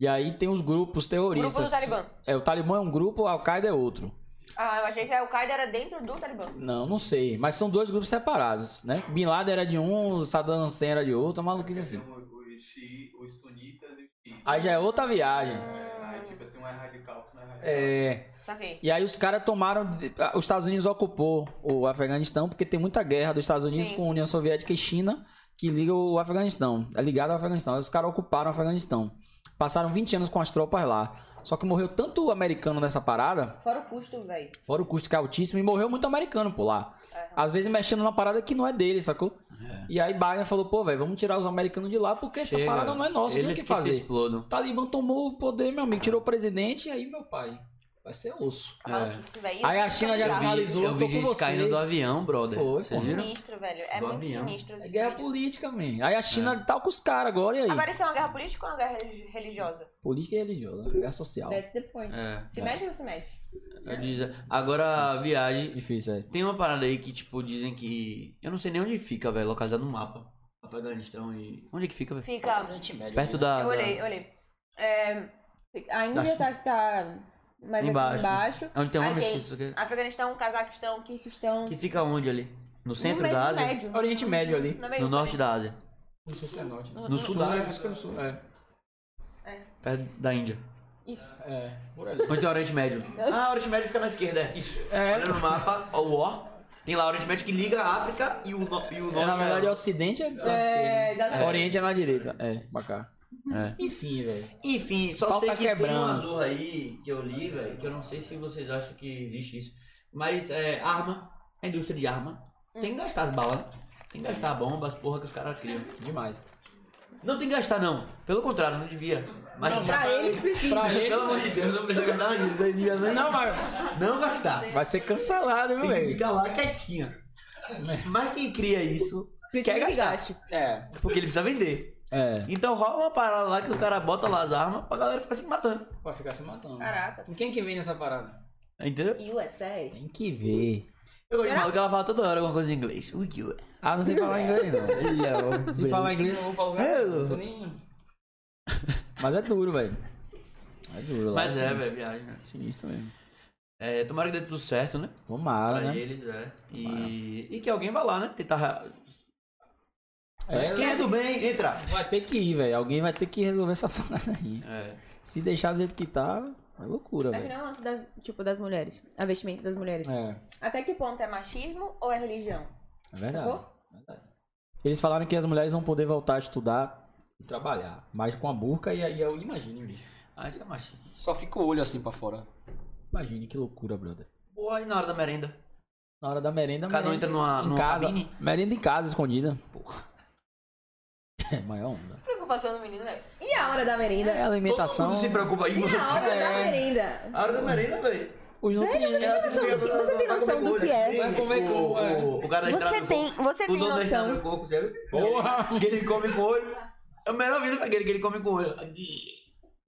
[SPEAKER 3] E aí tem os grupos
[SPEAKER 2] O
[SPEAKER 3] terroristas.
[SPEAKER 2] grupo do Talibã.
[SPEAKER 3] É, o Talibã é um grupo, o Al-Qaeda é outro.
[SPEAKER 2] Ah, eu achei que o Qaeda era dentro do Talibã.
[SPEAKER 3] Não, não sei. Mas são dois grupos separados, né? Bin Laden era de um, Saddam Hussein era de outro, maluquice assim.
[SPEAKER 4] Então, Os xi- os sunitas e os xiitas.
[SPEAKER 3] Aí já é outra viagem.
[SPEAKER 4] É, aí, tipo assim, um é radical, outro não é radical.
[SPEAKER 3] É.
[SPEAKER 2] Saquei.
[SPEAKER 3] E aí os caras tomaram. Os Estados Unidos ocupou o Afeganistão, porque tem muita guerra dos Estados Unidos
[SPEAKER 2] Sim.
[SPEAKER 3] com a União Soviética e China que liga o Afeganistão. É ligado ao Afeganistão. Aí os caras ocuparam o Afeganistão. Passaram 20 anos com as tropas lá. Só que morreu tanto americano nessa parada,
[SPEAKER 2] Fora o custo, velho.
[SPEAKER 3] fora o custo que é altíssimo, e morreu muito americano por lá.
[SPEAKER 2] É.
[SPEAKER 3] Às vezes mexendo na parada que não é dele, sacou?
[SPEAKER 1] É.
[SPEAKER 3] E aí Biden falou, pô, velho, vamos tirar os americanos de lá porque essa
[SPEAKER 1] Chega.
[SPEAKER 3] parada não é nossa, tem o
[SPEAKER 1] Eles
[SPEAKER 3] que
[SPEAKER 1] que se
[SPEAKER 3] fazer.
[SPEAKER 1] explodam.
[SPEAKER 3] O Talibã tomou o poder, meu amigo, tirou o presidente, e aí, meu pai, vai ser osso.
[SPEAKER 2] Maluquice, velho.
[SPEAKER 3] Aí
[SPEAKER 2] Isso
[SPEAKER 3] a
[SPEAKER 2] é
[SPEAKER 3] China já
[SPEAKER 1] Eu vi-
[SPEAKER 3] sinalizou,
[SPEAKER 1] eu
[SPEAKER 3] tô
[SPEAKER 1] vi
[SPEAKER 3] com
[SPEAKER 1] gente
[SPEAKER 3] vocês.
[SPEAKER 1] caindo do avião, brother.
[SPEAKER 3] Foi,
[SPEAKER 1] Vocês
[SPEAKER 3] pô.
[SPEAKER 1] viram?
[SPEAKER 2] sinistro, velho. É
[SPEAKER 1] Do
[SPEAKER 2] muito
[SPEAKER 1] avião.
[SPEAKER 2] sinistro.
[SPEAKER 3] É
[SPEAKER 2] esses
[SPEAKER 3] guerra
[SPEAKER 2] vídeos.
[SPEAKER 3] política, man. Aí a China tá com os caras agora, e aí?
[SPEAKER 2] É. Agora, isso é uma guerra política ou uma guerra religi- religiosa?
[SPEAKER 3] Política e religiosa, né? guerra social.
[SPEAKER 2] That's the point.
[SPEAKER 1] É.
[SPEAKER 2] Se mexe ou não se mexe?
[SPEAKER 1] Eu diz- Agora a viagem.
[SPEAKER 3] Difícil, velho.
[SPEAKER 1] Tem uma parada aí que, tipo, dizem que. Eu não sei nem onde fica, velho, localizado no mapa. Afeganistão e. Onde é que fica, velho?
[SPEAKER 2] Fica.
[SPEAKER 1] Perto da.
[SPEAKER 2] Eu olhei, eu olhei. É, a Índia tá, tá mais aqui
[SPEAKER 1] Embaixo.
[SPEAKER 2] embaixo.
[SPEAKER 1] da- Onde tem
[SPEAKER 2] Aí
[SPEAKER 1] homens
[SPEAKER 2] tem
[SPEAKER 1] que isso aqui.
[SPEAKER 2] Afeganistão, um Cazaquistão, Kirguistão.
[SPEAKER 1] Que fica onde ali? No centro
[SPEAKER 2] no meio,
[SPEAKER 1] da
[SPEAKER 2] no
[SPEAKER 1] Ásia?
[SPEAKER 2] médio.
[SPEAKER 3] É Oriente Médio ali.
[SPEAKER 2] No, meio,
[SPEAKER 1] No norte da Ásia.
[SPEAKER 3] Não sei se é norte.
[SPEAKER 1] No sul da Ásia.
[SPEAKER 3] Acho que é no sul. É.
[SPEAKER 1] Perto da Índia.
[SPEAKER 2] Isso.
[SPEAKER 3] É. Por ali.
[SPEAKER 1] Onde tem o Oriente Médio? Ah, o Oriente Médio fica na esquerda, é. Isso.
[SPEAKER 3] É.
[SPEAKER 1] Olha no mapa, ó, o ó. Tem lá o Oriente Médio que liga a África e o, no- e o norte.
[SPEAKER 3] na verdade, o
[SPEAKER 1] é-
[SPEAKER 3] ocidente é,
[SPEAKER 2] É, exatamente.
[SPEAKER 3] Oriente é na direita. É, pra cá.
[SPEAKER 1] É.
[SPEAKER 3] Enfim, velho.
[SPEAKER 1] Enfim, só
[SPEAKER 3] Pau
[SPEAKER 1] sei
[SPEAKER 3] tá
[SPEAKER 1] que tem
[SPEAKER 3] quebrando.
[SPEAKER 1] um azul aí que eu li, velho, que eu não sei se vocês acham que existe isso. Mas é arma, a indústria de arma.
[SPEAKER 2] Hum.
[SPEAKER 1] Tem que gastar as balas, né? Tem que gastar a bomba, as porra que os caras criam.
[SPEAKER 3] Demais.
[SPEAKER 1] Não tem que gastar, não. Pelo contrário, não devia. Mas.
[SPEAKER 2] Pra eles precisa.
[SPEAKER 3] Pra ele.
[SPEAKER 1] Pelo amor de Deus, não precisa gastar nada disso. Vocês deviam nem
[SPEAKER 3] Não, mas
[SPEAKER 1] não gastar.
[SPEAKER 3] vai ser cancelado, viu,
[SPEAKER 1] Tem que
[SPEAKER 3] velho?
[SPEAKER 1] ficar lá quietinha. Mas quem cria isso
[SPEAKER 2] Precisa
[SPEAKER 1] quer
[SPEAKER 2] que
[SPEAKER 1] gastar.
[SPEAKER 2] gaste.
[SPEAKER 3] É.
[SPEAKER 1] é porque ele precisa vender.
[SPEAKER 3] É.
[SPEAKER 1] Então rola uma parada lá que os caras botam lá as armas pra galera ficar se matando.
[SPEAKER 3] Vai ficar se matando.
[SPEAKER 2] Caraca.
[SPEAKER 3] Quem é que vem nessa parada?
[SPEAKER 1] Entendeu?
[SPEAKER 2] USA.
[SPEAKER 3] Tem que ver.
[SPEAKER 1] Eu gosto de
[SPEAKER 2] Será?
[SPEAKER 1] maluco, ela fala toda hora alguma coisa em inglês. O que é?
[SPEAKER 3] Ah, não sei falar inglês, não. Se falar inglês, não vou pra lugar nenhum,
[SPEAKER 1] Eu-
[SPEAKER 3] você nem... Mas é duro, velho. É duro lá.
[SPEAKER 1] Mas é,
[SPEAKER 3] sinistro.
[SPEAKER 1] velho, viagem. né?
[SPEAKER 3] Sinistro mesmo.
[SPEAKER 1] É, tomara que dê tudo certo, né?
[SPEAKER 3] Tomara,
[SPEAKER 1] pra
[SPEAKER 3] né?
[SPEAKER 1] eles, é. E... e que alguém vá lá, né? Tentar.
[SPEAKER 3] É,
[SPEAKER 1] Quem é do bem, entra.
[SPEAKER 3] Vai ter que ir, velho. Alguém vai ter que resolver essa parada aí.
[SPEAKER 1] É.
[SPEAKER 3] Se deixar do jeito que tá, é loucura,
[SPEAKER 2] É que
[SPEAKER 3] velho.
[SPEAKER 2] nem o lance das, tipo, das mulheres. A vestimenta das mulheres.
[SPEAKER 3] É,
[SPEAKER 2] Até que ponto é machismo ou é religião?
[SPEAKER 3] é verdade.
[SPEAKER 2] Sacou?
[SPEAKER 3] Eles falaram que as mulheres vão poder voltar a estudar e trabalhar. Mas com a burca e aí eu imagine, bicho.
[SPEAKER 1] Ah, isso é machismo.
[SPEAKER 5] Só fica o olho assim pra fora.
[SPEAKER 3] Imagine que loucura, brother.
[SPEAKER 1] Pô, aí na hora da merenda.
[SPEAKER 3] Na hora da merenda,
[SPEAKER 1] Cada um
[SPEAKER 3] merenda
[SPEAKER 1] entra numa,
[SPEAKER 3] em
[SPEAKER 1] numa
[SPEAKER 3] casa.
[SPEAKER 1] cabine.
[SPEAKER 3] Merenda em casa, escondida.
[SPEAKER 1] Porra.
[SPEAKER 3] É, maior onda.
[SPEAKER 2] Preocupação do menino, velho. E a hora da merenda?
[SPEAKER 3] É
[SPEAKER 1] Todo
[SPEAKER 3] alimentação,
[SPEAKER 1] mundo se preocupa aí.
[SPEAKER 2] E a hora
[SPEAKER 1] você.
[SPEAKER 2] da merenda?
[SPEAKER 1] A hora da merenda, velho. É
[SPEAKER 3] os nutrientes.
[SPEAKER 2] Você tem noção do que- você tem noção do que é?
[SPEAKER 3] Vai comer com
[SPEAKER 1] o,
[SPEAKER 3] o- é.
[SPEAKER 1] o, o cara da estrada
[SPEAKER 2] Você
[SPEAKER 1] do
[SPEAKER 2] tem,
[SPEAKER 1] coco.
[SPEAKER 2] você
[SPEAKER 1] O
[SPEAKER 2] tem
[SPEAKER 1] dono da estrada do
[SPEAKER 2] noção.
[SPEAKER 1] coco, sabe? Porra! Que ele come com o olho. É o melhor vídeo pra aquele que ele come com o olho.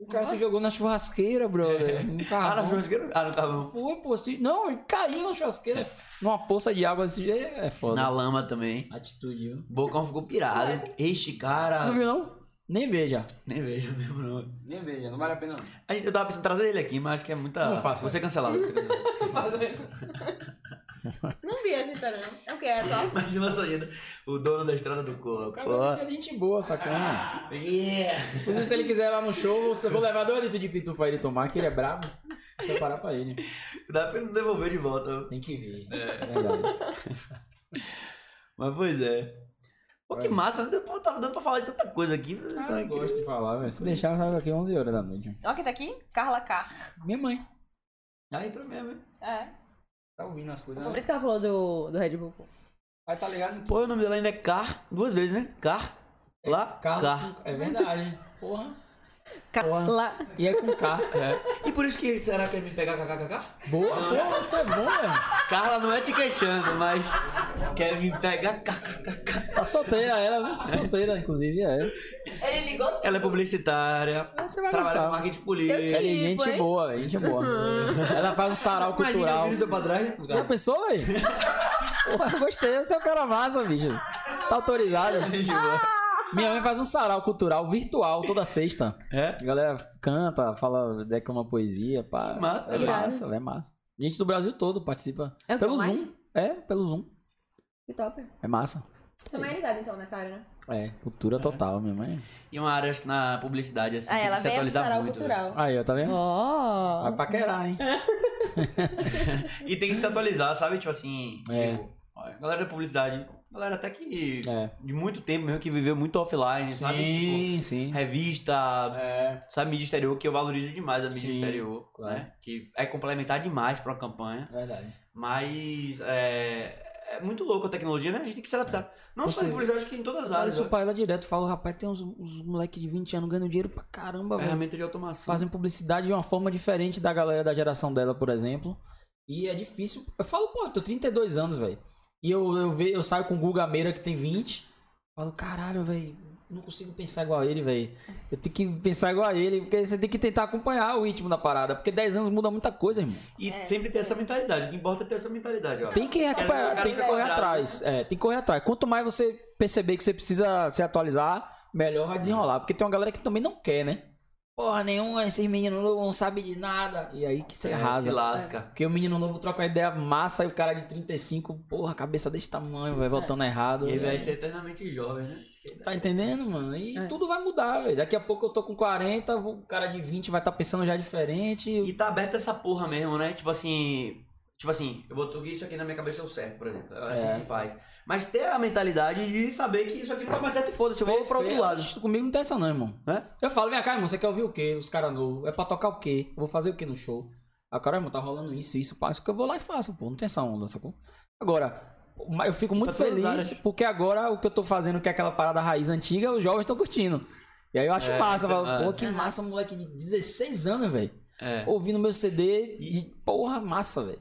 [SPEAKER 3] O cara se jogou na churrasqueira, brother. No
[SPEAKER 1] Ah, na
[SPEAKER 3] carvão.
[SPEAKER 1] churrasqueira? Ah, no carvão.
[SPEAKER 3] Foi, pô. se- Não, ele caiu na churrasqueira. Numa poça de água desse jeito. É foda.
[SPEAKER 1] Na lama também.
[SPEAKER 3] Atitude, viu?
[SPEAKER 1] Bocão ficou pirado. Este cara.
[SPEAKER 3] Não viu, não? Nem veja.
[SPEAKER 1] Nem vejo mesmo, não.
[SPEAKER 5] Nem veja, não vale a pena não.
[SPEAKER 1] A gente, eu tava pensando em trazer ele aqui, mas acho que é muita.
[SPEAKER 3] Não né? faça.
[SPEAKER 1] Você cancelado, você cancelado.
[SPEAKER 2] Não vi essa história, não. É o que? É atual?
[SPEAKER 1] Imagina essa agenda. O dono da estrada do coco.
[SPEAKER 3] é gente boa,
[SPEAKER 1] Ah.
[SPEAKER 3] sacana.
[SPEAKER 1] Yeah!
[SPEAKER 3] Inclusive, se ele quiser ir lá no show, você vou levar dois litros de pitu pra ele tomar, que ele é brabo. Vou separar pra ele.
[SPEAKER 1] Dá pra ele não devolver de volta.
[SPEAKER 3] Tem que ver. É verdade.
[SPEAKER 1] Mas pois é. Pô, que
[SPEAKER 3] Olha.
[SPEAKER 1] massa, né? Pô, tava dando pra falar de tanta coisa aqui. é
[SPEAKER 3] Ah, eu gosto de falar, velho. Se deixar, sabe aqui 11 horas da noite.
[SPEAKER 2] Ó, quem tá aqui? Carla K.
[SPEAKER 3] Minha mãe.
[SPEAKER 1] Ah, entrou mesmo, hein?
[SPEAKER 2] É.
[SPEAKER 3] Tá ouvindo as coisas,
[SPEAKER 2] Por isso que ela falou do, do Red Bull.
[SPEAKER 3] Aí tá ligado em
[SPEAKER 1] Pô, o nome dela ainda é Car, duas vezes, né? Car, lá, Car.
[SPEAKER 3] É verdade. Porra.
[SPEAKER 2] Carla.
[SPEAKER 3] E é com K.
[SPEAKER 1] É. E por isso que será que ele me pegar KKKK?
[SPEAKER 3] Boa. Porra, isso é bom, velho.
[SPEAKER 1] Carla não é te queixando, mas quer me pegar KKKK.
[SPEAKER 3] Tá solteira ela, viu? Tá solteira, inclusive, é.
[SPEAKER 2] Ele ligou?
[SPEAKER 1] Ela é publicitária,
[SPEAKER 3] Você vai
[SPEAKER 1] trabalha
[SPEAKER 3] gostar.
[SPEAKER 1] com marketing
[SPEAKER 2] Seu
[SPEAKER 1] político.
[SPEAKER 3] Ela é
[SPEAKER 2] Tipo,
[SPEAKER 3] gente
[SPEAKER 2] hein?
[SPEAKER 3] boa, gente boa. Ela faz um sarau
[SPEAKER 1] Imagina eu
[SPEAKER 3] cultural.
[SPEAKER 1] viro seu pra trás,
[SPEAKER 3] Já
[SPEAKER 1] cara.
[SPEAKER 3] pensou, velho? Porra, gostei, você é um cara massa, bicho. Tá autorizado. Minha mãe faz um sarau cultural virtual toda sexta.
[SPEAKER 1] É?
[SPEAKER 3] A galera canta, fala, declama poesia, pá.
[SPEAKER 1] Que massa,
[SPEAKER 3] é
[SPEAKER 1] velho.
[SPEAKER 3] massa, velho, é massa. Gente do Brasil todo participa.
[SPEAKER 6] É o que
[SPEAKER 3] pelo
[SPEAKER 6] mais?
[SPEAKER 3] Zoom. É, pelo Zoom.
[SPEAKER 2] Que top.
[SPEAKER 3] É massa.
[SPEAKER 2] Você também é ligado então nessa área, né?
[SPEAKER 3] É, cultura total, minha mãe.
[SPEAKER 1] E uma área acho que na publicidade, assim,
[SPEAKER 2] Ah,
[SPEAKER 1] tem
[SPEAKER 2] ela
[SPEAKER 1] que se
[SPEAKER 2] vem a
[SPEAKER 1] atualizar
[SPEAKER 2] sarau
[SPEAKER 1] muito. né? Ah, é?
[SPEAKER 2] cultural.
[SPEAKER 3] Aí, ó, tá vendo?
[SPEAKER 6] Ó.
[SPEAKER 3] Vai paquerar, hein?
[SPEAKER 1] velho. E tem que se atualizar, sabe? Tipo assim,
[SPEAKER 3] É.
[SPEAKER 1] eu- ó, galera da publicidade, galera até que
[SPEAKER 3] É.
[SPEAKER 1] de muito tempo mesmo que viveu muito offline, sabe? Tipo,
[SPEAKER 3] Sim, sim.
[SPEAKER 1] revista,
[SPEAKER 3] É.
[SPEAKER 1] sabe, mídia exterior, que eu valorizo demais a mídia
[SPEAKER 3] Sim,
[SPEAKER 1] exterior,
[SPEAKER 3] claro.
[SPEAKER 1] né? Que é complementar demais pra uma campanha.
[SPEAKER 3] Verdade.
[SPEAKER 1] Mas é, é muito louco a tecnologia, né? A gente tem que se adaptar. Não só
[SPEAKER 3] Você-
[SPEAKER 1] em publicidade, acho que em todas as
[SPEAKER 3] Fala
[SPEAKER 1] áreas.
[SPEAKER 3] isso
[SPEAKER 1] Né?
[SPEAKER 3] pra ela direto. Fala, rapaz, tem uns, uns moleque de 20 anos ganhando dinheiro pra caramba, velho.
[SPEAKER 1] Ferramenta de automação.
[SPEAKER 3] Fazem publicidade de uma forma diferente da galera da geração dela, por exemplo. E é difícil. Eu falo, pô, eu tô 32 anos, velho. E eu, eu, ve- eu saio com o Guga Meira, que tem 20. Falo, caralho, velho. Não consigo pensar igual a ele, velho. Eu tenho que pensar igual a ele, porque você tem que tentar acompanhar o ritmo da parada. Porque 10 anos muda muita coisa, irmão.
[SPEAKER 1] E sempre ter essa mentalidade. O que importa é ter essa mentalidade, ó.
[SPEAKER 3] Tem que,
[SPEAKER 1] cara
[SPEAKER 3] acompanhar, tem que
[SPEAKER 1] fica
[SPEAKER 3] correr
[SPEAKER 1] quadrado,
[SPEAKER 3] atrás. É, tem que correr atrás. Quanto mais você perceber que você precisa se atualizar, melhor vai desenrolar. Porque tem uma galera que também não quer, né? Porra, nenhum, esse menino novo não sabe de nada. E aí que você
[SPEAKER 1] É,
[SPEAKER 3] arrasa.
[SPEAKER 1] Se lasca.
[SPEAKER 3] Porque o menino novo troca uma ideia massa e o cara de 35, porra, cabeça desse tamanho, vai voltando errado.
[SPEAKER 1] E aí
[SPEAKER 3] E
[SPEAKER 1] vai ser eternamente jovem, né?
[SPEAKER 3] Tá entendendo, mano? E
[SPEAKER 6] É.
[SPEAKER 3] tudo vai mudar, velho. Daqui a pouco eu tô com 40, vou- o cara de 20 vai estar pensando já diferente.
[SPEAKER 1] E tá aberta essa porra mesmo, né? Tipo assim. Tipo assim, eu botei isso aqui na minha cabeça é o certo, por exemplo. É assim
[SPEAKER 3] É.
[SPEAKER 1] que se faz. Mas ter a mentalidade de saber que isso aqui não tá mais certo e foda-se, eu vou pro outro lado.
[SPEAKER 3] Assisto Comigo não tem essa não, irmão.
[SPEAKER 1] É?
[SPEAKER 3] Eu falo, vem cá, irmão, você quer ouvir o quê? Os caras novos. É pra tocar o quê? Eu vou fazer o quê no show? A cara, irmão, tá rolando isso, isso, pá. Isso que eu vou lá e faço, pô. Não tem essa onda, sacou? Agora, mas eu fico muito
[SPEAKER 1] Pra todas as
[SPEAKER 3] feliz
[SPEAKER 1] áreas.
[SPEAKER 3] porque agora o que eu tô fazendo, que é aquela parada raiz antiga, os jovens estão curtindo. E aí eu acho
[SPEAKER 1] É, isso
[SPEAKER 3] massa. Eu
[SPEAKER 1] é
[SPEAKER 3] falo, pô,
[SPEAKER 1] massa.
[SPEAKER 3] que massa, um moleque de 16 anos, velho.
[SPEAKER 1] É.
[SPEAKER 3] Ouvindo meu CD,
[SPEAKER 1] E-
[SPEAKER 3] de porra, massa, velho.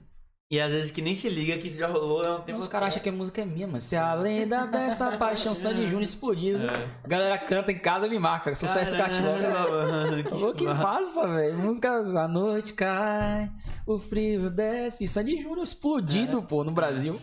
[SPEAKER 1] E às vezes que nem se liga que isso já rolou há um tempo.
[SPEAKER 3] Os caras acham que a música é minha, mas se a lenda dessa paixão Sandy Júnior explodido,
[SPEAKER 1] É.
[SPEAKER 3] a galera canta em casa e me marca. Sucesso Catilão.
[SPEAKER 1] Caramba, mano,
[SPEAKER 3] Falou que
[SPEAKER 1] massa.
[SPEAKER 3] massa, velho. Música A Noite Cai, o frio desce. Sandy Júnior explodido, pô, no Brasil.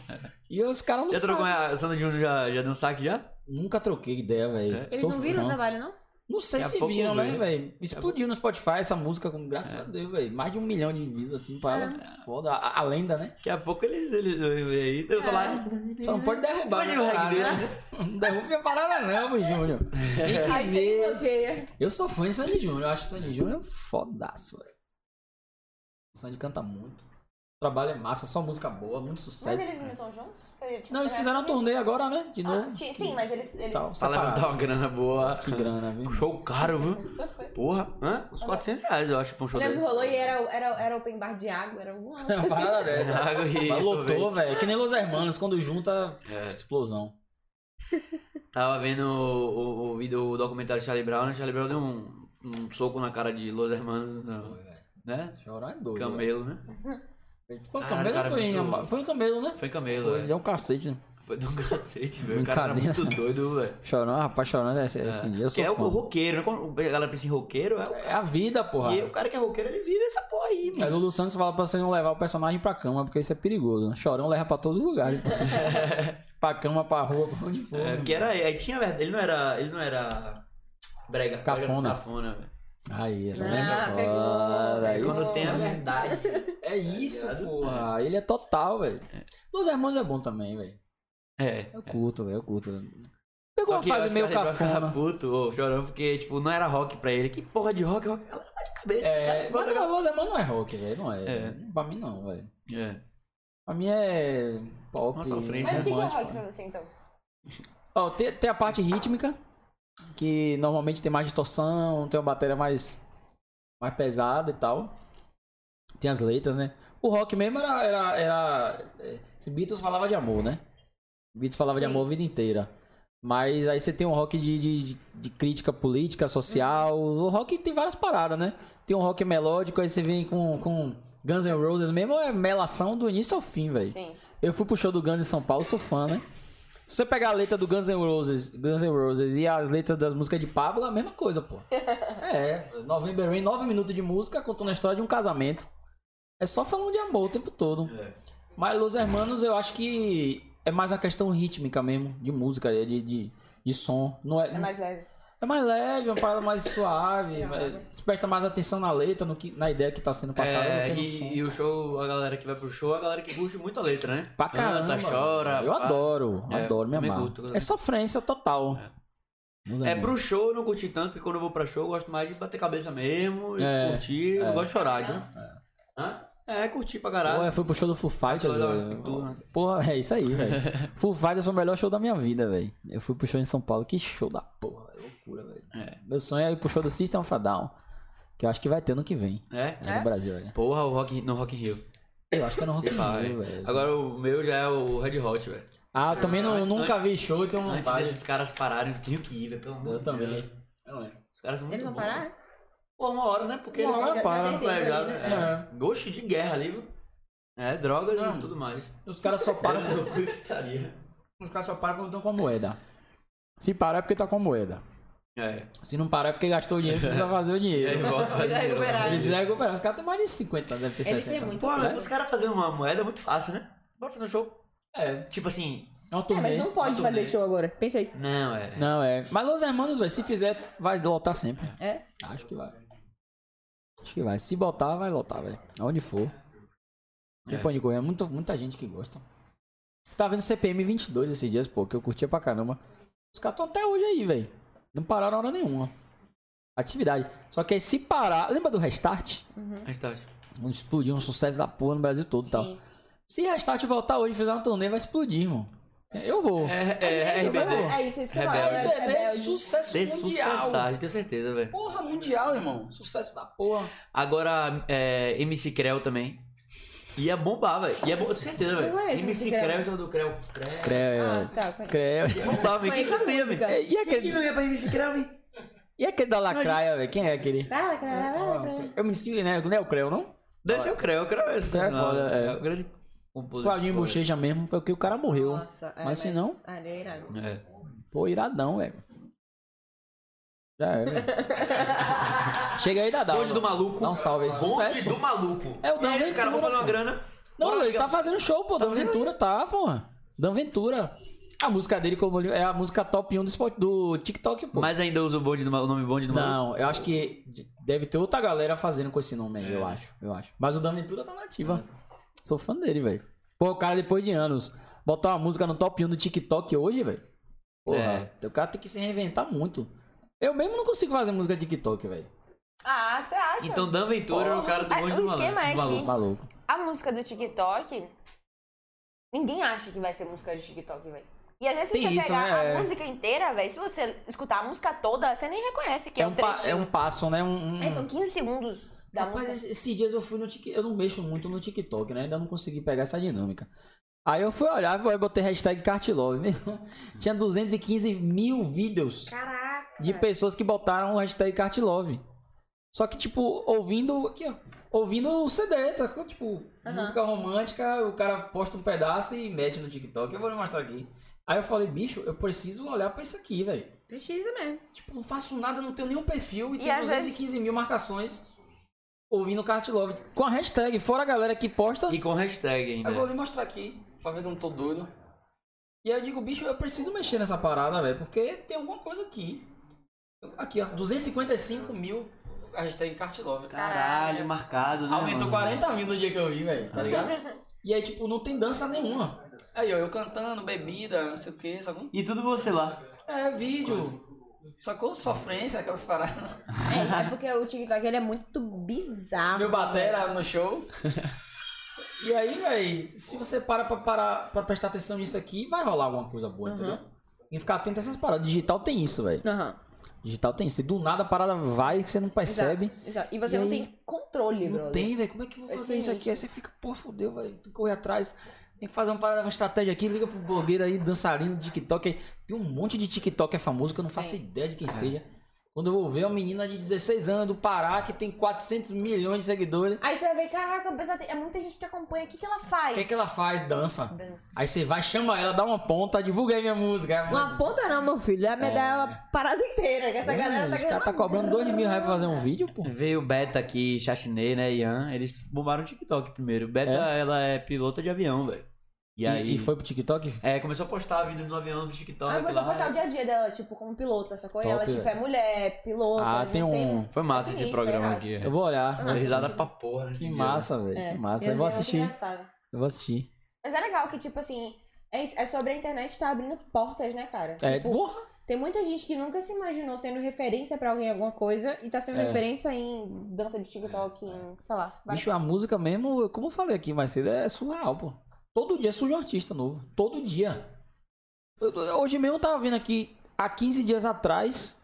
[SPEAKER 3] E os caras não
[SPEAKER 1] É. Já trocou
[SPEAKER 3] sabem.
[SPEAKER 1] a Sandra Júnior já, já deu um saque já?
[SPEAKER 3] Nunca troquei ideia, velho.
[SPEAKER 6] Eles
[SPEAKER 3] Sou
[SPEAKER 6] não viram
[SPEAKER 3] fã.
[SPEAKER 6] o trabalho, não?
[SPEAKER 3] Não sei
[SPEAKER 1] É. Daqui a
[SPEAKER 3] se
[SPEAKER 1] pouco
[SPEAKER 3] viram, né,
[SPEAKER 1] vê. É.
[SPEAKER 3] velho? Explodiu no Spotify essa música, com graças a Deus, velho. Mais de um milhão de views, assim, pra ela. Foda. A, a lenda, né?
[SPEAKER 1] Daqui a pouco eles. eles, eles eu tô
[SPEAKER 2] Ah.
[SPEAKER 1] lá.
[SPEAKER 3] Só
[SPEAKER 6] Uhum.
[SPEAKER 3] não pode derrubar.
[SPEAKER 1] Imagina o
[SPEAKER 3] minha
[SPEAKER 1] reggae
[SPEAKER 3] parada,
[SPEAKER 1] dele.
[SPEAKER 3] né? Não derruba minha parada, não, meu Júnior. Tem que ver. Eu sou fã de Sandy Júnior. Eu acho que Sandy Júnior é fodaço, velho. Sandy canta muito. O trabalho é massa, só música boa, muito
[SPEAKER 2] Mas
[SPEAKER 3] sucesso.
[SPEAKER 2] eles não estão juntos?
[SPEAKER 3] Não, eles fizeram a turnê agora, né? De novo.
[SPEAKER 2] Ah, ti- sim, mas eles. eles...
[SPEAKER 3] Tal.
[SPEAKER 1] Pra levantar uma grana boa.
[SPEAKER 3] Que grana, viu?
[SPEAKER 1] Show caro, viu?
[SPEAKER 2] Quanto foi?
[SPEAKER 1] Porra, hã? Uns 400 reais, eu acho, pra um
[SPEAKER 2] Eu
[SPEAKER 1] show
[SPEAKER 2] lembro
[SPEAKER 1] desse.
[SPEAKER 2] que rolou e é. era, era, era open bar de água, era alguma
[SPEAKER 3] É uma parada dessa.
[SPEAKER 1] Água e
[SPEAKER 3] Mas Lotou,
[SPEAKER 1] sorvete.
[SPEAKER 3] velho. Que nem Los Hermanos, quando junta,
[SPEAKER 1] É.
[SPEAKER 3] explosão.
[SPEAKER 1] Tava vendo o, o, o vídeo, o documentário de Charlie Brown, né? Charlie Brown deu um, um soco na cara de Los Hermanos, não,
[SPEAKER 3] Foi, velho.
[SPEAKER 1] né?
[SPEAKER 3] Chorar é doido. velho.
[SPEAKER 1] Camelo, né?
[SPEAKER 3] Foi
[SPEAKER 1] Caralho,
[SPEAKER 3] Camelo ou
[SPEAKER 1] cara,
[SPEAKER 3] foi em
[SPEAKER 1] muito-
[SPEAKER 3] Ama- Foi em Camelo, né?
[SPEAKER 1] Foi Camelo,
[SPEAKER 3] Foi,
[SPEAKER 1] é.
[SPEAKER 3] ele é um cacete, né?
[SPEAKER 1] Foi de um cacete, velho. O cara era
[SPEAKER 3] Brincadeira.
[SPEAKER 1] muito doido, velho.
[SPEAKER 3] Chorando, rapaz, chorando é assim. É. assim, Eu
[SPEAKER 1] Que
[SPEAKER 3] sou
[SPEAKER 1] é o
[SPEAKER 3] fã.
[SPEAKER 1] o roqueiro, né? Quando a galera pensa em roqueiro, é o
[SPEAKER 3] É a vida, porra. É,
[SPEAKER 1] E o cara que é roqueiro, ele vive essa porra aí,
[SPEAKER 3] Aí
[SPEAKER 1] mano.
[SPEAKER 3] Lulu Santos fala pra você não levar o personagem pra cama, porque isso é perigoso. né? Chorão leva pra todos os lugares. pô. pra cama, pra rua, pra onde for.
[SPEAKER 1] É,
[SPEAKER 3] meu
[SPEAKER 1] porque era, aí tinha verdade, ele não era, ele não era brega,
[SPEAKER 3] Cafona.
[SPEAKER 1] cafona, velho.
[SPEAKER 3] irmão. Aí, tá
[SPEAKER 1] Ah,
[SPEAKER 3] vendo?
[SPEAKER 2] pegou,
[SPEAKER 3] Cara,
[SPEAKER 2] pegou.
[SPEAKER 1] Quando
[SPEAKER 3] isso
[SPEAKER 1] tem a
[SPEAKER 3] sim.
[SPEAKER 1] verdade.
[SPEAKER 3] É isso,
[SPEAKER 1] ligado?
[SPEAKER 3] porra. Ele é total, velho. Los Hermanos é bom também, velho.
[SPEAKER 1] É.
[SPEAKER 3] Eu curto, velho. Eu curto. Pegou
[SPEAKER 1] Só
[SPEAKER 3] uma
[SPEAKER 1] que é eu
[SPEAKER 3] fase
[SPEAKER 1] acho
[SPEAKER 3] meio
[SPEAKER 1] que ele vai ficar
[SPEAKER 3] cafona.
[SPEAKER 1] puto, ou chorando, porque, tipo, não era rock pra ele. Que porra de rock? rock ela vai de cabeça. esse
[SPEAKER 3] É,
[SPEAKER 1] cara
[SPEAKER 3] mas
[SPEAKER 1] bota-
[SPEAKER 3] não, Los Hermanos não é rock, velho. Não é.
[SPEAKER 1] É.
[SPEAKER 3] velho. Pra mim, não, velho.
[SPEAKER 1] É.
[SPEAKER 3] Pra mim é pop.
[SPEAKER 1] Uma sofrência.
[SPEAKER 2] Mas o que, que é
[SPEAKER 3] romântico,
[SPEAKER 1] tipo
[SPEAKER 2] rock
[SPEAKER 3] né?
[SPEAKER 2] pra você então?
[SPEAKER 3] Ó, tem, tem a parte rítmica, que normalmente tem mais distorção, tem uma bateria mais, mais pesada e tal. Tem as letras, né? O rock mesmo era. era, era é, se Beatles falava de amor, né? Beatles falava de
[SPEAKER 2] Sim.
[SPEAKER 3] amor a vida inteira. Mas aí você tem um rock de, de, de- de crítica política, social. O rock tem várias paradas, né? Tem um rock melódico, aí você vem com, com Guns N' Roses mesmo, é melação do início ao fim, velho.
[SPEAKER 2] Sim.
[SPEAKER 3] Eu fui pro show do Guns em São Paulo, sou fã, né? Se você pegar a letra do Guns N' Roses, Guns N' Roses e as letras das músicas de Pablo, é a mesma coisa, pô. É, November Rain, nove minutos de música contando a história de um casamento. É só falando de amor o tempo todo.
[SPEAKER 1] É.
[SPEAKER 3] Mas Los Hermanos, eu acho que é mais uma questão rítmica mesmo, de música, de, de, de som. Não é,
[SPEAKER 2] É mais leve.
[SPEAKER 3] É mais leve, uma parada mais suave. vai- presta mais atenção na letra, no que, na ideia que tá sendo passada.
[SPEAKER 1] É,
[SPEAKER 3] do que no som.
[SPEAKER 1] e, e o show, a galera que vai pro show, é a galera que curte muito a letra, né?
[SPEAKER 3] Pra caramba.
[SPEAKER 1] Canta, chora.
[SPEAKER 3] eu
[SPEAKER 1] pá.
[SPEAKER 3] adoro,
[SPEAKER 1] É,
[SPEAKER 3] adoro, me
[SPEAKER 1] também
[SPEAKER 3] amarro.
[SPEAKER 1] curto.
[SPEAKER 3] É sofrência total. Não
[SPEAKER 1] É,
[SPEAKER 3] não.
[SPEAKER 1] pro show eu não curti tanto, porque quando eu vou pra show eu gosto mais de bater cabeça mesmo, e
[SPEAKER 3] É,
[SPEAKER 1] curtir,
[SPEAKER 3] é.
[SPEAKER 1] não gosto de chorar, então. Hã? É, curtir pra caralho.
[SPEAKER 3] Pô, eu fui pro show do Foo Fighters,
[SPEAKER 1] Vai lá,
[SPEAKER 3] velho.
[SPEAKER 1] pintura.
[SPEAKER 3] Porra, é isso aí, velho. Foo Fighters foi o melhor show da minha vida, velho. Eu fui pro show em São Paulo. Que show da porra, velho. Loucura, velho.
[SPEAKER 1] É.
[SPEAKER 3] Meu sonho é ir pro show do System of a Down. Que eu acho que vai ter ano que vem.
[SPEAKER 1] É?
[SPEAKER 3] Aí
[SPEAKER 2] É?
[SPEAKER 3] no Brasil, velho.
[SPEAKER 1] Porra, o Rock, no Rock in Rio.
[SPEAKER 3] Eu acho que é no Rock
[SPEAKER 1] Sei
[SPEAKER 3] in
[SPEAKER 1] lá,
[SPEAKER 3] Rio,
[SPEAKER 1] velho.
[SPEAKER 3] velho.
[SPEAKER 1] Agora o meu já é o Red Hot, velho.
[SPEAKER 3] Ah, eu também não,
[SPEAKER 1] Antes-
[SPEAKER 3] nunca vi show, então não
[SPEAKER 1] Antes
[SPEAKER 3] faz.
[SPEAKER 1] desses caras pararem, eu tenho que ir, velho, pelo amor
[SPEAKER 3] Eu
[SPEAKER 1] de
[SPEAKER 3] também.
[SPEAKER 1] Deus.
[SPEAKER 3] Eu não lembro.
[SPEAKER 1] Os caras são muito
[SPEAKER 2] Eles vão
[SPEAKER 1] bons.
[SPEAKER 2] parar?
[SPEAKER 1] Pô, uma hora, né? Porque
[SPEAKER 3] Uma
[SPEAKER 1] eles
[SPEAKER 3] hora
[SPEAKER 1] já-
[SPEAKER 3] para.
[SPEAKER 1] já, é, já,
[SPEAKER 3] né?
[SPEAKER 1] é. Gosto de guerra ali, viu? É, drogas
[SPEAKER 3] Não.
[SPEAKER 1] e tudo mais.
[SPEAKER 3] Os caras só param
[SPEAKER 1] Para com gritaria.
[SPEAKER 3] Os caras só param quando estão com a moeda. Se parar é porque tá com a moeda.
[SPEAKER 1] É.
[SPEAKER 3] Se não parar é porque gastou o dinheiro, precisa fazer o
[SPEAKER 1] E aí
[SPEAKER 3] dinheiro.
[SPEAKER 1] volta pra
[SPEAKER 2] Vai recuperar.
[SPEAKER 3] Eles é recuperar. Os caras têm mais de 50, deve ter
[SPEAKER 1] é
[SPEAKER 6] Eles
[SPEAKER 3] 60.
[SPEAKER 6] têm muito.
[SPEAKER 1] né? Pô, mas
[SPEAKER 6] tempo.
[SPEAKER 1] os caras fazerem uma moeda é muito fácil, né? Bora fazer um show.
[SPEAKER 3] É.
[SPEAKER 1] Tipo assim,
[SPEAKER 3] É um
[SPEAKER 6] É,
[SPEAKER 3] turnê.
[SPEAKER 6] mas não pode
[SPEAKER 1] Outro
[SPEAKER 6] fazer
[SPEAKER 1] mês.
[SPEAKER 6] show agora. Pensei.
[SPEAKER 1] não, é.
[SPEAKER 3] Não, é. Mas Los Hermanos, velho, se fizer, vai lotar sempre.
[SPEAKER 6] É?
[SPEAKER 3] Acho que vai. Acho que vai. Se botar, vai lotar, velho. Aonde for. E
[SPEAKER 1] É.
[SPEAKER 3] Pânico é muito, muita gente que gosta. Tá vendo CPM 22 esses dias, pô, que eu curtia pra caramba. Os caras estão até hoje aí, velho. Não pararam hora nenhuma. Atividade. Só que aí se parar. Lembra do Restart?
[SPEAKER 1] Restart.
[SPEAKER 3] Onde explodiu um sucesso da porra no Brasil todo e
[SPEAKER 1] Tá.
[SPEAKER 3] tal. Se Restart voltar hoje e fizer uma turnê, vai explodir, irmão. Eu vou.
[SPEAKER 1] É, é,
[SPEAKER 3] mesmo,
[SPEAKER 1] RBD.
[SPEAKER 3] né?
[SPEAKER 6] É isso, é isso que eu falo.
[SPEAKER 1] Rebelde.
[SPEAKER 6] é rebelde.
[SPEAKER 3] sucesso
[SPEAKER 1] Dê sucessagem, tenho certeza, velho.
[SPEAKER 3] Porra, mundial, irmão. Sucesso da porra.
[SPEAKER 1] Agora, é, MC Creu também. Ia bombar, velho. Ia bombar, tenho certeza, velho.
[SPEAKER 6] conheço
[SPEAKER 1] MC
[SPEAKER 6] MC Creu.
[SPEAKER 1] Creu, esse é o do Creu. Creu.
[SPEAKER 6] Ah,
[SPEAKER 3] Creio,
[SPEAKER 6] tá. peraí.
[SPEAKER 3] creio. É,
[SPEAKER 1] Ia bombar, velho. Quem
[SPEAKER 6] Conheço a
[SPEAKER 1] sabia,
[SPEAKER 6] música.
[SPEAKER 1] velho?
[SPEAKER 3] E
[SPEAKER 1] Quem
[SPEAKER 3] aquele,
[SPEAKER 1] não ia pra MC Creu, velho?
[SPEAKER 3] e aquele da Lacraia, velho? Quem é aquele?
[SPEAKER 6] Vai lá, cara, vai lá, cara.
[SPEAKER 3] Eu me sinto, né? Não é o Creio, não?
[SPEAKER 1] Deve ser o Creu, o Creu é sensacional.
[SPEAKER 3] foda, é.
[SPEAKER 1] É o grande compositor.
[SPEAKER 3] Claudinho Bochecha mesmo, foi o que o cara morreu.
[SPEAKER 6] Nossa, é,
[SPEAKER 3] Mas se não-
[SPEAKER 6] Ah, ele é irado.
[SPEAKER 1] É.
[SPEAKER 3] Pô, iradão, velho. Já é, velho. Chega aí, Dadá.
[SPEAKER 1] Bonde do maluco.
[SPEAKER 3] Dá um salve aí.
[SPEAKER 1] Bonde
[SPEAKER 3] Sucesso.
[SPEAKER 1] do maluco.
[SPEAKER 3] É o Dan
[SPEAKER 1] E aí, os caras vão
[SPEAKER 3] Ventura,
[SPEAKER 1] fazer uma
[SPEAKER 3] pô.
[SPEAKER 1] grana.
[SPEAKER 3] Não,
[SPEAKER 1] Bora
[SPEAKER 3] ele tá
[SPEAKER 1] ligar-
[SPEAKER 3] fazendo show, pô. Dan
[SPEAKER 1] fazendo-
[SPEAKER 3] Ventura, tá, porra. Dan Ventura. A música dele como ele- é a música top 1 do, Spot- do TikTok, pô.
[SPEAKER 1] Mas ainda usa o bonde do maluco, o nome bonde do maluco.
[SPEAKER 3] Não, eu acho que deve ter outra galera fazendo com esse nome aí, eu
[SPEAKER 1] É.
[SPEAKER 3] acho, eu acho. Mas o Dan Ventura tá nativa. Sou fã dele, velho. Pô, o cara depois de anos botar uma música no top 1 do TikTok hoje, velho. Porra,
[SPEAKER 1] É.
[SPEAKER 3] o cara tem que se reinventar muito. Eu mesmo não consigo fazer música TikTok, velho.
[SPEAKER 2] Ah, você acha?
[SPEAKER 1] Então Dan Ventura é o cara do
[SPEAKER 2] Ah,
[SPEAKER 1] bonde
[SPEAKER 2] o
[SPEAKER 1] do maluco.
[SPEAKER 2] esquema é
[SPEAKER 1] do maluco.
[SPEAKER 3] Tá Maluco.
[SPEAKER 2] a música do TikTok, ninguém acha que vai ser música de TikTok, velho. E às vezes, se
[SPEAKER 3] Tem
[SPEAKER 2] você
[SPEAKER 3] isso,
[SPEAKER 2] pegar
[SPEAKER 3] né?
[SPEAKER 2] a
[SPEAKER 3] É.
[SPEAKER 2] música inteira, velho, se você escutar a música toda, você nem reconhece que é,
[SPEAKER 3] É um,
[SPEAKER 2] um
[SPEAKER 3] pa-
[SPEAKER 2] trecho.
[SPEAKER 3] é um passo, né? Um, um-
[SPEAKER 2] Mas são 15 segundos da
[SPEAKER 6] É
[SPEAKER 3] Mas
[SPEAKER 2] música.
[SPEAKER 3] es- esses dias eu fui no TikTok. Eu não mexo muito no TikTok, né? Ainda não consegui pegar essa dinâmica. Aí eu fui olhar, eu botei hashtag Cartilove. meu. Tinha 215 mil vídeos.
[SPEAKER 6] Caraca.
[SPEAKER 3] de pessoas que botaram o hashtag Cartilove. Só que, tipo, ouvindo. Aqui, ó. Ouvindo o CD, tá? Tipo, música romântica, o cara posta um pedaço e mete no TikTok. Eu vou lhe mostrar aqui. Aí eu falei, bicho, eu preciso olhar pra isso aqui, velho.
[SPEAKER 6] Precisa mesmo.
[SPEAKER 3] Tipo, não faço nada, não tenho nenhum perfil e,
[SPEAKER 2] E
[SPEAKER 3] tem
[SPEAKER 2] às
[SPEAKER 3] 215 mil marcações ouvindo Cartilove. Com a hashtag, fora a galera que posta.
[SPEAKER 1] E é. com hashtag ainda.
[SPEAKER 3] Eu vou lhe mostrar aqui.
[SPEAKER 5] Pra ver que eu não tô doido.
[SPEAKER 3] E aí eu digo, bicho, eu preciso mexer nessa parada, velho, porque tem alguma coisa aqui. Aqui, ó, 255 mil a hashtag Cartilove.
[SPEAKER 5] Caralho, marcado, né?
[SPEAKER 3] Aumentou
[SPEAKER 5] mano?
[SPEAKER 3] 40 mil no dia que eu vi, velho, tá ligado? E aí, tipo, não tem dança nenhuma.
[SPEAKER 5] Aí, ó, eu cantando, bebida, não sei o que, sacou?
[SPEAKER 1] E tudo você lá.
[SPEAKER 3] É, vídeo. Sacou? Sofrência, aquelas paradas.
[SPEAKER 6] É, é porque o TikTok ele é muito bizarro.
[SPEAKER 3] Meu batera no show. né? E aí, velho, se você para pra, parar, pra prestar atenção nisso aqui, vai rolar alguma coisa boa, entendeu? E ficar atento a essas paradas. Digital tem isso, velho.
[SPEAKER 6] Aham.
[SPEAKER 3] Digital tem isso. E do nada a parada vai que você não percebe.
[SPEAKER 6] Exato, exato. E você
[SPEAKER 3] E
[SPEAKER 6] não
[SPEAKER 3] aí-
[SPEAKER 6] tem controle,
[SPEAKER 3] Não
[SPEAKER 6] brother.
[SPEAKER 3] tem, velho. Como é que eu vou
[SPEAKER 6] É
[SPEAKER 3] fazer isso aqui?
[SPEAKER 6] sinistro.
[SPEAKER 3] Aí você fica, pô, fudeu, velho. Tem que correr atrás. Tem que fazer uma parada, uma estratégia aqui. Liga pro blogueiro aí, dançarino, TikTok. aí. Tem um monte de TikTok é famoso que eu não faço
[SPEAKER 6] É.
[SPEAKER 3] ideia de quem seja. Quando eu vou ver é uma menina de 16 anos do Pará que tem 400 milhões de seguidores.
[SPEAKER 2] Aí você vai ver, caraca, a pessoa tem- é muita gente que acompanha, o que, que ela
[SPEAKER 3] O
[SPEAKER 2] faz?
[SPEAKER 3] que é que ela faz? Dança.
[SPEAKER 2] Dança.
[SPEAKER 3] Aí você vai, chama ela, dá uma ponta, divulga aí minha música. Aí,
[SPEAKER 6] Uma ponta não, meu filho. É a medalha a parada inteira. Que essa galera tá
[SPEAKER 3] Os caras tá cobrando 2 mil reais pra fazer um vídeo, pô.
[SPEAKER 1] Veio Beta aqui, Chachinei, né, Ian. Eles bombaram o TikTok primeiro. Beta, ela é pilota de é avião, velho. E aí.
[SPEAKER 3] E foi pro TikTok?
[SPEAKER 1] É, começou a postar vídeos de 9 anos do TikTok.
[SPEAKER 6] Ah, começou a
[SPEAKER 1] lá.
[SPEAKER 6] postar o dia a dia dela, tipo, como pilota, sacou? E
[SPEAKER 3] Top,
[SPEAKER 6] ela, tipo, é
[SPEAKER 3] velho.
[SPEAKER 6] mulher, pilota.
[SPEAKER 3] Ah,
[SPEAKER 6] não
[SPEAKER 3] tem um.
[SPEAKER 1] Foi massa esse
[SPEAKER 6] Sinistro,
[SPEAKER 1] programa
[SPEAKER 6] errado.
[SPEAKER 1] aqui. é.
[SPEAKER 3] né? Eu vou olhar.
[SPEAKER 1] Deu risada
[SPEAKER 6] Nossa,
[SPEAKER 1] pra porra. nesse
[SPEAKER 3] Que
[SPEAKER 1] dia.
[SPEAKER 3] massa, velho.
[SPEAKER 6] É.
[SPEAKER 3] Que massa.
[SPEAKER 6] E
[SPEAKER 3] Eu vou
[SPEAKER 6] é muito
[SPEAKER 3] assistir.
[SPEAKER 6] engraçado.
[SPEAKER 3] Eu vou assistir.
[SPEAKER 6] Mas é legal que, tipo assim, é, isso- é sobre a internet estar abrindo portas, né, cara?
[SPEAKER 3] É,
[SPEAKER 6] Tipo,
[SPEAKER 3] porra.
[SPEAKER 6] tem muita gente que nunca se imaginou sendo referência pra alguém em alguma coisa e tá sendo
[SPEAKER 3] É.
[SPEAKER 6] referência em dança de TikTok, em, sei lá. várias
[SPEAKER 3] Bicho, a
[SPEAKER 6] coisas.
[SPEAKER 3] música mesmo, como eu falei aqui mais cedo, é surreal, pô. Todo dia surge um artista novo. Todo dia. Eu- eu- hoje mesmo eu tava vendo aqui, há 15 dias atrás,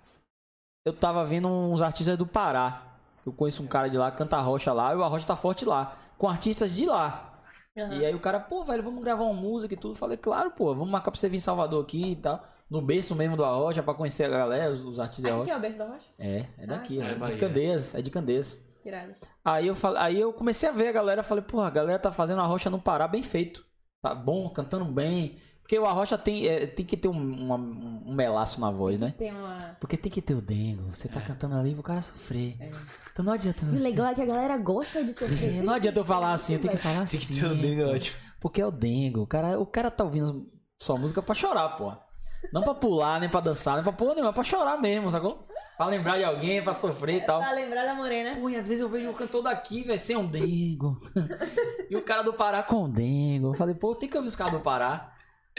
[SPEAKER 3] eu tava vendo uns artistas do Pará. Eu conheço um cara de lá, canta a rocha lá, e o Arrocha tá forte lá. Com artistas de lá.
[SPEAKER 6] Aham.
[SPEAKER 3] E aí o cara, pô, velho, vamos gravar uma música e tudo. Eu falei, claro, pô, vamos marcar pra você vir em Salvador aqui e tal. No berço mesmo do Arrocha, pra conhecer a galera, os, os artistas da
[SPEAKER 6] Aqui que
[SPEAKER 3] Arrocha.
[SPEAKER 6] é o berço da rocha?
[SPEAKER 3] É, é daqui,
[SPEAKER 1] Ah,
[SPEAKER 3] ó.
[SPEAKER 1] é
[SPEAKER 3] de
[SPEAKER 1] Bahia.
[SPEAKER 3] Candeias, é de Candeias.
[SPEAKER 6] Tirado.
[SPEAKER 3] Aí eu, fal- aí eu comecei a ver a galera, falei, porra, a galera tá fazendo a rocha no Pará bem feito. Tá bom, cantando bem. Porque o Arrocha tem, é, tem que ter um, uma- um melaço na voz, né?
[SPEAKER 6] Tem uma...
[SPEAKER 3] Porque tem que ter o dengo. Você
[SPEAKER 1] É.
[SPEAKER 3] tá cantando ali, o cara sofrer. Então não adianta.
[SPEAKER 6] E o legal é que a galera gosta de sofrer.
[SPEAKER 3] É, não adianta eu falar assim, eu tenho que falar
[SPEAKER 1] Tem
[SPEAKER 3] assim.
[SPEAKER 1] que ter um negócio.
[SPEAKER 3] Porque é o dengo. O cara, o cara tá ouvindo sua música pra chorar, porra. Não pra pular, nem pra dançar, nem pra porra nenhuma. É pra chorar mesmo, sacou? Pra lembrar de alguém, pra sofrer e tal.
[SPEAKER 6] Pra lembrar da morena.
[SPEAKER 3] Pô, e às vezes eu vejo um cantor daqui, velho, sem um dengo. e o cara do Pará com um dengo. Eu falei, pô, tem que ouvir os caras do Pará.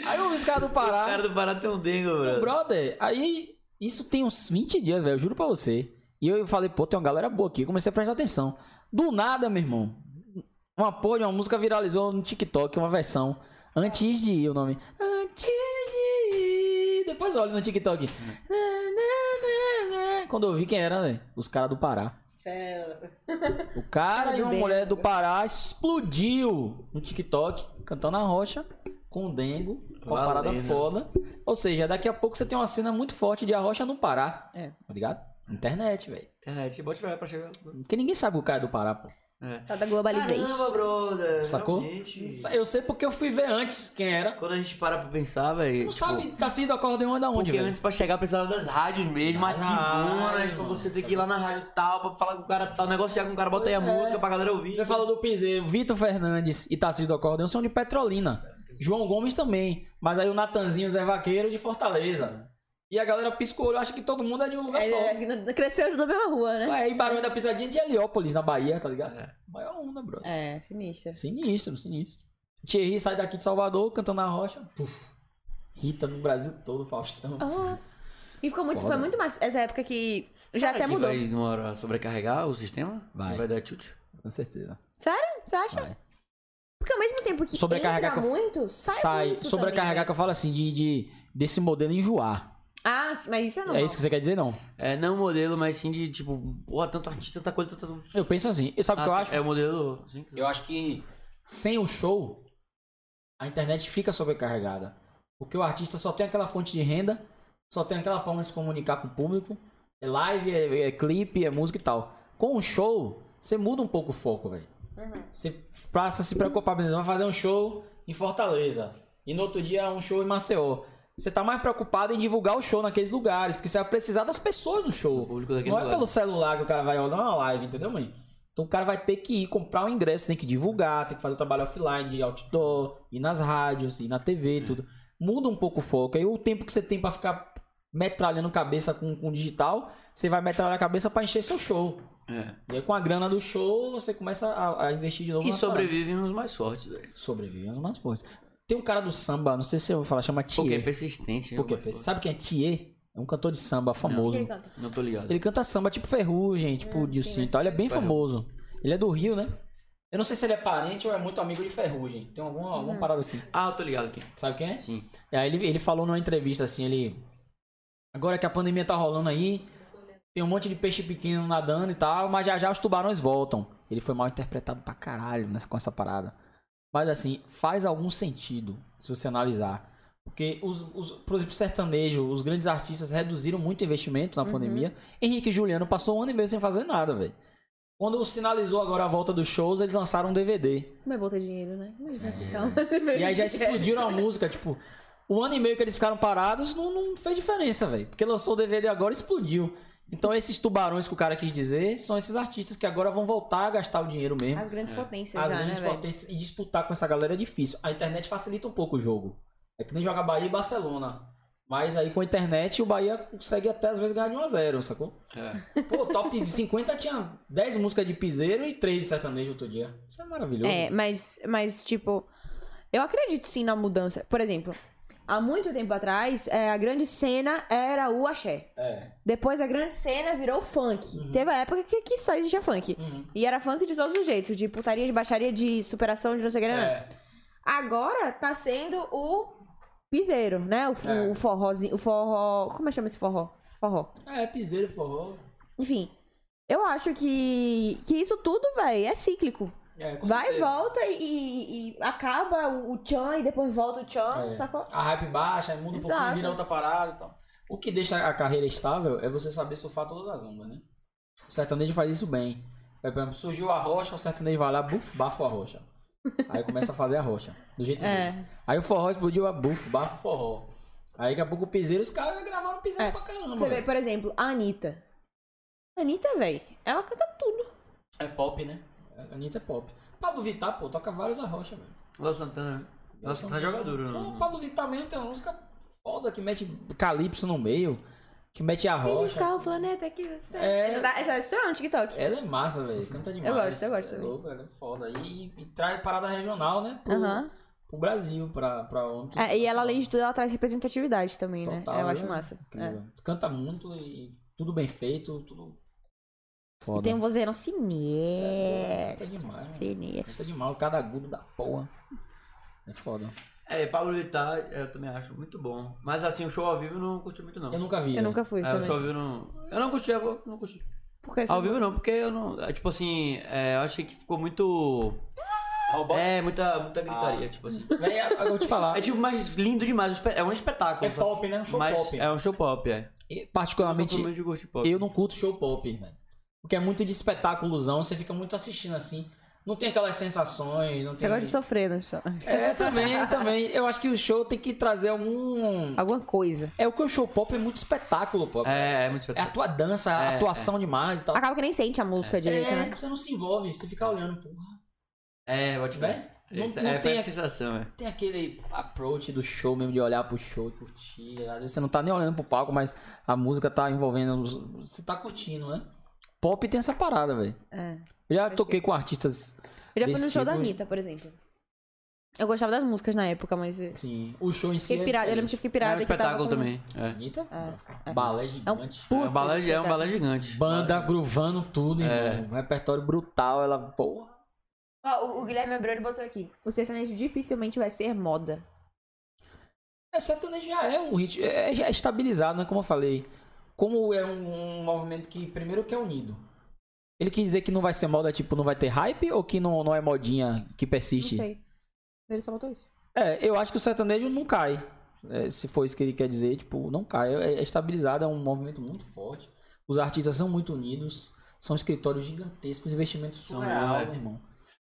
[SPEAKER 3] Aí eu ouvi os caras do
[SPEAKER 1] Os
[SPEAKER 3] Pará.
[SPEAKER 1] caras do Pará tem um dengo,
[SPEAKER 3] Meu
[SPEAKER 1] bro.
[SPEAKER 3] brother, aí isso tem uns 20 dias, velho, eu juro pra você. E eu falei, pô, tem uma galera boa aqui. Comecei a prestar atenção. Do nada, meu irmão, uma porra de uma música viralizou no TikTok, uma versão. Antes de ir, o nome. Antes de ir. Depois olha no TikTok. Na, na, na, na. Quando eu vi quem era, velho, os caras do Pará.
[SPEAKER 6] É,
[SPEAKER 3] O cara
[SPEAKER 6] Cara
[SPEAKER 3] e uma
[SPEAKER 6] do
[SPEAKER 3] mulher do Pará explodiu no TikTok, cantando a rocha, com o dengo, com uma
[SPEAKER 1] Valeu,
[SPEAKER 3] parada
[SPEAKER 1] né?
[SPEAKER 3] foda. Ou seja, daqui a pouco você tem uma cena muito forte de a rocha no Pará.
[SPEAKER 6] É.
[SPEAKER 3] Tá ligado? Internet, velho.
[SPEAKER 1] Internet, bote pra lá pra chegar.
[SPEAKER 3] Porque ninguém sabe o cara do Pará, pô.
[SPEAKER 1] É.
[SPEAKER 6] Tá da globalization.
[SPEAKER 1] Caramba, brother.
[SPEAKER 3] Sacou?
[SPEAKER 1] realmente.
[SPEAKER 3] Eu sei porque eu fui ver antes quem era.
[SPEAKER 1] Quando a gente para pra pensar, velho.
[SPEAKER 3] Você não sabe tá sendo acordeão da onde,
[SPEAKER 1] Porque
[SPEAKER 3] velho?
[SPEAKER 1] antes pra chegar precisava das rádios mesmo,
[SPEAKER 3] Das
[SPEAKER 1] ativonas,
[SPEAKER 3] rádios,
[SPEAKER 1] pra
[SPEAKER 3] mano.
[SPEAKER 1] você ter que ir lá na rádio tal, pra falar com o cara tal, negociar com o cara, bota aí a
[SPEAKER 3] Pois é.
[SPEAKER 1] música pra galera ouvir.
[SPEAKER 3] Você falou do Piseiro, Vitor Fernandes e Tarcísio do Acordeão são de Petrolina. João Gomes também. Mas aí o Natanzinho, o Zé Vaqueiro, de Fortaleza. E a galera piscou o olho, acha que todo mundo é de um lugar só.
[SPEAKER 6] É, cresceu na mesma rua, né?
[SPEAKER 3] Ué, e Barulho da Pisadinha de Heliópolis, na Bahia, tá ligado?
[SPEAKER 1] É.
[SPEAKER 3] Maior onda, bro.
[SPEAKER 6] É, sinistra.
[SPEAKER 3] Sinistro, sinistro. Thierry sai daqui de Salvador cantando a rocha. Puf. Rita no Brasil todo, Faustão.
[SPEAKER 6] Ah. E ficou muito,
[SPEAKER 3] Oh. Foda.
[SPEAKER 6] foi muito mais essa época que já
[SPEAKER 1] Será
[SPEAKER 6] até
[SPEAKER 1] que
[SPEAKER 6] mudou.
[SPEAKER 1] Vai numa hora sobrecarregar o sistema?
[SPEAKER 3] Vai.
[SPEAKER 1] E Vai dar chute?
[SPEAKER 3] Ah, Com certeza.
[SPEAKER 6] Você acha?
[SPEAKER 3] Vai.
[SPEAKER 6] Porque ao mesmo tempo que
[SPEAKER 3] Sobrecarregar
[SPEAKER 6] entra
[SPEAKER 3] que eu-
[SPEAKER 6] muito, sai,
[SPEAKER 3] Sai,
[SPEAKER 6] muito
[SPEAKER 3] sobrecarregar, que
[SPEAKER 6] também, né?
[SPEAKER 3] eu falo assim, de, de- desse modelo enjoar.
[SPEAKER 6] né? Ah, mas isso é normal.
[SPEAKER 3] É isso que você quer dizer, não?
[SPEAKER 1] É, não modelo, mas sim de tipo, porra, tanto artista, tanta coisa, tanto.
[SPEAKER 3] Eu penso assim. E sabe o que eu
[SPEAKER 1] Ah,
[SPEAKER 3] acho?
[SPEAKER 1] É o modelo. Sim,
[SPEAKER 3] Eu acho que sem o show, a internet fica sobrecarregada. Porque o artista só tem aquela fonte de renda, só tem aquela forma de se comunicar com o público. É live, é, é clipe, é música e tal. Com o show, você muda um pouco o foco, velho. Você passa a se preocupar, beleza, vai fazer um show em Fortaleza. E no outro dia um show em Maceió. Você tá mais preocupado em divulgar o show naqueles lugares, porque você vai precisar das pessoas do show.
[SPEAKER 1] O público daquele
[SPEAKER 3] Não é
[SPEAKER 1] lugar.
[SPEAKER 3] pelo celular que o cara vai olhar uma live, entendeu, mãe? Então o cara vai ter que ir comprar o ingresso, tem que divulgar, tem que fazer o trabalho offline de outdoor, ir nas rádios, ir na TV e tudo. Muda um pouco o foco. Aí o tempo que você tem pra ficar metralhando cabeça com com o digital, você vai metralhar a cabeça pra encher seu show.
[SPEAKER 1] É.
[SPEAKER 3] E aí com a grana do show, você começa a, a investir de novo
[SPEAKER 1] E
[SPEAKER 3] nas
[SPEAKER 1] sobrevivem os mais fortes, velho.
[SPEAKER 3] paradas. Sobrevivendo nas forças. Tem um cara do samba, não sei se eu vou falar, chama
[SPEAKER 1] Porque é
[SPEAKER 3] Thier.
[SPEAKER 1] persistente, né?
[SPEAKER 3] Porque,
[SPEAKER 1] o mais forte.
[SPEAKER 3] sabe quem é Thier? É um cantor de samba famoso.
[SPEAKER 6] Ele canta.
[SPEAKER 1] Não tô ligado.
[SPEAKER 3] Ele canta samba tipo Ferrugem, tipo
[SPEAKER 6] Hum, sim,
[SPEAKER 3] Dilcinho e
[SPEAKER 6] mas
[SPEAKER 3] tal. Ele é bem
[SPEAKER 1] Ferrugem.
[SPEAKER 3] famoso. Ele é do Rio, né? Eu não sei se ele é parente ou é muito amigo de Ferrugem. Tem alguma, alguma
[SPEAKER 6] Uhum.
[SPEAKER 3] parada assim.
[SPEAKER 1] Ah, eu tô ligado aqui.
[SPEAKER 3] Sabe quem é?
[SPEAKER 1] Sim.
[SPEAKER 3] E aí ele, ele falou numa entrevista assim, ele. Agora que a pandemia tá rolando aí, tem um monte de peixe pequeno nadando e tal, mas já já os tubarões voltam. Ele foi mal interpretado pra caralho nessa, com essa parada. Mas assim, faz algum sentido se você analisar. Porque os, os, por exemplo, sertanejo, os grandes artistas reduziram muito o investimento na pandemia. Henrique e Juliano passou um ano e meio sem fazer nada, velho. Quando sinalizou agora a volta dos shows, eles lançaram um DVD.
[SPEAKER 6] Como é bom ter dinheiro, né? Imagina ficar um...
[SPEAKER 3] É. E aí já explodiram a música, tipo, o ano e meio que eles ficaram parados não, não fez diferença, velho. Porque lançou o DVD agora e explodiu. Então esses tubarões que o cara quis dizer são esses artistas que agora vão voltar a gastar o dinheiro mesmo.
[SPEAKER 2] As grandes potências
[SPEAKER 3] É. As
[SPEAKER 2] já,
[SPEAKER 3] grandes
[SPEAKER 2] né, velho?
[SPEAKER 3] potências e disputar com essa galera é difícil. A internet facilita um pouco o jogo. É que nem jogar Bahia e Barcelona. Mas aí com a internet o Bahia consegue até às vezes ganhar de 1x0, sacou?
[SPEAKER 1] É.
[SPEAKER 3] Pô, top 50 tinha 10 músicas de piseiro e 3 de sertanejo outro dia. Isso é maravilhoso.
[SPEAKER 2] É, mas, mas, tipo, eu acredito sim na mudança. Por exemplo, há muito tempo atrás, é, a grande cena era o axé.
[SPEAKER 3] É.
[SPEAKER 2] Depois a grande cena virou funk. Teve a época que, que só existia funk.
[SPEAKER 3] Uhum.
[SPEAKER 2] E era funk de todos os jeitos, de putaria, de baixaria, de superação, de não sei o que. né?
[SPEAKER 3] É.
[SPEAKER 2] Agora tá sendo o piseiro, né? O, f-
[SPEAKER 3] É.
[SPEAKER 2] o forrozinho, o forró... Como é que chama esse forró? Forró.
[SPEAKER 3] É, piseiro, forró.
[SPEAKER 2] Enfim, eu acho que, que isso tudo, velho, é cíclico.
[SPEAKER 3] É, com
[SPEAKER 2] Vai e
[SPEAKER 3] certeza.
[SPEAKER 2] volta e, e- e acaba o, o Chan e depois volta o Chan,
[SPEAKER 3] É.
[SPEAKER 2] sacou?
[SPEAKER 3] A hype baixa, aí muda um pouquinho,
[SPEAKER 2] Exato.
[SPEAKER 3] vira outra parada e tal. O que deixa a carreira estável é você saber surfar todas as ondas, né? O sertanejo faz isso bem. Por exemplo, surgiu a rocha, o sertanejo vai lá, buf, bafo a rocha. Aí começa a fazer a rocha, do jeito
[SPEAKER 2] É.
[SPEAKER 3] deles. Aí o forró explodiu a buf, bafo forró. Aí daqui a pouco o piseiro, os caras gravaram piseiro
[SPEAKER 2] É.
[SPEAKER 3] pra caramba.
[SPEAKER 2] Você vê,
[SPEAKER 3] velho.
[SPEAKER 2] por exemplo, a Anitta. A Anitta, velho, ela canta tudo.
[SPEAKER 3] É pop, né? A Anitta é pop. Pablo Vittar, pô, toca vários a rocha, velho.
[SPEAKER 1] Léo Santana. Léo Santana joga duro,
[SPEAKER 3] Pô,
[SPEAKER 1] tá né, não.
[SPEAKER 3] O Pablo Vittar mesmo tem uma música foda que mete calypso no meio, que mete a
[SPEAKER 2] Quem diz
[SPEAKER 3] rocha.
[SPEAKER 2] qual o planeta que você...
[SPEAKER 3] É.
[SPEAKER 2] Essa, tá, essa estourou no TikTok.
[SPEAKER 3] Ela é massa, velho. Canta demais.
[SPEAKER 2] gosto, eu gosto
[SPEAKER 3] É
[SPEAKER 2] também.
[SPEAKER 3] louco, ela é foda. E, e traz parada regional, né? Pro,
[SPEAKER 2] Aham.
[SPEAKER 3] pro Brasil, pra, pra onde.
[SPEAKER 2] É, e ela, além de tudo, ela traz representatividade também,
[SPEAKER 3] Total,
[SPEAKER 2] né? Eu acho
[SPEAKER 3] né?
[SPEAKER 2] massa. É.
[SPEAKER 3] Incrível. Canta muito e tudo bem feito, tudo. Foda.
[SPEAKER 2] E tem um vozeirão
[SPEAKER 3] Cê é
[SPEAKER 2] sinistro.
[SPEAKER 3] louco, Canta demais, velho.
[SPEAKER 2] Sinistro.
[SPEAKER 3] Canta demais. Cada agudo da porra. É foda.
[SPEAKER 1] É, Pablo Vittar eu também acho muito bom. Mas assim, o show ao vivo eu não curti muito, não.
[SPEAKER 3] Eu nunca vi.
[SPEAKER 2] Eu
[SPEAKER 3] né?
[SPEAKER 2] nunca fui
[SPEAKER 1] É, o show
[SPEAKER 2] também.
[SPEAKER 1] ao vivo eu não. Eu não curti, eu não curti.
[SPEAKER 2] Porque
[SPEAKER 1] Ao vivo não, porque eu não. é, Tipo assim, é, eu achei que ficou muito.
[SPEAKER 4] Robótico.
[SPEAKER 1] É, muita, muita
[SPEAKER 3] Ah.
[SPEAKER 1] gritaria, tipo assim.
[SPEAKER 3] Véi, agora eu vou te falar.
[SPEAKER 1] É tipo, mas lindo demais, um espe- é um espetáculo.
[SPEAKER 3] É
[SPEAKER 1] sabe?
[SPEAKER 3] pop, né? Um show
[SPEAKER 1] mas
[SPEAKER 3] pop.
[SPEAKER 1] É um show pop, é.
[SPEAKER 3] E,
[SPEAKER 1] Eu
[SPEAKER 3] particularmente,
[SPEAKER 1] sou muito de gosto de pop.
[SPEAKER 3] Eu não curto show pop, velho. Porque é muito de espetáculozão, você fica muito assistindo assim. Não tem aquelas sensações, não
[SPEAKER 2] Você
[SPEAKER 3] tem.
[SPEAKER 2] gosta de sofrer, não só?
[SPEAKER 3] É, também, também. Eu acho que o show tem que trazer algum.
[SPEAKER 2] Alguma coisa.
[SPEAKER 3] É o que o show pop é muito espetáculo, pô. É,
[SPEAKER 1] É, é muito
[SPEAKER 3] a
[SPEAKER 1] espetáculo.
[SPEAKER 3] tua dança, a
[SPEAKER 1] É,
[SPEAKER 3] atuação demais e tal.
[SPEAKER 2] Acaba que nem sente a música direito,
[SPEAKER 3] É,
[SPEAKER 2] né?
[SPEAKER 3] você não se envolve, você fica olhando, porra.
[SPEAKER 1] É, bote fé.
[SPEAKER 3] Né? Não,
[SPEAKER 1] Esse-
[SPEAKER 3] não
[SPEAKER 1] É, foi
[SPEAKER 3] tem,
[SPEAKER 1] a
[SPEAKER 3] aqu-
[SPEAKER 1] sensação, é.
[SPEAKER 3] tem aquele approach do show mesmo, de olhar pro show e curtir. Às vezes você não tá nem olhando pro palco, mas a música tá envolvendo. os- Você tá curtindo, né? Pop tem essa parada, velho.
[SPEAKER 2] É.
[SPEAKER 3] Eu já toquei com artistas
[SPEAKER 2] Eu já fui no
[SPEAKER 3] Desse
[SPEAKER 2] show da
[SPEAKER 3] tipo-
[SPEAKER 2] Anitta, por exemplo. Eu gostava das músicas na época, mas. eu
[SPEAKER 3] Sim. assim, O show em si.
[SPEAKER 2] Fiquei pirada. Eu lembro que eu fiquei pirada.
[SPEAKER 1] é um
[SPEAKER 2] que eu tava
[SPEAKER 1] espetáculo
[SPEAKER 2] com-
[SPEAKER 1] também. É.
[SPEAKER 3] Anitta?
[SPEAKER 2] É, é.
[SPEAKER 3] Balé gigante.
[SPEAKER 1] É um balé, é um
[SPEAKER 2] espetáculo.
[SPEAKER 1] balé gigante.
[SPEAKER 3] Banda gruvando tudo,
[SPEAKER 1] É.
[SPEAKER 3] irmão. Um repertório brutal. Ela, porra.
[SPEAKER 2] Ó, o, o Guilherme Abreu botou aqui. O sertanejo dificilmente vai ser moda.
[SPEAKER 3] É, o sertanejo já é um ritmo. É, já é estabilizado, né? Como eu falei. Como é um, um movimento que, primeiro, que é unido. Ele quis dizer que não vai ser moda, tipo, não vai ter hype ou que não, não é modinha que persiste?
[SPEAKER 2] Não sei. Ele só botou isso.
[SPEAKER 3] É, eu acho que o sertanejo não cai. É, se for isso que ele quer dizer, tipo, não cai. É, é estabilizado, é um movimento muito forte. Os artistas são muito unidos, são escritórios gigantescos, investimentos
[SPEAKER 1] São,
[SPEAKER 3] surreal,
[SPEAKER 1] é.
[SPEAKER 3] meu irmão.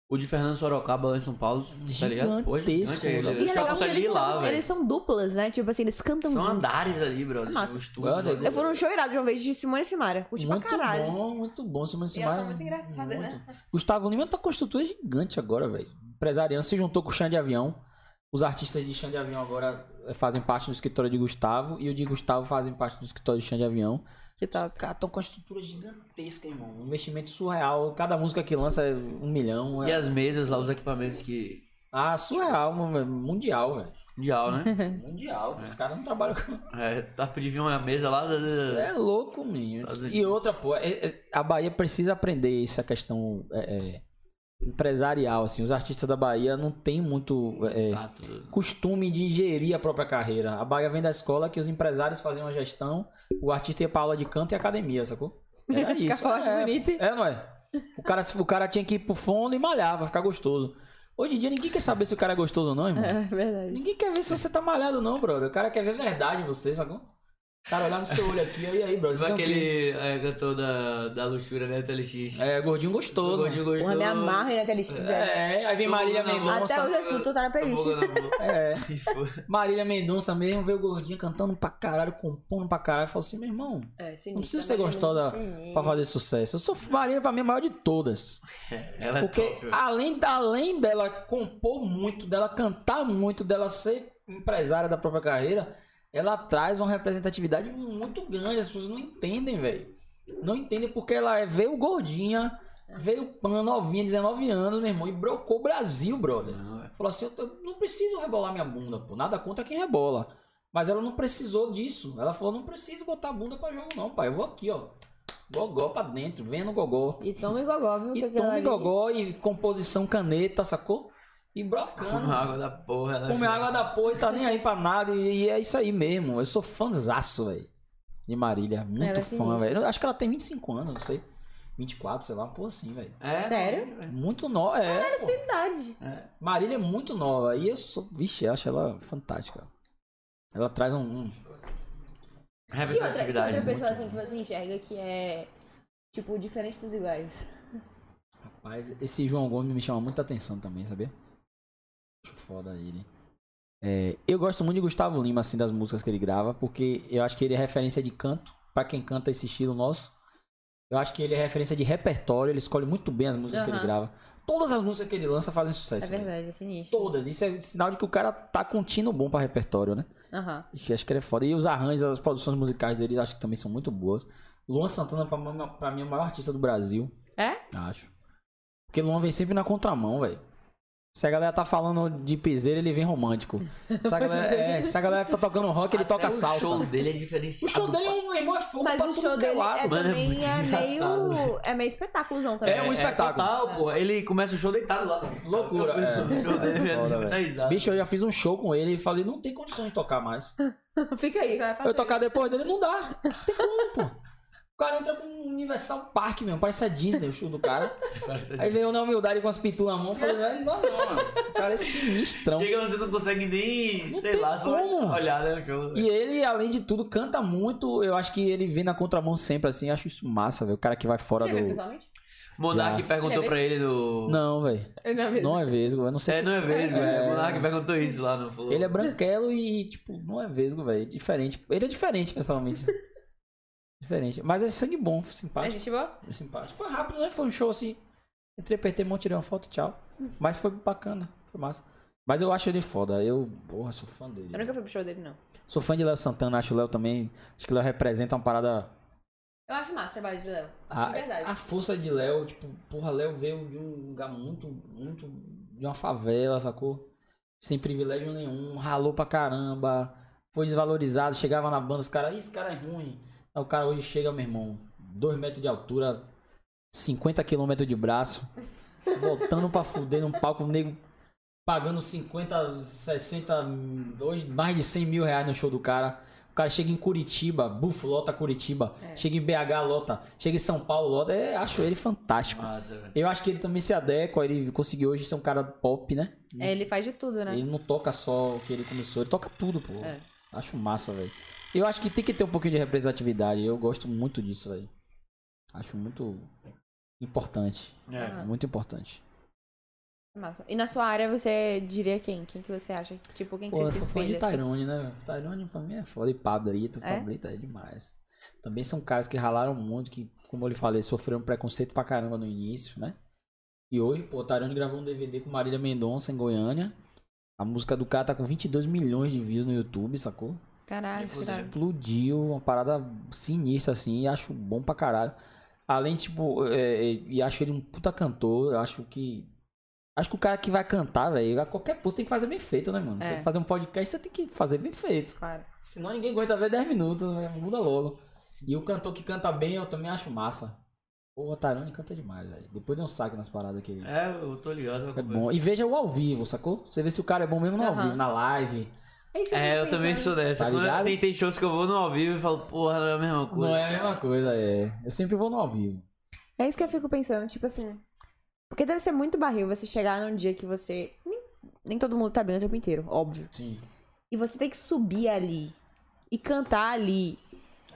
[SPEAKER 1] O de Fernando Sorocaba lá em São Paulo, tá ligado? Pô, é
[SPEAKER 3] Gigantesco,
[SPEAKER 1] gigante, ele-
[SPEAKER 3] mano.
[SPEAKER 1] Eles cantam ali e
[SPEAKER 2] eles,
[SPEAKER 1] lá,
[SPEAKER 2] são,
[SPEAKER 1] velho.
[SPEAKER 2] eles são duplas, né? Tipo assim, eles cantam
[SPEAKER 1] São
[SPEAKER 2] juntos.
[SPEAKER 1] andares ali, bro.
[SPEAKER 3] Ah,
[SPEAKER 2] É massa.
[SPEAKER 1] O
[SPEAKER 3] Olha,
[SPEAKER 1] estúdio.
[SPEAKER 2] Eu fui num show irado de uma vez de Simone e Simara. Curti pra
[SPEAKER 3] muito
[SPEAKER 2] caralho.
[SPEAKER 3] bom, muito bom. Simone
[SPEAKER 7] E elas
[SPEAKER 3] Simaria,
[SPEAKER 7] são muito engraçadas, né?
[SPEAKER 3] muito. Gustavo Lima tá com uma estrutura gigante agora, velho. Empresariando, se juntou com o Chão de Avião. Os artistas de Chão de Avião agora eh, fazem parte do escritório de Gustavo. E o de Gustavo fazem parte do escritório de Chão de Avião.
[SPEAKER 2] Que
[SPEAKER 3] Os
[SPEAKER 2] top.
[SPEAKER 3] caras estão com uma estrutura gigantesca, irmão. Um investimento surreal. Cada música que lança é um milhão.
[SPEAKER 1] E
[SPEAKER 3] É...
[SPEAKER 1] as mesas lá, os equipamentos que.
[SPEAKER 3] Ah, surreal, mano, é mundial, velho.
[SPEAKER 1] Mundial, né?
[SPEAKER 3] É Mundial. Os caras não trabalham com.
[SPEAKER 1] É, tá previu uma mesa lá. da- da-
[SPEAKER 3] Isso é louco, menino.
[SPEAKER 1] Estados Unidos.
[SPEAKER 3] E outra, pô, é- é- a Bahia precisa aprender essa questão é, é, empresarial, assim. Os artistas da Bahia não tem muito. é,
[SPEAKER 1] Tá, tudo.
[SPEAKER 3] costume de gerir a própria carreira. A Bahia vem da escola que os empresários faziam a gestão, o artista ia pra aula de canto e academia, sacou? Era
[SPEAKER 2] Fica
[SPEAKER 3] isso.
[SPEAKER 2] forte,
[SPEAKER 3] é,
[SPEAKER 2] bonito.
[SPEAKER 3] é, não é? O cara, o cara tinha que ir pro fundo e malhar pra ficar gostoso. Hoje em dia ninguém quer saber se o cara é gostoso ou não, irmão.
[SPEAKER 2] É verdade.
[SPEAKER 3] Ninguém quer ver se você tá malhado ou não, brother. O cara quer ver verdade em você, sacou? Cara, olhar no seu olho aqui, e aí,
[SPEAKER 1] Tipo
[SPEAKER 3] bro? vocês tão aqui?
[SPEAKER 1] aquele é, cantor da, da Luxúria, né, TLX?
[SPEAKER 3] É, gordinho gostoso.
[SPEAKER 1] Gordinho gostoso.
[SPEAKER 6] Uma me amarra, né, Telix?
[SPEAKER 3] É, aí vem
[SPEAKER 1] Tô
[SPEAKER 3] Marília
[SPEAKER 1] bugando a mão.
[SPEAKER 6] Até
[SPEAKER 3] Mendonça.
[SPEAKER 6] hoje eu escuto, tá na playlist.
[SPEAKER 1] Tô bugando a mão.
[SPEAKER 3] É,
[SPEAKER 1] E foi.
[SPEAKER 3] Marília Mendonça mesmo, veio o gordinho cantando pra caralho, compondo pra caralho. Falou assim, meu irmão,
[SPEAKER 6] É, sinistro.
[SPEAKER 3] não precisa ser gostosa pra fazer sucesso. Eu sou Marília, pra mim, a maior de todas.
[SPEAKER 1] Ela é
[SPEAKER 3] Porque
[SPEAKER 1] top, velho.
[SPEAKER 3] além, da- além dela compor muito, dela cantar muito, dela ser empresária da própria carreira, ela traz uma representatividade muito grande. As pessoas não entendem, velho. Não entendem porque ela é- veio gordinha, veio pan, novinha, 19 anos, meu irmão, e brocou o Brasil, brother.
[SPEAKER 1] Não, é.
[SPEAKER 3] Falou assim, eu, eu não preciso rebolar minha bunda, pô. Nada contra quem rebola. Mas ela não precisou disso. Ela falou, não preciso botar a bunda pra jogo não, pai. Eu vou aqui, ó. Gogó pra dentro, venha no gogó.
[SPEAKER 6] E toma e gogó, viu? que
[SPEAKER 3] E
[SPEAKER 6] aquela
[SPEAKER 3] tome
[SPEAKER 6] ali-
[SPEAKER 3] gogó e composição caneta, sacou? E
[SPEAKER 1] Come
[SPEAKER 3] brocando.
[SPEAKER 1] água da porra. ela
[SPEAKER 3] Come
[SPEAKER 1] já-
[SPEAKER 3] água da porra e tá nem aí pra nada. E, e é isso aí mesmo. Eu sou fãzaço, velho. De Marília.
[SPEAKER 6] Ela
[SPEAKER 3] Muito fã,
[SPEAKER 6] é sinistra.
[SPEAKER 3] velho. Eu Acho que ela tem 25 anos, não sei. 24, sei lá, uma porra assim, velho.
[SPEAKER 1] É,
[SPEAKER 6] Sério?
[SPEAKER 1] é.
[SPEAKER 3] Muito nova. É, pô.
[SPEAKER 6] Verdade.
[SPEAKER 3] Marília é muito nova. E eu sou. Vixe, eu acho ela fantástica. Ela traz um. um-
[SPEAKER 2] Que outra, que
[SPEAKER 1] Representatividade.
[SPEAKER 2] outra
[SPEAKER 1] muito.
[SPEAKER 2] pessoa assim que você enxerga que é, tipo, diferente dos iguais?
[SPEAKER 3] Rapaz, esse João Gomes me chama muita atenção também, sabia? Acho foda ele. É, eu gosto muito de Gustavo Lima, assim, das músicas que ele grava, porque eu acho que ele é referência de canto, pra quem canta esse estilo nosso. Eu acho que ele é referência de repertório, ele escolhe muito bem as músicas que ele
[SPEAKER 6] Aham.
[SPEAKER 3] grava. Todas as músicas que ele lança fazem
[SPEAKER 6] É
[SPEAKER 3] sucesso. velho.
[SPEAKER 6] verdade, é sinistro.
[SPEAKER 3] Todas. Isso é sinal de que o cara tá contínuo bom pra repertório, né?
[SPEAKER 6] Aham.
[SPEAKER 3] Acho acho que ele é foda. E os arranjos, as produções musicais dele, acho que também são muito boas. Luan Santana, pra, mim- pra mim, é o maior artista do Brasil.
[SPEAKER 6] É?
[SPEAKER 3] Acho. Porque Luan vem sempre na contramão, velho. Se a galera tá falando de piseiro, ele vem romântico. Se a galera, é, se a galera tá tocando rock, ele
[SPEAKER 1] Até
[SPEAKER 3] toca
[SPEAKER 1] o
[SPEAKER 3] salsa.
[SPEAKER 1] show dele é
[SPEAKER 3] O
[SPEAKER 1] diferenciado.
[SPEAKER 3] show dele é um irmão, é fogo
[SPEAKER 6] Mas
[SPEAKER 3] pra
[SPEAKER 6] o
[SPEAKER 3] tudo
[SPEAKER 6] show
[SPEAKER 3] que é
[SPEAKER 6] dele
[SPEAKER 3] lado.
[SPEAKER 6] é,
[SPEAKER 1] Mano, é
[SPEAKER 6] também
[SPEAKER 1] muito
[SPEAKER 6] é,
[SPEAKER 1] engraçado,
[SPEAKER 6] meio. É meio espetáculozão também.
[SPEAKER 3] É um espetáculo.
[SPEAKER 1] total, porra. Ele começa o show deitado lá.
[SPEAKER 3] Loucura, é.
[SPEAKER 1] O show dele é
[SPEAKER 3] Foda, velho.
[SPEAKER 1] deitado.
[SPEAKER 3] Bicho, eu já fiz um show com ele e falei, não tem condição de tocar mais.
[SPEAKER 6] Fica aí, vai fazer.
[SPEAKER 3] Eu tocar depois dele não dá. Não tem como, pô. O cara entra com um Universal Park mesmo, parece a Disney o show do cara.
[SPEAKER 1] assim.
[SPEAKER 3] Aí veio na humildade com as pinturas na mão, falei, velho, não dá não, mano. Esse cara é sinistrão.
[SPEAKER 1] Chega, você não consegue nem,
[SPEAKER 3] Não
[SPEAKER 1] sei
[SPEAKER 3] tem
[SPEAKER 1] lá, só
[SPEAKER 3] como.
[SPEAKER 1] olhar, né? o show.
[SPEAKER 3] E ele, além de tudo, canta muito. Eu acho que ele vem na contramão sempre, assim. Acho isso massa, velho. O cara que vai fora
[SPEAKER 2] Você já viu
[SPEAKER 3] do.
[SPEAKER 2] pessoalmente?
[SPEAKER 1] Monark
[SPEAKER 3] Já.
[SPEAKER 1] perguntou pra ele no.
[SPEAKER 3] Ah. Não, velho. Não é vesgo, eu não sei.
[SPEAKER 1] É, não é vesgo,
[SPEAKER 3] É.
[SPEAKER 1] é. O Monark perguntou isso lá no Flow.
[SPEAKER 3] Ele é branquelo e, tipo, não é vesgo, velho. Diferente. Ele é diferente, pessoalmente. diferente. Mas é sangue bom,
[SPEAKER 6] É
[SPEAKER 3] simpático.
[SPEAKER 6] gente boa?
[SPEAKER 3] Foi simpático. Foi rápido, né? Foi um show assim. Entrei, apertei mão, tirei uma foto, tchau. Mas foi bacana, foi massa. Mas eu acho ele foda. Eu, porra, sou fã dele.
[SPEAKER 6] Eu nunca fui pro show dele, não.
[SPEAKER 3] Sou fã de Léo Santana, acho o Léo também. Acho que o Léo representa uma parada.
[SPEAKER 2] Eu acho massa o trabalho de Léo.
[SPEAKER 3] A,
[SPEAKER 2] De verdade.
[SPEAKER 3] a força de Léo, tipo, porra, Léo veio de um lugar muito, muito. de uma favela, sacou? Sem privilégio nenhum, ralou pra caramba, foi desvalorizado, chegava na banda, os caras, "Ih, esse cara é ruim. Aí o cara hoje chega, meu irmão, 2 metros de altura, 50 quilômetros de braço, voltando pra fuder num palco, o nego pagando 50, 60, hum, hoje mais de 100 mil reais no show do cara. O cara chega em Curitiba, bufo, lota Curitiba.
[SPEAKER 6] É.
[SPEAKER 3] Chega em BH, lota. Chega em São Paulo, lota. É, acho ele fantástico.
[SPEAKER 6] Ah.
[SPEAKER 1] Massa, velho.
[SPEAKER 3] Eu acho que ele também se adequa, ele conseguiu hoje ser um cara pop, né?
[SPEAKER 6] É, ele faz de tudo, né?
[SPEAKER 3] Ele não toca só o que ele começou, ele toca tudo, pô.
[SPEAKER 6] É.
[SPEAKER 3] Acho massa, velho. Eu acho que tem que ter um pouquinho de representatividade. Eu gosto muito disso, velho. Acho muito importante.
[SPEAKER 1] É.
[SPEAKER 6] Ah.
[SPEAKER 3] Muito importante.
[SPEAKER 6] Massa. E na sua área você diria quem? Quem que você acha? Tipo, quem que
[SPEAKER 3] Pô, eu
[SPEAKER 6] você se
[SPEAKER 3] sou fã de
[SPEAKER 6] espelha? assim?
[SPEAKER 3] Tyrone, né? velho? Tyrone pra mim é foda. E Pablito,
[SPEAKER 6] É?
[SPEAKER 3] Pablito é demais. Também são caras que ralaram muito, que, como eu lhe falei, sofreram preconceito pra caramba no início, né? E hoje, pô, o Tyrone gravou um DVD com Marília Mendonça em Goiânia. A música do cara tá com 22 milhões de views no YouTube, sacou?
[SPEAKER 6] Caralho,
[SPEAKER 1] Inclusive.
[SPEAKER 6] caralho.
[SPEAKER 3] Explodiu, uma parada sinistra, assim, e acho bom pra caralho. Além, tipo, é, é, e acho ele um puta cantor, eu acho que. Acho que o cara que vai cantar, velho, a qualquer posto tem que fazer bem feito, né, mano?
[SPEAKER 6] É.
[SPEAKER 3] Você fazer um podcast, você tem que fazer bem feito.
[SPEAKER 6] Claro.
[SPEAKER 3] Senão ninguém aguenta ver 10 minutos, né? muda logo. E o cantor que canta bem, eu também acho massa. Pô, O Tarone canta demais, velho. Depois deu um saco nas paradas que ele. É,
[SPEAKER 1] É, eu tô ligado. eu acompanho.
[SPEAKER 3] bom. E veja o ao vivo, sacou? Você vê se o cara é bom mesmo no ao
[SPEAKER 6] Aham.
[SPEAKER 3] vivo, na live.
[SPEAKER 2] É, isso que
[SPEAKER 1] É, eu
[SPEAKER 2] fico
[SPEAKER 1] também
[SPEAKER 2] pensando.
[SPEAKER 1] sou dessa.
[SPEAKER 3] Tá
[SPEAKER 1] Quando
[SPEAKER 3] ligado?
[SPEAKER 1] tem, tem shows que eu vou no ao vivo e falo, porra, não é a mesma coisa.
[SPEAKER 3] Não é a mesma coisa, é. Eu sempre vou no ao vivo.
[SPEAKER 6] É isso que eu fico pensando, tipo assim. Porque deve ser muito barril você chegar num dia que você. Nem, nem todo mundo tá bem o tempo inteiro, óbvio.
[SPEAKER 3] Sim.
[SPEAKER 6] E você tem que subir ali. E cantar ali.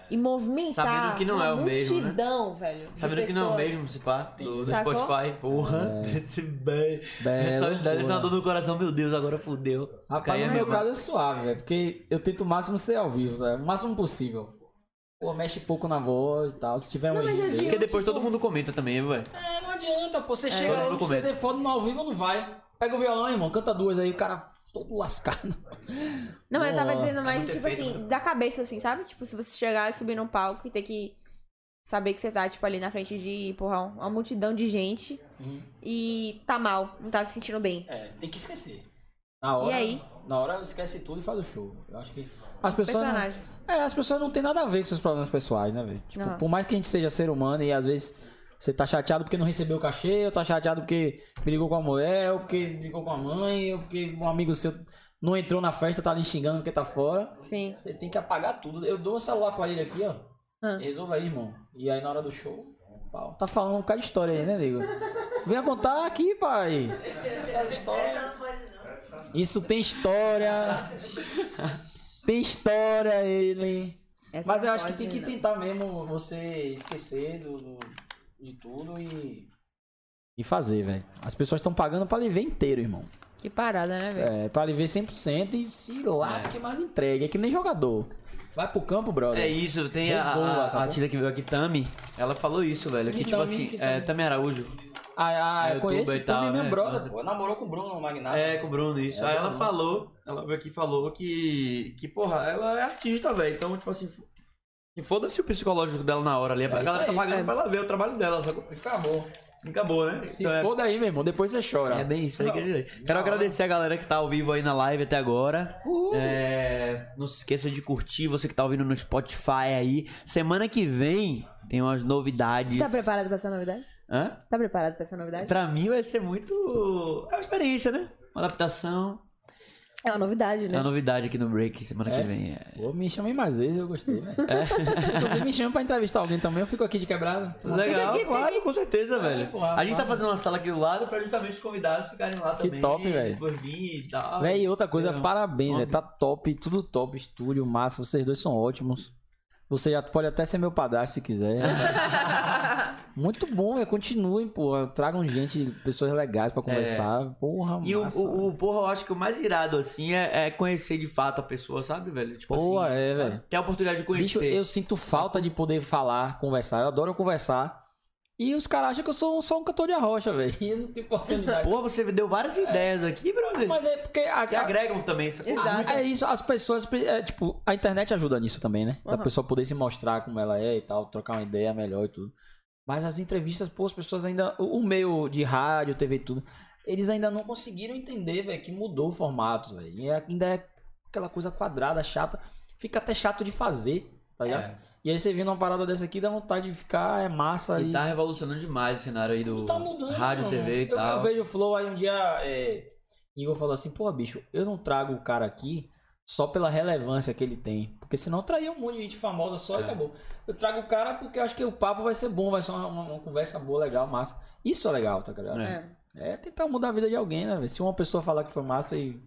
[SPEAKER 6] e movimentar
[SPEAKER 1] Sabendo que não é
[SPEAKER 6] uma
[SPEAKER 1] o mesmo, né?
[SPEAKER 6] multidão, velho. de
[SPEAKER 1] Sabendo que não é o
[SPEAKER 6] pessoas.
[SPEAKER 1] mesmo, se pá, do, do
[SPEAKER 6] Sacou?
[SPEAKER 1] Spotify.
[SPEAKER 3] É.
[SPEAKER 1] Porra, esse bem.
[SPEAKER 3] Belo,
[SPEAKER 1] Responsabilidade, essa
[SPEAKER 3] porra.
[SPEAKER 1] dor no coração, meu Deus, agora fudeu.
[SPEAKER 3] É, Rapaz,
[SPEAKER 1] Caia
[SPEAKER 3] no meu
[SPEAKER 1] minha
[SPEAKER 3] caso é suave, velho. Porque eu tento o máximo ser ao vivo, sabe? O máximo possível. Pô, mexe pouco na voz e tal. Se tiver um.
[SPEAKER 6] Não, mas eu
[SPEAKER 3] errinho
[SPEAKER 6] digo-
[SPEAKER 3] dele-
[SPEAKER 1] Porque depois todo mundo comenta também, velho.
[SPEAKER 3] É, não adianta, pô. Você chega
[SPEAKER 1] Todo
[SPEAKER 3] lá
[SPEAKER 1] mundo
[SPEAKER 3] no
[SPEAKER 1] comenta.
[SPEAKER 3] CD foda no ao vivo, não vai. Pega o violão, irmão. Canta duas aí, o cara todo lascado.
[SPEAKER 6] Não, mas eu tava
[SPEAKER 3] Boa.
[SPEAKER 6] dizendo mais,
[SPEAKER 1] é muito
[SPEAKER 6] tipo
[SPEAKER 1] efeito, né?
[SPEAKER 6] assim, da cabeça, assim, sabe? Tipo, se você chegar e subir num palco e ter que saber que você tá, tipo, ali na frente de, porra, uma multidão de gente
[SPEAKER 3] Uhum.
[SPEAKER 6] e tá mal, não tá se sentindo bem.
[SPEAKER 3] É, tem que esquecer. Na hora.
[SPEAKER 6] E aí?
[SPEAKER 3] Na hora esquece tudo e faz o show. Eu acho que. As pessoas. não-
[SPEAKER 6] Personagem.
[SPEAKER 3] É, as pessoas não têm nada a ver com seus problemas pessoais, né, velho? Tipo,
[SPEAKER 6] Aham.
[SPEAKER 3] por mais que a gente seja ser humano e às vezes você tá chateado porque não recebeu o cachê, ou tá chateado porque brigou com a mulher, ou porque brigou com a mãe, ou porque um amigo seu não entrou na festa, tá ali xingando porque tá fora.
[SPEAKER 6] Sim.
[SPEAKER 3] Você tem que apagar tudo. Eu dou o celular pra ele aqui, ó.
[SPEAKER 6] Ah.
[SPEAKER 3] Resolva aí, irmão. E aí na hora do show, pau. Tá falando um bocado de história aí, né, nego? Venha contar aqui, pai. Isso tem história. tem história, ele.
[SPEAKER 6] Essa
[SPEAKER 3] Mas
[SPEAKER 6] não
[SPEAKER 3] eu acho que
[SPEAKER 6] pode,
[SPEAKER 3] tem que
[SPEAKER 6] não.
[SPEAKER 3] tentar mesmo você esquecer do, do- de tudo e. E fazer, velho. As pessoas estão pagando pra lhe ver inteiro, irmão.
[SPEAKER 6] Que parada, né, velho?
[SPEAKER 3] É, pra lhe ver 100% e se lasque, mas entregue. É que nem jogador. Vai pro campo, brother.
[SPEAKER 1] É isso, tem a,
[SPEAKER 3] Resolva,
[SPEAKER 1] a, a
[SPEAKER 3] sacou?
[SPEAKER 1] Tita que veio aqui, Tami, ela falou isso, velho. Que tipo
[SPEAKER 3] Kitami,
[SPEAKER 1] assim,
[SPEAKER 3] Kitami.
[SPEAKER 1] é, Tami Araújo.
[SPEAKER 3] Ah, ah,
[SPEAKER 1] É,
[SPEAKER 3] eu conheço
[SPEAKER 1] youtuber e
[SPEAKER 3] o
[SPEAKER 1] tal,
[SPEAKER 3] Tommy, meu
[SPEAKER 1] né?
[SPEAKER 3] brother,
[SPEAKER 1] Nossa.
[SPEAKER 3] pô. Namorou com o Bruno Magnata.
[SPEAKER 1] É, com o Bruno, isso.
[SPEAKER 3] É,
[SPEAKER 1] Aí ela
[SPEAKER 3] Bruno.
[SPEAKER 1] falou, ela veio aqui e falou que, que, porra, ela é artista, velho. Então, tipo assim, fo- e foda-se o psicológico dela na hora ali.
[SPEAKER 3] É
[SPEAKER 1] a
[SPEAKER 3] isso
[SPEAKER 1] galera tá
[SPEAKER 3] aí,
[SPEAKER 1] pagando
[SPEAKER 3] é.
[SPEAKER 1] pra ela ver o trabalho dela, só que
[SPEAKER 3] Acabou.
[SPEAKER 1] acabou, né?
[SPEAKER 3] Se
[SPEAKER 1] é,
[SPEAKER 3] for daí, meu irmão, depois você chora.
[SPEAKER 1] é bem isso aí que eu diria.
[SPEAKER 3] da
[SPEAKER 1] Quero
[SPEAKER 3] hora.
[SPEAKER 1] agradecer a galera que tá ao vivo aí na live até agora. É, não se esqueça de curtir, você que tá ouvindo no Spotify aí. Semana que vem tem umas novidades.
[SPEAKER 6] Você tá preparado pra essa novidade?
[SPEAKER 1] Hã?
[SPEAKER 6] Tá preparado pra essa novidade?
[SPEAKER 1] Pra mim vai ser muito. É uma experiência, né? Uma adaptação.
[SPEAKER 6] É uma novidade,
[SPEAKER 1] É uma
[SPEAKER 6] né?
[SPEAKER 1] novidade aqui no break semana
[SPEAKER 3] É?
[SPEAKER 1] que vem. é.
[SPEAKER 3] Pô, me chamem mais vezes, eu gostei, velho. Inclusive, me chama pra entrevistar alguém também, eu fico aqui de quebrado.
[SPEAKER 1] Legal,
[SPEAKER 6] aqui, fica
[SPEAKER 1] claro, com certeza,
[SPEAKER 3] É,
[SPEAKER 1] velho.
[SPEAKER 3] porra,
[SPEAKER 1] a gente tá
[SPEAKER 3] claro.
[SPEAKER 1] fazendo uma sala aqui do lado pra justamente os convidados ficarem lá
[SPEAKER 3] Que
[SPEAKER 1] também.
[SPEAKER 3] top, velho.
[SPEAKER 1] Por vir e tal.
[SPEAKER 3] Véi, e outra coisa,
[SPEAKER 1] Legal.
[SPEAKER 3] parabéns,
[SPEAKER 1] Top.
[SPEAKER 3] velho. Tá top, tudo top, estúdio, massa. Vocês dois são ótimos. Você já pode até ser meu padrasto se quiser. Muito bom, velho. Continuem, porra. Tragam gente, pessoas legais pra conversar. Porra,
[SPEAKER 1] É. E o,
[SPEAKER 3] massa.
[SPEAKER 1] o, o- porra, eu acho que o mais irado, assim, é, é conhecer de fato a pessoa, sabe, velho? Tipo
[SPEAKER 3] Boa,
[SPEAKER 1] assim,
[SPEAKER 3] é,
[SPEAKER 1] sabe?
[SPEAKER 3] velho.
[SPEAKER 1] Ter a oportunidade de conhecer.
[SPEAKER 3] Bicho, eu sinto falta de poder falar, conversar. Eu adoro conversar. E os caras acham que eu sou só um cantor de arrocha, velho. E eu não tenho oportunidade.
[SPEAKER 1] Porra, você deu várias ideias aqui, brother.
[SPEAKER 3] É. Mas é porque. A,
[SPEAKER 1] Que
[SPEAKER 3] a-
[SPEAKER 1] agregam também essa coisa.
[SPEAKER 3] É isso, as pessoas. pre- é, tipo, a internet ajuda nisso também, né? Da
[SPEAKER 6] Aham.
[SPEAKER 3] pessoa poder se mostrar como ela é e tal, trocar uma ideia melhor e tudo. Mas as entrevistas, pô, as pessoas ainda. O o meio de rádio, TV e tudo. Eles ainda não conseguiram entender, velho, que mudou o formato, velho. E é- ainda é aquela coisa quadrada, chata. Fica até chato de fazer, tá ligado?
[SPEAKER 1] É.
[SPEAKER 3] E aí você vindo uma parada dessa aqui, dá vontade de ficar, é massa.
[SPEAKER 1] E
[SPEAKER 3] E
[SPEAKER 1] tá revolucionando demais o cenário aí do
[SPEAKER 3] tá mudando,
[SPEAKER 1] rádio,
[SPEAKER 3] mano.
[SPEAKER 1] TV e
[SPEAKER 3] eu,
[SPEAKER 1] tal.
[SPEAKER 3] Eu vejo o Flow aí um dia. É, Igor falou assim: Porra, bicho, eu não trago o cara aqui só pela relevância que ele tem. Porque senão eu traria um monte de gente famosa só e
[SPEAKER 1] É.
[SPEAKER 3] acabou. Eu trago o cara porque eu acho que o papo vai ser bom, vai ser uma, uma- uma conversa boa, legal, massa. Isso é legal, tá ligado? É,
[SPEAKER 1] É.
[SPEAKER 3] tentar mudar a vida de alguém, né, velho? Se uma pessoa falar que foi massa e.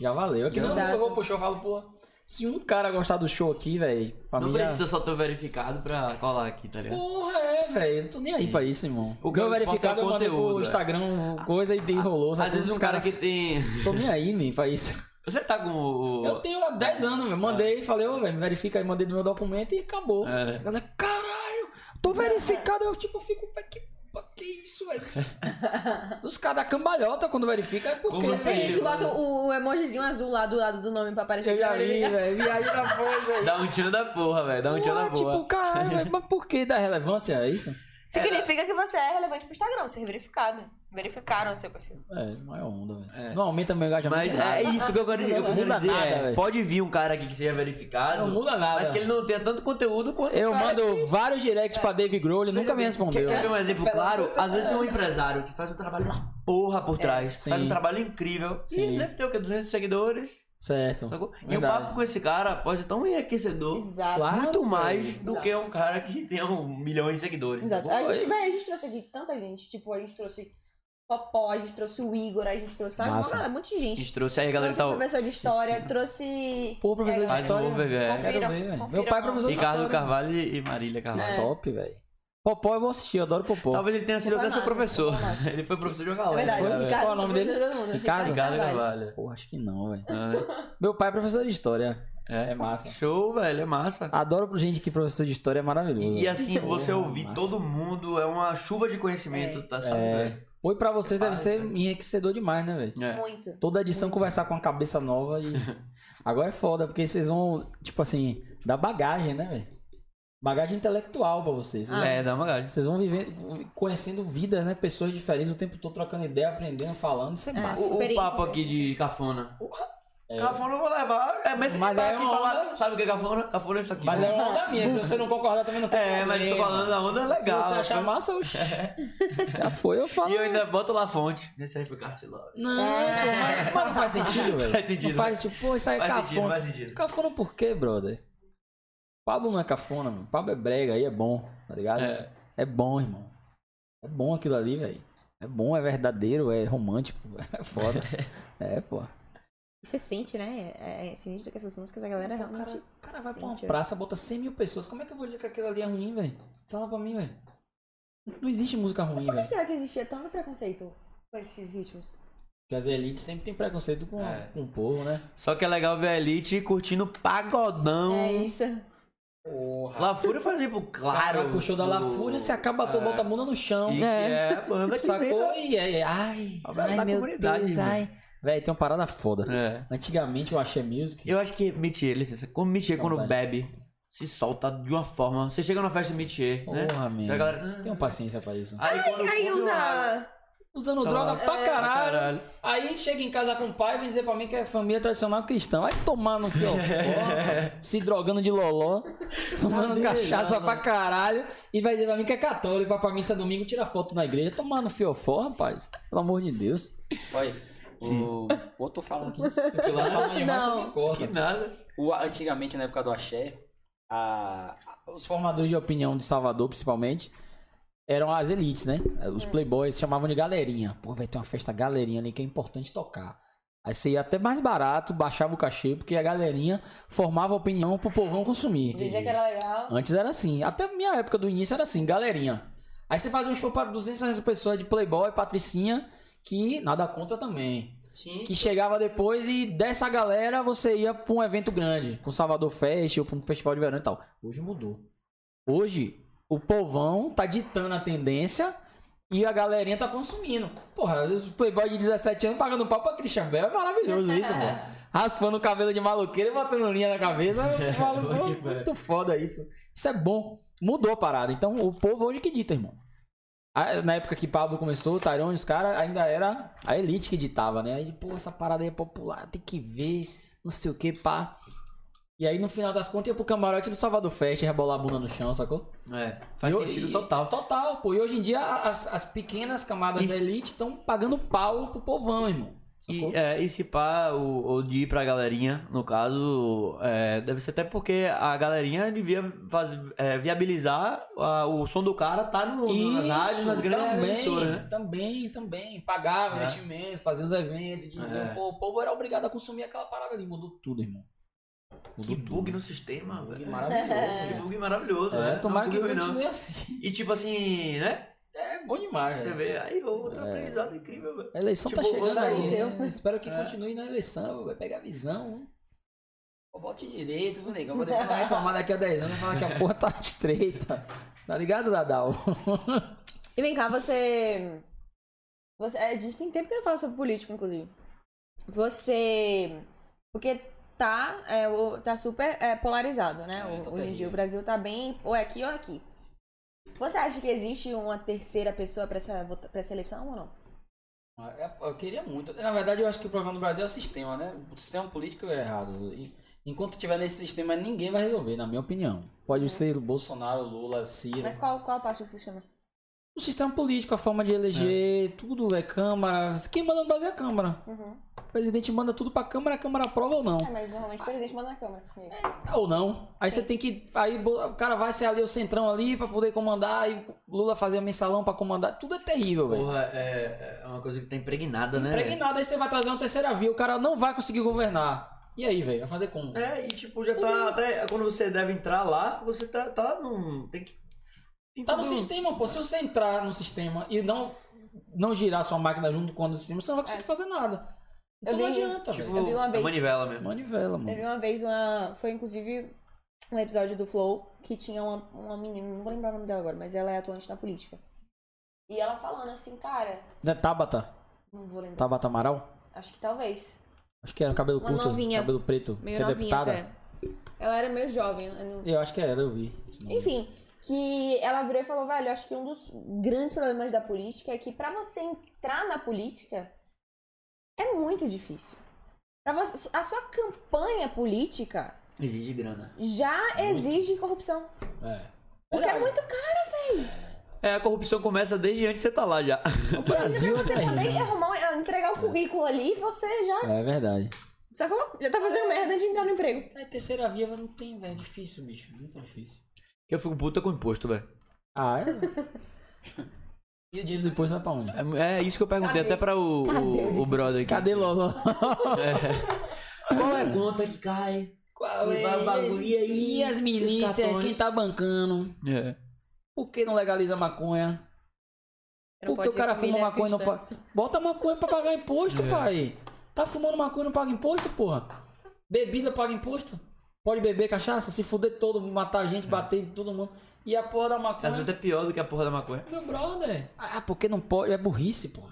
[SPEAKER 3] Já valeu. É que nem
[SPEAKER 6] Exato.
[SPEAKER 3] eu vou pro show, eu falo, porra. Se um cara gostar do show aqui, velho, pra
[SPEAKER 1] Não
[SPEAKER 3] mim já-
[SPEAKER 1] precisa só ter verificado pra colar aqui, tá ligado?
[SPEAKER 3] Porra, é, velho. Não tô nem aí pra isso, irmão.
[SPEAKER 1] O
[SPEAKER 3] O
[SPEAKER 1] que
[SPEAKER 3] meu
[SPEAKER 1] importa
[SPEAKER 3] verificado
[SPEAKER 1] é o
[SPEAKER 3] eu mandei
[SPEAKER 1] conteúdo, é.
[SPEAKER 3] pro Instagram um coisa e enrolou.
[SPEAKER 1] Às vezes um cara que
[SPEAKER 3] que.
[SPEAKER 1] tem.
[SPEAKER 3] Tô nem aí, nem pra isso.
[SPEAKER 1] Você tá com o.
[SPEAKER 3] Eu tenho há
[SPEAKER 1] É.
[SPEAKER 3] 10 anos, velho. Mandei, falei, ô, velho, me verifica aí, mandei no meu documento e acabou.
[SPEAKER 1] É, né?
[SPEAKER 3] A galera, caralho, tô verificado. Eu, tipo, fico, "Mas que, mas que isso, velho? Os caras cambalhota quando verifica, é porque.
[SPEAKER 1] Como assim?
[SPEAKER 6] Tem gente que
[SPEAKER 1] Sim.
[SPEAKER 6] bota o o emojizinho azul lá do lado do nome pra aparecer.
[SPEAKER 3] Eu já
[SPEAKER 6] primeiro,
[SPEAKER 3] vi,
[SPEAKER 6] né?
[SPEAKER 3] velho. Viagem na coisa aí.
[SPEAKER 1] Dá um tiro da porra, velho. Dá um tiro da
[SPEAKER 3] Porra,
[SPEAKER 1] porra.
[SPEAKER 3] tipo, caralho, velho, mas por que dá relevância? É isso?
[SPEAKER 2] Significa que você é relevante pro Instagram, você é verificado. Verificaram o seu perfil.
[SPEAKER 3] É, maior onda, velho.
[SPEAKER 1] É.
[SPEAKER 3] Não aumenta meu engajamento.
[SPEAKER 1] Mas
[SPEAKER 3] nada.
[SPEAKER 1] é isso que eu quero, eu
[SPEAKER 3] Não
[SPEAKER 1] quero
[SPEAKER 3] muda
[SPEAKER 1] dizer.
[SPEAKER 3] nada,
[SPEAKER 1] é,
[SPEAKER 3] velho.
[SPEAKER 1] pode vir um cara aqui que seja verificado.
[SPEAKER 3] Não muda nada.
[SPEAKER 1] Mas que ele não tenha tanto conteúdo quanto.
[SPEAKER 3] Eu
[SPEAKER 1] o cara
[SPEAKER 3] mando vários directs pra Dave Grohl, ele nunca me
[SPEAKER 1] Quer,
[SPEAKER 3] respondeu. né?
[SPEAKER 1] quer ver um exemplo claro? Às vezes tem um empresário que faz um trabalho uma porra por trás.
[SPEAKER 3] É, sim.
[SPEAKER 1] faz um trabalho incrível. E
[SPEAKER 3] Sim.
[SPEAKER 1] ele deve ter o quê? 200 seguidores.
[SPEAKER 3] Certo.
[SPEAKER 1] sacou? E o
[SPEAKER 3] Verdade.
[SPEAKER 1] papo com esse cara pode ser tão enriquecedor.
[SPEAKER 6] Exato.
[SPEAKER 3] Claro,
[SPEAKER 1] Muito mais
[SPEAKER 3] velho.
[SPEAKER 1] do que um cara que tem um milhão de seguidores.
[SPEAKER 6] Exato.
[SPEAKER 1] sacou?
[SPEAKER 6] A gente, véi, a gente trouxe aqui tanta gente. Tipo, a gente trouxe
[SPEAKER 2] Popó, a gente trouxe o Igor, a gente trouxe, sabe?
[SPEAKER 1] Massa.
[SPEAKER 2] Mano, um monte de
[SPEAKER 1] A
[SPEAKER 2] gente.
[SPEAKER 1] gente trouxe aí a galera
[SPEAKER 2] Trouxe
[SPEAKER 1] tá.
[SPEAKER 3] Então,
[SPEAKER 2] o professor de história, trouxe.
[SPEAKER 3] Pô, professor de
[SPEAKER 2] Faz
[SPEAKER 3] história.
[SPEAKER 1] um VV, é.
[SPEAKER 3] Quero
[SPEAKER 2] Confiram,
[SPEAKER 3] ver, velho. Meu
[SPEAKER 2] confiram
[SPEAKER 3] pai é
[SPEAKER 2] lá.
[SPEAKER 3] professor de
[SPEAKER 1] Ricardo
[SPEAKER 3] história. É
[SPEAKER 1] Carvalho e Marília Carvalho.
[SPEAKER 3] Top, velho. Popó eu vou assistir, eu adoro Popó.
[SPEAKER 1] Talvez ele tenha sido
[SPEAKER 2] Foi
[SPEAKER 1] até seu
[SPEAKER 2] massa,
[SPEAKER 1] professor.
[SPEAKER 2] foi massa.
[SPEAKER 1] Ele foi professor de uma
[SPEAKER 2] É
[SPEAKER 1] galera. né?
[SPEAKER 2] verdade, É
[SPEAKER 1] cara, velho.
[SPEAKER 2] Ricardo.
[SPEAKER 3] Foi? Qual o nome dele?
[SPEAKER 2] professor do mundo,
[SPEAKER 3] Ricardo?
[SPEAKER 1] Ricardo Carvalho.
[SPEAKER 3] Pô, acho que não, velho.
[SPEAKER 1] Ah,
[SPEAKER 3] Meu pai é professor de história.
[SPEAKER 1] É.
[SPEAKER 3] É massa.
[SPEAKER 1] Show, velho, é massa.
[SPEAKER 3] Adoro gente que professor de história Ah, é maravilhoso.
[SPEAKER 1] E assim, você
[SPEAKER 3] Porra,
[SPEAKER 1] ouvir
[SPEAKER 3] massa.
[SPEAKER 1] todo mundo é uma chuva de conhecimento, tá sabe?
[SPEAKER 3] É. Oi, pra vocês deve
[SPEAKER 1] Faz,
[SPEAKER 3] ser
[SPEAKER 1] velho.
[SPEAKER 3] enriquecedor demais, né, velho?
[SPEAKER 1] velho? É.
[SPEAKER 2] Muito.
[SPEAKER 3] Toda edição conversar com a cabeça nova e. Agora é foda, porque vocês vão, tipo assim, dar bagagem, né, velho? Bagagem intelectual pra vocês.
[SPEAKER 2] Ah.
[SPEAKER 3] né?
[SPEAKER 1] É, dá uma olhada.
[SPEAKER 3] Vocês vão vivendo, conhecendo vidas, né? Pessoas diferentes o tempo todo, trocando ideia, aprendendo, falando. Isso é
[SPEAKER 6] É.
[SPEAKER 3] massa.
[SPEAKER 1] O, o
[SPEAKER 6] Experiência,
[SPEAKER 1] papo
[SPEAKER 6] velho.
[SPEAKER 1] aqui de cafona. É. Cafona eu vou levar. É, mas se
[SPEAKER 3] É. Mas
[SPEAKER 1] vai
[SPEAKER 3] aí é
[SPEAKER 1] aqui
[SPEAKER 3] uma
[SPEAKER 1] falar.
[SPEAKER 3] onda.
[SPEAKER 1] Sabe o que é cafona? Cafona é isso aqui.
[SPEAKER 3] Mas é uma onda minha. Se você não concordar, também não tem
[SPEAKER 1] É, mas eu tô
[SPEAKER 3] problema.
[SPEAKER 1] falando da onda legal.
[SPEAKER 3] Se você achar massa, oxi. Já foi, eu falo.
[SPEAKER 1] E eu ainda boto lá a fonte. Nesse RP Cart lá.
[SPEAKER 3] Não, mas, mas não faz sentido, velho.
[SPEAKER 1] Faz sentido,
[SPEAKER 3] Não faz, tipo, pô, isso aí é
[SPEAKER 1] Faz
[SPEAKER 3] cafona.
[SPEAKER 1] sentido, faz sentido.
[SPEAKER 3] Cafona por quê, brother? Pablo não é cafona, mano. Pablo é brega, aí é bom, tá ligado?
[SPEAKER 1] É.
[SPEAKER 3] É bom, irmão. É bom aquilo ali, velho. É bom, é verdadeiro, é romântico, é foda. é, pô.
[SPEAKER 6] Você sente, né? É, é sinistro que essas músicas a galera
[SPEAKER 3] O cara,
[SPEAKER 6] realmente.
[SPEAKER 3] o cara vai pra uma
[SPEAKER 6] sente.
[SPEAKER 3] praça, bota 100 mil pessoas. Como é que eu vou dizer que aquilo ali é ruim, velho? Fala pra mim, velho. Não existe música ruim,
[SPEAKER 5] Hum.
[SPEAKER 6] Por que
[SPEAKER 3] velho.
[SPEAKER 6] será que existia tanto preconceito com esses ritmos?
[SPEAKER 3] Porque as elites sempre tem preconceito com,
[SPEAKER 1] É.
[SPEAKER 3] com o povo, né?
[SPEAKER 1] Só que é legal ver a Elite curtindo pagodão.
[SPEAKER 6] É isso.
[SPEAKER 3] Porra.
[SPEAKER 1] La Fúria faz exemplo, claro.
[SPEAKER 3] Cara, o show da La Fúria, você acaba, tu
[SPEAKER 1] É.
[SPEAKER 3] bota a bunda no chão.
[SPEAKER 1] E que é a banda que
[SPEAKER 3] Tipo, Sacou?
[SPEAKER 1] inventa-
[SPEAKER 3] E é, é- ai,
[SPEAKER 1] A banda
[SPEAKER 3] ai
[SPEAKER 1] da
[SPEAKER 3] meu
[SPEAKER 1] comunidade,
[SPEAKER 3] Deus,
[SPEAKER 1] né?
[SPEAKER 3] ai. Véi, tem uma parada foda.
[SPEAKER 1] É.
[SPEAKER 3] Antigamente eu achei music.
[SPEAKER 1] Eu acho que Mithier, licença. Como Mithier,
[SPEAKER 3] Não,
[SPEAKER 1] quando
[SPEAKER 3] vai.
[SPEAKER 1] bebe, se solta de uma forma. Você chega numa festa de Mithier, né?
[SPEAKER 3] Porra,
[SPEAKER 1] Se
[SPEAKER 3] um
[SPEAKER 1] a
[SPEAKER 3] meu.
[SPEAKER 1] galera. "Ah."
[SPEAKER 3] Tenho paciência pra isso.
[SPEAKER 1] Aí, quando
[SPEAKER 2] Aí
[SPEAKER 1] come,
[SPEAKER 2] usa.
[SPEAKER 3] Usando
[SPEAKER 1] Tá
[SPEAKER 3] droga
[SPEAKER 1] lá.
[SPEAKER 3] pra
[SPEAKER 1] ah,
[SPEAKER 3] caralho. Aí chega em casa com o pai e vem dizer pra mim que é família tradicional cristã. Vai tomar no fiofó, se drogando de loló, tomando
[SPEAKER 1] Tá
[SPEAKER 3] cachaça
[SPEAKER 1] delirando.
[SPEAKER 3] pra caralho. E vai dizer pra mim que é católico, vai pra missa domingo, tira foto na igreja. Tomar no fiofó, rapaz. Pelo amor de Deus.
[SPEAKER 5] Olha,
[SPEAKER 1] Sim.
[SPEAKER 5] o... eu tô falando que isso que lá fala demais, você me
[SPEAKER 1] Que
[SPEAKER 5] corta.
[SPEAKER 1] nada.
[SPEAKER 5] O, antigamente, na época do axé, a...
[SPEAKER 3] os formadores de opinião de Salvador, principalmente, eram as elites, né? Os
[SPEAKER 2] É.
[SPEAKER 3] playboys chamavam de galerinha. Pô, vai ter uma festa galerinha ali que é importante tocar. Aí você ia até mais barato, baixava o cachê, porque a galerinha formava opinião pro povão consumir.
[SPEAKER 2] Dizia que era legal.
[SPEAKER 3] Antes era assim. Até a minha época do início era assim, galerinha. Aí você fazia um show pra 200 300 pessoas de Playboy, Patricinha, que nada contra também. Que chegava depois e dessa galera você ia pra um evento grande, com Salvador Fest ou pra um festival de verão e tal. Hoje mudou. Hoje, o povão tá ditando a tendência e a galerinha tá consumindo. Porra, os playboy de 17 anos pagando pau pra Christian Bell é maravilhoso isso, mano. Raspando o cabelo de maluqueiro e botando linha na cabeça. Eu falo,
[SPEAKER 1] Bom
[SPEAKER 3] "Pô,
[SPEAKER 1] demais."
[SPEAKER 3] muito foda isso. Isso é bom. Mudou a parada. Então, o povo hoje que dita, irmão. Ah, Na época que Pablo começou, o Tyrone, os caras, ainda era a elite que ditava, né? Aí, pô, essa parada aí é popular, tem que ver, não sei o que, pá. E aí, no final das contas, ia pro camarote do Salvador Fest, rebolar a bunda no chão, sacou?
[SPEAKER 1] É, faz
[SPEAKER 3] E-
[SPEAKER 1] sentido
[SPEAKER 3] e-
[SPEAKER 1] total. tá?
[SPEAKER 3] Total, pô. E hoje em dia as, as pequenas camadas
[SPEAKER 1] Isso.
[SPEAKER 3] da elite estão pagando pau pro povão, irmão. Sacou?
[SPEAKER 1] E, é, e se pá, o, o de ir pra galerinha, no caso, é, deve ser até porque a galerinha devia faz- é, viabilizar a- o som do cara tá no, no- nas rádios, nas grandes
[SPEAKER 3] também,
[SPEAKER 1] emissoras, né?
[SPEAKER 3] Também, também. Pagava
[SPEAKER 1] É.
[SPEAKER 3] investimento, fazia os eventos, dizia,
[SPEAKER 1] É.
[SPEAKER 3] pô, o povo era obrigado a consumir aquela parada ali. Mudou tudo, irmão.
[SPEAKER 1] Que
[SPEAKER 3] Mudou
[SPEAKER 1] bug no sistema,
[SPEAKER 3] Que
[SPEAKER 1] velho.
[SPEAKER 3] maravilhoso.
[SPEAKER 1] Que
[SPEAKER 3] velho.
[SPEAKER 1] bug maravilhoso.
[SPEAKER 3] É,
[SPEAKER 1] né?
[SPEAKER 3] tomara
[SPEAKER 1] Não,
[SPEAKER 3] que
[SPEAKER 1] bug ruim, não.
[SPEAKER 3] continue assim.
[SPEAKER 1] E tipo assim, né?
[SPEAKER 3] É bom demais.
[SPEAKER 1] Você
[SPEAKER 3] velho.
[SPEAKER 1] vê, aí ô, outra aprendizado incrível, velho.
[SPEAKER 3] A eleição tá
[SPEAKER 1] Tipo,
[SPEAKER 3] chegando aí.
[SPEAKER 6] aconteceu,
[SPEAKER 3] né? Espero que
[SPEAKER 1] É.
[SPEAKER 3] continue na eleição, vai pegar visão. né?
[SPEAKER 5] Eu boto direito, viu, negão? Vou
[SPEAKER 3] Você vai reclamar daqui a 10 anos e falar que a porra tá estreita. Tá ligado, Dadal?
[SPEAKER 6] E vem cá, você. você... é, A gente tem tempo que não fala sobre política, inclusive. Você. Porque tá, é, o- tá super é, polarizado, né?
[SPEAKER 5] É,
[SPEAKER 6] O-
[SPEAKER 5] tá
[SPEAKER 6] Hoje em
[SPEAKER 5] terrível.
[SPEAKER 6] dia o Brasil tá bem ou é aqui ou é aqui. Você acha que existe uma terceira pessoa pra essa, vota- pra essa eleição ou não?
[SPEAKER 5] Ah, Eu eu queria muito. Na verdade, eu acho que o problema do Brasil é o sistema, né? O sistema político é errado. E enquanto tiver nesse sistema, ninguém
[SPEAKER 3] É.
[SPEAKER 5] vai resolver, na minha opinião. Pode ser o Bolsonaro, Lula, Ciro.
[SPEAKER 6] Mas qual, qual parte do sistema?
[SPEAKER 3] O sistema político, a forma de eleger, tudo é Câmara. Quem manda no Brasil é a Câmara.
[SPEAKER 2] Uhum.
[SPEAKER 3] O presidente manda tudo pra Câmara, a Câmara aprova ou não.
[SPEAKER 2] É, mas normalmente o presidente manda na Câmara. comigo.
[SPEAKER 3] Ou não. Aí você tem que. Aí bo- o cara vai ser ali o centrão ali pra poder comandar. Aí Lula fazer mensalão pra comandar. Tudo é terrível, velho.
[SPEAKER 1] Porra, é, é uma coisa que tá impregnada,
[SPEAKER 2] É.
[SPEAKER 1] né?
[SPEAKER 3] Impregnado, aí você vai trazer uma terceira via, o cara não vai conseguir governar. E aí, velho? Vai fazer como?
[SPEAKER 1] É, e tipo, já tá. Até quando você deve entrar lá, você tá, tá num. Tem que. um tem
[SPEAKER 3] Tá no
[SPEAKER 1] tudo-
[SPEAKER 3] sistema, pô. Se você entrar no sistema e não, não girar sua máquina junto com o sistema, você não vai conseguir fazer nada.
[SPEAKER 2] É. Eu
[SPEAKER 3] Então não
[SPEAKER 2] vi-
[SPEAKER 3] adianta,
[SPEAKER 1] Tipo,
[SPEAKER 3] velho.
[SPEAKER 2] Eu vi uma
[SPEAKER 1] é
[SPEAKER 2] vez.
[SPEAKER 1] manivela mesmo.
[SPEAKER 3] Manivela,
[SPEAKER 2] Eu vi
[SPEAKER 3] mano.
[SPEAKER 2] uma vez uma. Foi inclusive um episódio do Flow que tinha uma, uma menina, não vou lembrar o nome dela agora, mas ela é atuante na política. E ela falando assim, cara,
[SPEAKER 3] Não é Tabata?
[SPEAKER 2] não vou lembrar.
[SPEAKER 3] Tabata Amaral?
[SPEAKER 2] Acho que talvez.
[SPEAKER 3] Acho que era um cabelo
[SPEAKER 2] Uma
[SPEAKER 3] curto,
[SPEAKER 2] novinha.
[SPEAKER 3] cabelo preto,
[SPEAKER 2] Meio
[SPEAKER 3] que é
[SPEAKER 2] novinha
[SPEAKER 3] deputada.
[SPEAKER 2] até. Ela era meio jovem. eu não-
[SPEAKER 3] Eu acho que era, eu vi. esse nome.
[SPEAKER 2] Enfim, que ela virou e falou, velho, eu acho que um dos grandes problemas da política é que pra você entrar na política é muito difícil. Pra você, a sua campanha política
[SPEAKER 1] Exige grana.
[SPEAKER 2] já exige corrupção.
[SPEAKER 3] É.
[SPEAKER 2] Porque é muito
[SPEAKER 1] É, a corrupção começa desde antes que você tá lá já.
[SPEAKER 3] O Brasil
[SPEAKER 2] Pra
[SPEAKER 3] é
[SPEAKER 2] né? você poder
[SPEAKER 3] terrível.
[SPEAKER 2] arrumar, ah, entregar o currículo ali, você já.
[SPEAKER 3] É verdade.
[SPEAKER 2] Sacou? Já tá fazendo merda de entrar no emprego.
[SPEAKER 3] É, terceira via não tem, velho. É difícil, bicho. Muito difícil.
[SPEAKER 1] Que eu fico puta com imposto, velho.
[SPEAKER 3] Ah, é? e o dinheiro depois vai pra onde?
[SPEAKER 1] É, é isso que eu perguntei
[SPEAKER 2] Cadê?
[SPEAKER 1] até pra o,
[SPEAKER 2] Cadê o
[SPEAKER 1] o, o brother aqui.
[SPEAKER 3] Cadê Lolo?
[SPEAKER 1] É. Qual é a conta que cai?
[SPEAKER 3] Qual é?
[SPEAKER 1] E vai o bagulho, e aí?
[SPEAKER 3] E as milícias?
[SPEAKER 1] Os cartões?
[SPEAKER 3] Quem tá bancando?
[SPEAKER 1] É.
[SPEAKER 3] Por que não legaliza a maconha?
[SPEAKER 8] Não
[SPEAKER 3] Por
[SPEAKER 8] pode
[SPEAKER 3] que
[SPEAKER 8] né,
[SPEAKER 3] o cara
[SPEAKER 8] ser
[SPEAKER 3] fuma
[SPEAKER 8] família
[SPEAKER 3] maconha e não
[SPEAKER 8] cristã.
[SPEAKER 3] paga? Bota maconha pra pagar imposto, pai. Tá fumando maconha e não paga imposto, porra? Bebida paga imposto? Pode beber cachaça? Se fuder todo, matar gente, bater em todo mundo. E a porra da maconha.
[SPEAKER 1] Às vezes é pior do que a porra da maconha.
[SPEAKER 3] Meu brother. Ah, porque não pode. É burrice, pô.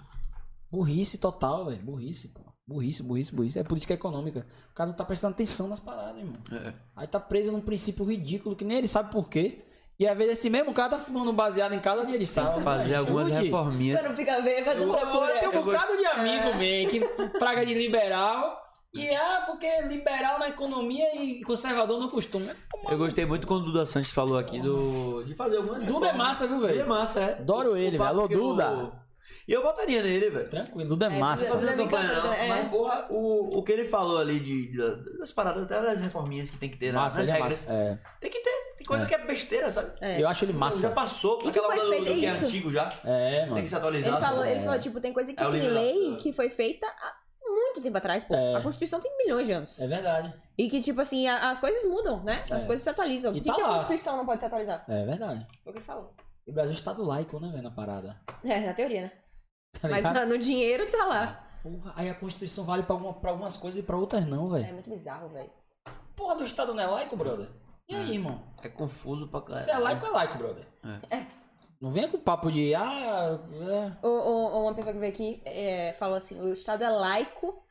[SPEAKER 3] Burrice total, velho. Burrice, pô. Burrice, burrice, burrice. É política econômica. O cara não tá prestando atenção nas paradas, irmão.
[SPEAKER 1] É.
[SPEAKER 3] Aí tá preso num princípio ridículo que nem ele sabe por quê. E às vezes esse mesmo cara tá fumando baseado em casa e ele sabe.
[SPEAKER 1] Fazer
[SPEAKER 3] velho.
[SPEAKER 1] algumas
[SPEAKER 3] Fude.
[SPEAKER 1] reforminhas.
[SPEAKER 2] Pra não ficar bêbado,
[SPEAKER 3] Eu,
[SPEAKER 2] pra
[SPEAKER 3] eu tenho um
[SPEAKER 1] Eu gosto-
[SPEAKER 3] bocado de amigo, velho, que praga de liberal. E ah, porque liberal na economia e conservador no costume. é
[SPEAKER 1] Eu gostei muito quando o Duda Santos falou aqui do. De fazer algumas
[SPEAKER 3] Duda é massa, viu,
[SPEAKER 1] Duda é
[SPEAKER 3] velho?
[SPEAKER 1] massa, é.
[SPEAKER 3] Adoro
[SPEAKER 1] O
[SPEAKER 3] ele, velho.
[SPEAKER 1] papo
[SPEAKER 3] Alô,
[SPEAKER 1] que eu-
[SPEAKER 3] Duda.
[SPEAKER 1] E eu votaria nele, velho.
[SPEAKER 3] Tranquilo, Duda é
[SPEAKER 2] É,
[SPEAKER 1] Não tô
[SPEAKER 3] massa.
[SPEAKER 2] Duda-
[SPEAKER 1] fazendo campanha, não.
[SPEAKER 2] É.
[SPEAKER 1] Mas, porra, o, o que ele falou ali de, de- das paradas, até das reforminhas que tem que ter na-
[SPEAKER 3] Massa,
[SPEAKER 1] nas
[SPEAKER 3] ele é
[SPEAKER 1] regras.
[SPEAKER 3] massa. É.
[SPEAKER 1] Tem que ter. Tem coisa
[SPEAKER 3] É.
[SPEAKER 1] que é besteira, sabe?
[SPEAKER 8] É.
[SPEAKER 3] Eu acho ele
[SPEAKER 1] Já
[SPEAKER 3] massa.
[SPEAKER 1] passou
[SPEAKER 2] que
[SPEAKER 1] aquela
[SPEAKER 2] foi
[SPEAKER 1] do, do
[SPEAKER 2] feito? É
[SPEAKER 1] que é
[SPEAKER 2] isso.
[SPEAKER 1] antigo já.
[SPEAKER 3] É,
[SPEAKER 1] Tem
[SPEAKER 3] mano.
[SPEAKER 1] que se atualizar.
[SPEAKER 2] Ele falou,
[SPEAKER 1] sabe?
[SPEAKER 2] ele falou, tipo, tem coisa que
[SPEAKER 1] É o
[SPEAKER 2] tem
[SPEAKER 1] livro da-
[SPEAKER 2] lei que foi feita há muito tempo atrás, pô.
[SPEAKER 3] É.
[SPEAKER 2] A Constituição tem milhões de anos.
[SPEAKER 3] É verdade.
[SPEAKER 2] E que, tipo assim, a- as coisas mudam, né? As
[SPEAKER 3] É.
[SPEAKER 2] coisas se atualizam.
[SPEAKER 3] E
[SPEAKER 2] Por que,
[SPEAKER 3] tá
[SPEAKER 2] que a
[SPEAKER 3] lá.
[SPEAKER 2] Constituição não pode se atualizar?
[SPEAKER 3] É verdade.
[SPEAKER 2] Foi o que ele falou.
[SPEAKER 3] E o Brasil está do laico, né, velho, na parada.
[SPEAKER 2] É, na teoria, né?
[SPEAKER 3] Tá
[SPEAKER 8] Mas
[SPEAKER 3] ligado?
[SPEAKER 8] na- no dinheiro tá lá.
[SPEAKER 3] Porra, aí a Constituição vale pra, alguma- pra algumas coisas e pra outras não,
[SPEAKER 2] É
[SPEAKER 3] velho.
[SPEAKER 2] muito bizarro, velho.
[SPEAKER 3] Porra, do Estado não é laico, brother? E aí, irmão?
[SPEAKER 1] É confuso pra caralho.
[SPEAKER 3] Se é laico, é laico, brother.
[SPEAKER 2] É.
[SPEAKER 3] Não venha com papo de, ah, é,
[SPEAKER 2] Ou, ou- ou uma pessoa que veio aqui é, falou assim: o Estado é laico,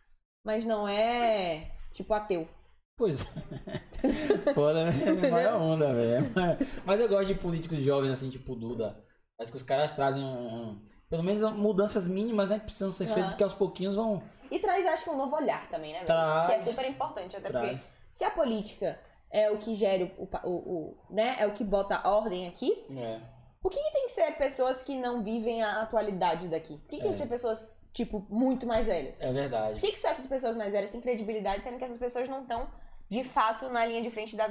[SPEAKER 2] mas não é, tipo, ateu.
[SPEAKER 3] pois é. Foda, né? Maior onda, velho. Mas eu gosto de políticos jovens, assim, tipo Duda. Acho que os caras trazem um, um- pelo menos mudanças mínimas, né, que precisam ser feitas,
[SPEAKER 2] Aham.
[SPEAKER 3] que aos pouquinhos vão
[SPEAKER 2] E traz, acho que, um novo olhar também, né? velho?
[SPEAKER 3] Traz.
[SPEAKER 2] Que é super importante, até porque
[SPEAKER 3] atrás.
[SPEAKER 2] se a política é o que gera o, pa- o- o- né, é o que bota a ordem aqui,
[SPEAKER 3] É.
[SPEAKER 2] o que, que tem que ser pessoas que não vivem a atualidade daqui? O que, que tem
[SPEAKER 3] É.
[SPEAKER 2] que ser pessoas, tipo, muito mais velhas?
[SPEAKER 3] É
[SPEAKER 2] Por
[SPEAKER 3] verdade.
[SPEAKER 2] que, que só essas pessoas mais velhas têm credibilidade, sendo que essas pessoas não estão, de fato, na linha de frente da-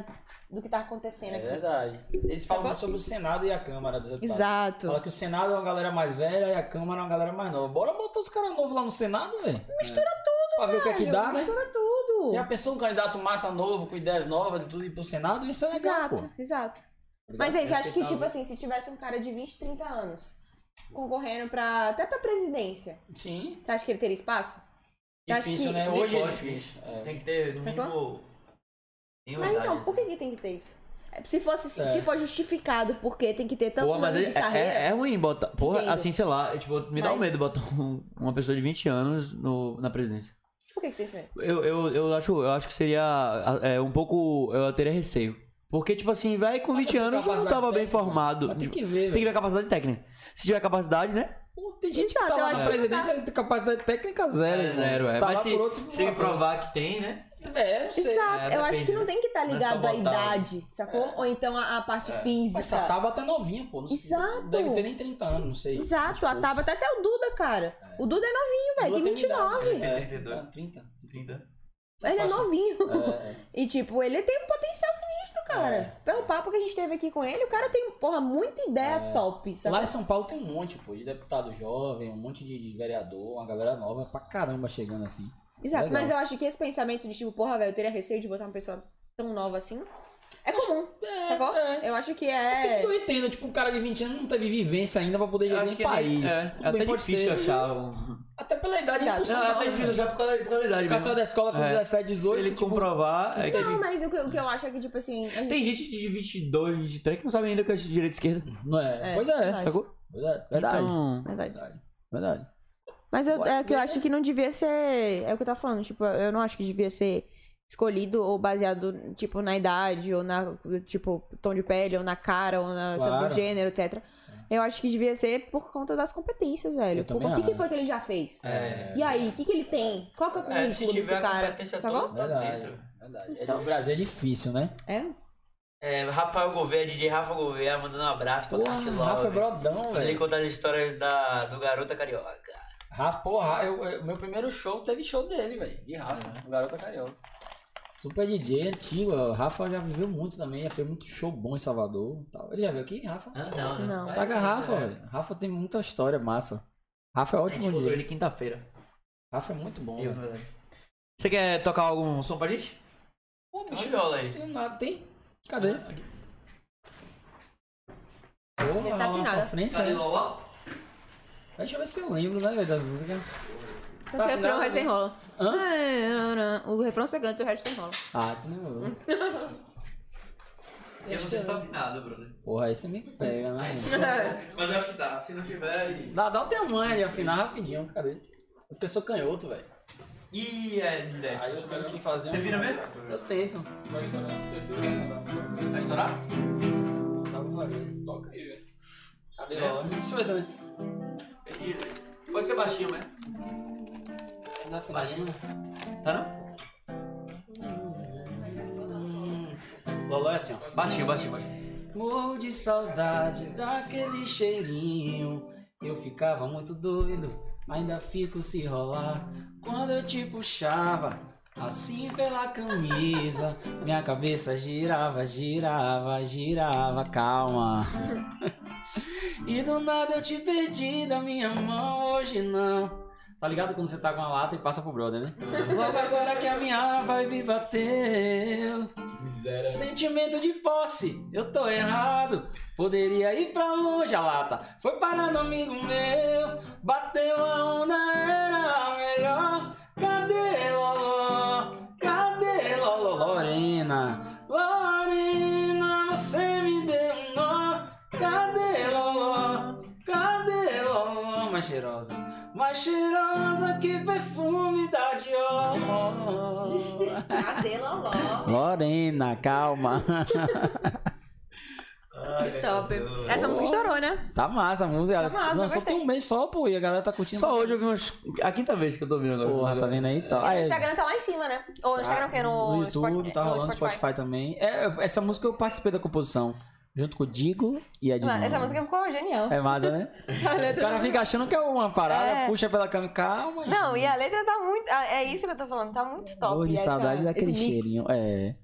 [SPEAKER 2] do que tá acontecendo
[SPEAKER 3] É
[SPEAKER 2] aqui?
[SPEAKER 3] verdade. Eles falam
[SPEAKER 2] Sacou?
[SPEAKER 3] sobre o Senado e a Câmara dos Deputados.
[SPEAKER 8] Exato.
[SPEAKER 3] Fala que o Senado é uma galera mais velha e a Câmara é uma galera mais nova. Bora botar os caras novos lá no Senado, velho. Mistura tudo, Pra ver o que é que
[SPEAKER 2] Velho,
[SPEAKER 3] dá, né?
[SPEAKER 2] mistura tudo.
[SPEAKER 3] Já pensou um candidato massa novo, com ideias novas e tudo, ir pro Senado? Isso é legal,
[SPEAKER 2] Exato,
[SPEAKER 3] pô.
[SPEAKER 2] exato. Mas
[SPEAKER 1] É
[SPEAKER 2] aí, você acha que, tipo
[SPEAKER 3] Respeitável.
[SPEAKER 2] assim, se tivesse um cara de 20, 30 anos concorrendo pra, até pra presidência,
[SPEAKER 3] Sim.
[SPEAKER 2] você acha que ele teria espaço? Eu acho
[SPEAKER 3] Difícil,
[SPEAKER 2] que-
[SPEAKER 3] né? Hoje é
[SPEAKER 1] Pode.
[SPEAKER 3] difícil. É.
[SPEAKER 1] Tem que ter, no
[SPEAKER 2] Sacou?
[SPEAKER 1] mínimo. tem
[SPEAKER 2] Mas
[SPEAKER 1] idade.
[SPEAKER 2] então, por que, que tem que ter isso? É, Se, fosse, se,
[SPEAKER 3] É.
[SPEAKER 2] se for justificado porque tem que ter tantos
[SPEAKER 1] Porra, mas
[SPEAKER 2] anos
[SPEAKER 1] é,
[SPEAKER 2] de carreira,
[SPEAKER 1] é- é ruim botar. Porra,
[SPEAKER 2] Entendo.
[SPEAKER 1] assim, sei lá, eu, tipo, me dá um
[SPEAKER 2] Mas-
[SPEAKER 1] medo botar um- uma pessoa de 20 anos no, na presidência.
[SPEAKER 2] por que, que vocês veem?
[SPEAKER 1] Eu, eu, eu, acho, eu acho que seria é, um pouco. Eu teria receio. Porque, tipo assim, vai com
[SPEAKER 3] Mas
[SPEAKER 1] 20
[SPEAKER 3] é por
[SPEAKER 1] anos eu não
[SPEAKER 3] capacidade
[SPEAKER 1] tava bem
[SPEAKER 3] técnica.
[SPEAKER 1] formado.
[SPEAKER 3] Mas tem
[SPEAKER 1] Tipo,
[SPEAKER 3] que ver,
[SPEAKER 1] Tem que
[SPEAKER 3] velho.
[SPEAKER 1] ter capacidade técnica. Se tiver capacidade, né?
[SPEAKER 3] Pô, Tem gente que
[SPEAKER 8] Exato,
[SPEAKER 3] tá
[SPEAKER 8] eu
[SPEAKER 3] lá
[SPEAKER 8] acho
[SPEAKER 3] na
[SPEAKER 8] que não
[SPEAKER 3] presidência, tem capacidade técnica zero. irmão. Tá
[SPEAKER 1] é. Mas
[SPEAKER 3] lá
[SPEAKER 1] se,
[SPEAKER 3] por outros
[SPEAKER 1] se ele provar que tem, né?
[SPEAKER 3] É, não sei.
[SPEAKER 2] Exato,
[SPEAKER 1] É,
[SPEAKER 2] eu acho
[SPEAKER 1] depende,
[SPEAKER 2] que não
[SPEAKER 1] né?
[SPEAKER 2] tem que estar
[SPEAKER 1] Não é
[SPEAKER 2] ligado
[SPEAKER 1] só É.
[SPEAKER 2] à
[SPEAKER 1] botar o-
[SPEAKER 2] idade, sacou? Ou então a, a parte física.
[SPEAKER 3] Mas essa Tabata é novinha, pô. Não sei.
[SPEAKER 2] Exato.
[SPEAKER 3] Deve ter nem 30 anos, não sei. Tipo,
[SPEAKER 2] Exato, a Tabata até o Duda, cara. O Duda é novinho, velho, tem 29.
[SPEAKER 1] Ele tipo, tem né? 32.
[SPEAKER 3] 30.
[SPEAKER 1] 30.
[SPEAKER 2] Ele é
[SPEAKER 3] Faixa.
[SPEAKER 2] novinho.
[SPEAKER 3] É,
[SPEAKER 2] E, tipo, ele tem um potencial sinistro, cara.
[SPEAKER 3] É.
[SPEAKER 2] Pelo papo que a gente teve aqui com ele, o cara tem, porra, muita ideia top,
[SPEAKER 3] É. Lá
[SPEAKER 2] sabe?
[SPEAKER 3] em São Paulo tem um monte, pô, de deputado jovem, um monte de de vereador, uma galera nova é pra caramba chegando assim.
[SPEAKER 2] Exato,
[SPEAKER 3] legal.
[SPEAKER 2] mas eu acho que esse pensamento de, tipo, porra, velho, eu teria receio de botar uma pessoa tão nova assim, é comum,
[SPEAKER 3] É,
[SPEAKER 2] sacou?
[SPEAKER 3] é.
[SPEAKER 2] Eu acho que
[SPEAKER 3] Tem
[SPEAKER 2] é...
[SPEAKER 3] que eu entendo, tipo, um cara de 20 anos não teve vivência ainda pra poder
[SPEAKER 1] Eu
[SPEAKER 3] gerir
[SPEAKER 1] acho
[SPEAKER 3] um
[SPEAKER 1] que
[SPEAKER 3] país.
[SPEAKER 1] ele, é,
[SPEAKER 3] Tudo
[SPEAKER 1] é até
[SPEAKER 3] bem, pode
[SPEAKER 1] difícil
[SPEAKER 3] ser. né?
[SPEAKER 1] achar um...
[SPEAKER 3] Até pela idade é
[SPEAKER 1] Não,
[SPEAKER 2] Exato.
[SPEAKER 3] impossível.
[SPEAKER 1] é até difícil achar por causa, por causa da idade
[SPEAKER 3] O cara
[SPEAKER 1] mesmo.
[SPEAKER 3] saiu da escola com
[SPEAKER 1] É.
[SPEAKER 3] 17,
[SPEAKER 1] Se
[SPEAKER 3] 18,
[SPEAKER 1] ele
[SPEAKER 3] tipo,
[SPEAKER 1] comprovar, é que
[SPEAKER 2] Não,
[SPEAKER 1] ele...
[SPEAKER 2] mas o que, o que eu acho é que, tipo assim... a gente-
[SPEAKER 1] Tem gente de 22, 23 que não sabe ainda o que é direita e esquerda.
[SPEAKER 3] não é.
[SPEAKER 2] É,
[SPEAKER 3] Pois é.
[SPEAKER 2] verdade.
[SPEAKER 1] Sacou?
[SPEAKER 3] Pois é. Verdade.
[SPEAKER 1] Então,
[SPEAKER 2] Verdade.
[SPEAKER 3] Verdade. Verdade.
[SPEAKER 2] Mas eu-
[SPEAKER 3] Eu
[SPEAKER 2] é
[SPEAKER 3] acho
[SPEAKER 2] que eu
[SPEAKER 3] que-
[SPEAKER 2] acho que não devia ser. É o que eu tava falando, tipo, eu não acho que devia ser escolhido ou baseado, tipo, na idade, ou na, tipo, tom de pele, ou na cara, ou na, sabe,
[SPEAKER 3] Claro. É.
[SPEAKER 2] do gênero, etc. Eu acho que devia ser por conta das competências, velho.
[SPEAKER 3] Eu
[SPEAKER 2] Por-
[SPEAKER 3] também
[SPEAKER 2] o que, que
[SPEAKER 3] acho.
[SPEAKER 2] foi que ele já fez?
[SPEAKER 3] É.
[SPEAKER 2] E aí, o que, que ele tem? Qual que é o
[SPEAKER 1] É, se
[SPEAKER 2] currículo desse
[SPEAKER 1] tiver a
[SPEAKER 2] cara?
[SPEAKER 1] competência
[SPEAKER 2] Sacou?
[SPEAKER 1] toda. tá Então.
[SPEAKER 3] Verdade. Verdade. É, no Brasil é difícil, né?
[SPEAKER 2] É?
[SPEAKER 1] é, Rafael Gouveia, DJ Rafa Gouveia, mandando um abraço pra
[SPEAKER 3] Porra,
[SPEAKER 1] Tati
[SPEAKER 3] Rafa é
[SPEAKER 1] Love.
[SPEAKER 3] brodão,
[SPEAKER 1] Pra ele
[SPEAKER 3] velho.
[SPEAKER 1] contar as histórias da, do Garota Carioca.
[SPEAKER 3] Rafa, porra, eu, eu- meu primeiro show teve show dele, velho. De Rafa,
[SPEAKER 1] É.
[SPEAKER 3] o Garota Carioca. Super DJ antigo, ó. Rafa já viveu muito também, já fez muito show bom em Salvador e tal. Ele já veio aqui, Rafa?
[SPEAKER 1] Ah, não, né?
[SPEAKER 2] Não.
[SPEAKER 3] Traga Rafa, velho. Rafa tem muita história massa. Rafa
[SPEAKER 1] A
[SPEAKER 3] é
[SPEAKER 1] gente
[SPEAKER 3] ótimo
[SPEAKER 1] encontrou
[SPEAKER 3] DJ.
[SPEAKER 1] ele quinta-feira.
[SPEAKER 3] Rafa é muito bom,
[SPEAKER 1] Eu, né?
[SPEAKER 3] velho.
[SPEAKER 1] na verdade. Você quer tocar algum som pra gente?
[SPEAKER 3] Pô,
[SPEAKER 1] Tem uma
[SPEAKER 3] bicho,
[SPEAKER 1] viola
[SPEAKER 3] não
[SPEAKER 1] aí.
[SPEAKER 3] tem nada, tem? Cadê?
[SPEAKER 1] Ah,
[SPEAKER 3] Porra,
[SPEAKER 2] Essa tá
[SPEAKER 3] uma
[SPEAKER 2] afinada.
[SPEAKER 3] sofrência.
[SPEAKER 1] Cadê
[SPEAKER 3] né?
[SPEAKER 1] Loló?
[SPEAKER 3] Deixa eu ver se eu lembro, né, velho, das músicas.
[SPEAKER 2] O refrão o resto enrola.
[SPEAKER 3] Tá né? Hã?
[SPEAKER 2] É, não, não. O refrão você canta e o resto você enrola.
[SPEAKER 3] Ah, tu não
[SPEAKER 1] Eu não sei se tá afinado, Bruno.
[SPEAKER 3] Porra, aí você me pega, né?
[SPEAKER 1] Mas eu acho que tá. Se não tiver, aí-
[SPEAKER 3] Dá, dá o teu mãe de afinar rapidinho, cadê? Porque eu sou canhoto, velho.
[SPEAKER 1] Ih, é de 10.
[SPEAKER 3] Aí eu tenho que fazer
[SPEAKER 1] Você
[SPEAKER 3] um-
[SPEAKER 1] vira mesmo?
[SPEAKER 3] Eu tento.
[SPEAKER 1] Vai estourar?
[SPEAKER 3] um Toca aí, velho. Cadê lá? Deixa eu ver se eu-
[SPEAKER 1] Ih, Pode ser baixinho, né?
[SPEAKER 3] dá afinadinha.
[SPEAKER 1] Tá não?
[SPEAKER 3] Loló é assim, ó.
[SPEAKER 1] Baixinho, baixinho, baixinho.
[SPEAKER 3] Morro de saudade daquele cheirinho. Eu ficava muito doido, ainda fico se rolar. Quando eu te puxava, assim pela camisa, minha cabeça girava, girava, girava, calma. E do nada eu te perdi da minha mão, hoje não. Tá ligado quando você tá com a lata e passa pro brother, né? Logo agora que a minha vibe bateu. Sentimento de posse, eu tô errado. Poderia ir pra longe a lata. Foi parar no amigo meu, bateu a onda, era a melhor. Cadê Loló? Cadê Loló? Lorena, Lorena, você me deu um nó. Cadê Loló? Cadê Loló? Mais cheirosa, mais cheirosa que perfume da Dior.
[SPEAKER 2] Cadê Loló?
[SPEAKER 3] Lorena, calma. Então,
[SPEAKER 2] Top. Essa música estourou, né?
[SPEAKER 3] Tá massa a música.
[SPEAKER 2] Tá massa,
[SPEAKER 3] Lançou
[SPEAKER 2] gostei.
[SPEAKER 3] tem um mês só, pô, e a galera tá curtindo.
[SPEAKER 1] Só hoje eu vi umas. A quinta vez que eu tô ouvindo agora.
[SPEAKER 3] Porra, tá vendo aí? Tá.
[SPEAKER 2] O
[SPEAKER 3] Ah, é.
[SPEAKER 2] Instagram tá lá em cima, né? Ou o Instagram o quê? No,
[SPEAKER 3] No YouTube,
[SPEAKER 2] Spotify-
[SPEAKER 3] tá
[SPEAKER 2] no
[SPEAKER 3] rolando no Spotify, também. É, essa música eu participei da composição. Junto com o Digo e a
[SPEAKER 2] Mano,
[SPEAKER 3] Dino.
[SPEAKER 2] essa música ficou genial.
[SPEAKER 3] É massa, né? o cara fica achando que é uma parada,
[SPEAKER 2] É.
[SPEAKER 3] puxa pela câmera. Calma, gente.
[SPEAKER 2] Não, e a letra tá muito. ah, É isso que eu tô falando, tá muito top.
[SPEAKER 3] Dor de
[SPEAKER 2] essa-
[SPEAKER 3] saudade daquele
[SPEAKER 2] esse mix.
[SPEAKER 3] cheirinho. É.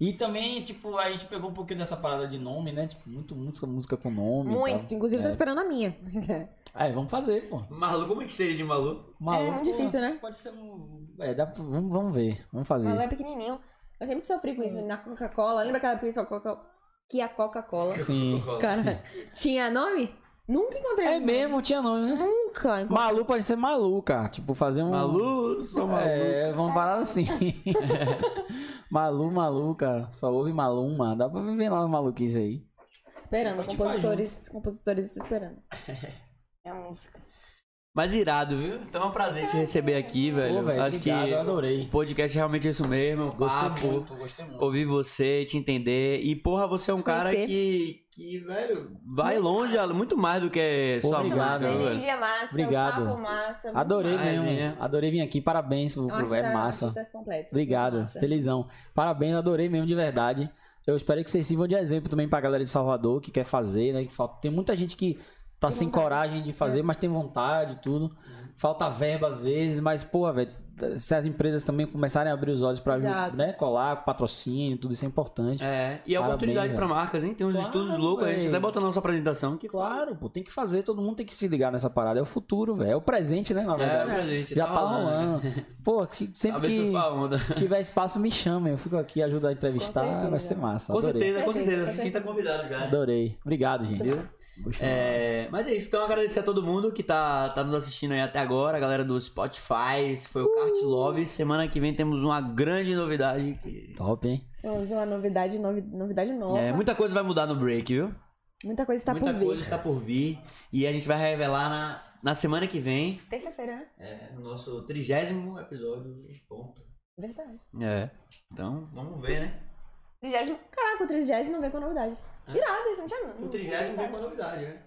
[SPEAKER 3] E também, tipo, a gente pegou um pouquinho dessa parada de nome, né? Tipo, muito música, música com nome. e
[SPEAKER 2] Muito,
[SPEAKER 3] tal.
[SPEAKER 2] inclusive tô
[SPEAKER 3] É.
[SPEAKER 2] esperando a minha.
[SPEAKER 3] Aí, vamos fazer, pô.
[SPEAKER 1] Malu, como é que seria de Malu?
[SPEAKER 3] Maluco,
[SPEAKER 2] muito difícil, né?
[SPEAKER 3] Pode ser um. É, dá pra... vamos, vamos ver. Vamos fazer.
[SPEAKER 2] Ela é pequenininho. Eu sempre sofri com isso na Coca-Cola. Lembra aquela época que a Coca- que a Coca-Cola,
[SPEAKER 3] Sim.
[SPEAKER 2] cara, tinha nome? Nunca encontrei.
[SPEAKER 3] É
[SPEAKER 2] nome.
[SPEAKER 3] mesmo, tinha nome, né?
[SPEAKER 2] Nunca. encontrei.
[SPEAKER 3] Malu pode ser maluca. Tipo, fazer um.
[SPEAKER 1] Malu, sou Malu.
[SPEAKER 3] É, vamos parar assim. Malu, maluca. Só ouve maluma. Dá pra viver lá uma maluquice aí.
[SPEAKER 2] Esperando,
[SPEAKER 3] Pode né?
[SPEAKER 2] compositores, compositores esperando. É a música.
[SPEAKER 1] Mas irado, viu? Então é um prazer te receber aqui, velho.
[SPEAKER 3] Pô, velho,
[SPEAKER 1] Acho
[SPEAKER 3] obrigado,
[SPEAKER 1] que
[SPEAKER 3] eu adorei.
[SPEAKER 1] o podcast é realmente isso mesmo. Gostei
[SPEAKER 3] Papo,
[SPEAKER 1] muito.
[SPEAKER 3] gostei muito.
[SPEAKER 1] Ouvir você, te entender. E, porra, você é um cara
[SPEAKER 6] Conhecer.
[SPEAKER 1] que, que, velho, vai longe, Alan, muito mais do que
[SPEAKER 3] Pô,
[SPEAKER 1] sua
[SPEAKER 3] obrigado,
[SPEAKER 1] música, viu, velho.
[SPEAKER 2] Energia massa,
[SPEAKER 3] Obrigado.
[SPEAKER 2] papo massa. muito
[SPEAKER 3] Adorei
[SPEAKER 1] Mas,
[SPEAKER 3] mesmo.
[SPEAKER 1] né?
[SPEAKER 3] Adorei vir aqui. Parabéns, o
[SPEAKER 6] É um artista-
[SPEAKER 3] é massa.
[SPEAKER 6] artista completo.
[SPEAKER 3] Obrigado,
[SPEAKER 6] Massa.
[SPEAKER 3] felizão. Parabéns, adorei mesmo, de verdade. Eu espero que vocês sirvam de exemplo também pra galera de Salvador que quer fazer, né? Que falta... Tem muita gente que tá sem coragem de
[SPEAKER 6] é.
[SPEAKER 3] fazer, mas tem vontade e tudo. Falta verba às vezes, mas, porra, velho, se as empresas também começarem a abrir os olhos pra
[SPEAKER 6] Exato.
[SPEAKER 3] né, colar, patrocínio, tudo isso é importante.
[SPEAKER 1] É, e a
[SPEAKER 3] Parabéns,
[SPEAKER 1] oportunidade
[SPEAKER 3] velho.
[SPEAKER 1] pra marcas, hein? Tem uns
[SPEAKER 3] Claro,
[SPEAKER 1] estudos loucos, a gente
[SPEAKER 3] velho.
[SPEAKER 1] até bota na nossa apresentação. Que
[SPEAKER 3] Claro, pô, tem que fazer, todo mundo tem que se ligar nessa parada. É o futuro, velho. É o presente, né, na
[SPEAKER 1] é,
[SPEAKER 3] verdade.
[SPEAKER 1] presente.
[SPEAKER 3] Já tá rolando. Pô, se- sempre que
[SPEAKER 1] Abençoa a né? onda.
[SPEAKER 3] tiver espaço, me chamem. Eu fico aqui, ajudo a
[SPEAKER 6] Com
[SPEAKER 3] entrevistar,
[SPEAKER 6] certeza.
[SPEAKER 3] vai ser massa.
[SPEAKER 1] Com
[SPEAKER 3] adorei.
[SPEAKER 1] certeza, com
[SPEAKER 6] Com certeza,
[SPEAKER 1] certeza.
[SPEAKER 6] com
[SPEAKER 1] Se sinta
[SPEAKER 6] certeza.
[SPEAKER 1] convidado já. né?
[SPEAKER 3] Adorei. Obrigado, gente.
[SPEAKER 6] Viu?
[SPEAKER 3] Gostei.
[SPEAKER 1] É, mas é isso, então agradecer a todo mundo que tá, tá nos assistindo aí até agora, a galera do Spotify, esse foi o Kart Love. Semana que vem temos uma grande novidade. Que...
[SPEAKER 3] Top, hein?
[SPEAKER 1] Tá
[SPEAKER 6] Temos Então, uma novidade, novi- novidade nova.
[SPEAKER 1] É, muita coisa vai mudar no break, viu?
[SPEAKER 6] Muita coisa está
[SPEAKER 1] muita
[SPEAKER 6] por
[SPEAKER 1] coisa
[SPEAKER 6] vir.
[SPEAKER 1] está por vir. E a gente vai revelar na, na semana que vem,
[SPEAKER 3] tá-
[SPEAKER 2] Terça-feira, né?
[SPEAKER 1] é, no nosso trigésimo episódio. Ponto.
[SPEAKER 6] Verdade.
[SPEAKER 1] É. Então, vamos ver, né?
[SPEAKER 2] 30...
[SPEAKER 6] Caraca, o 30 vem com a novidade.
[SPEAKER 2] Irado, isso não tinha não
[SPEAKER 1] O
[SPEAKER 2] tinha
[SPEAKER 1] trigésimo vem
[SPEAKER 2] pensado.
[SPEAKER 1] com a novidade, né?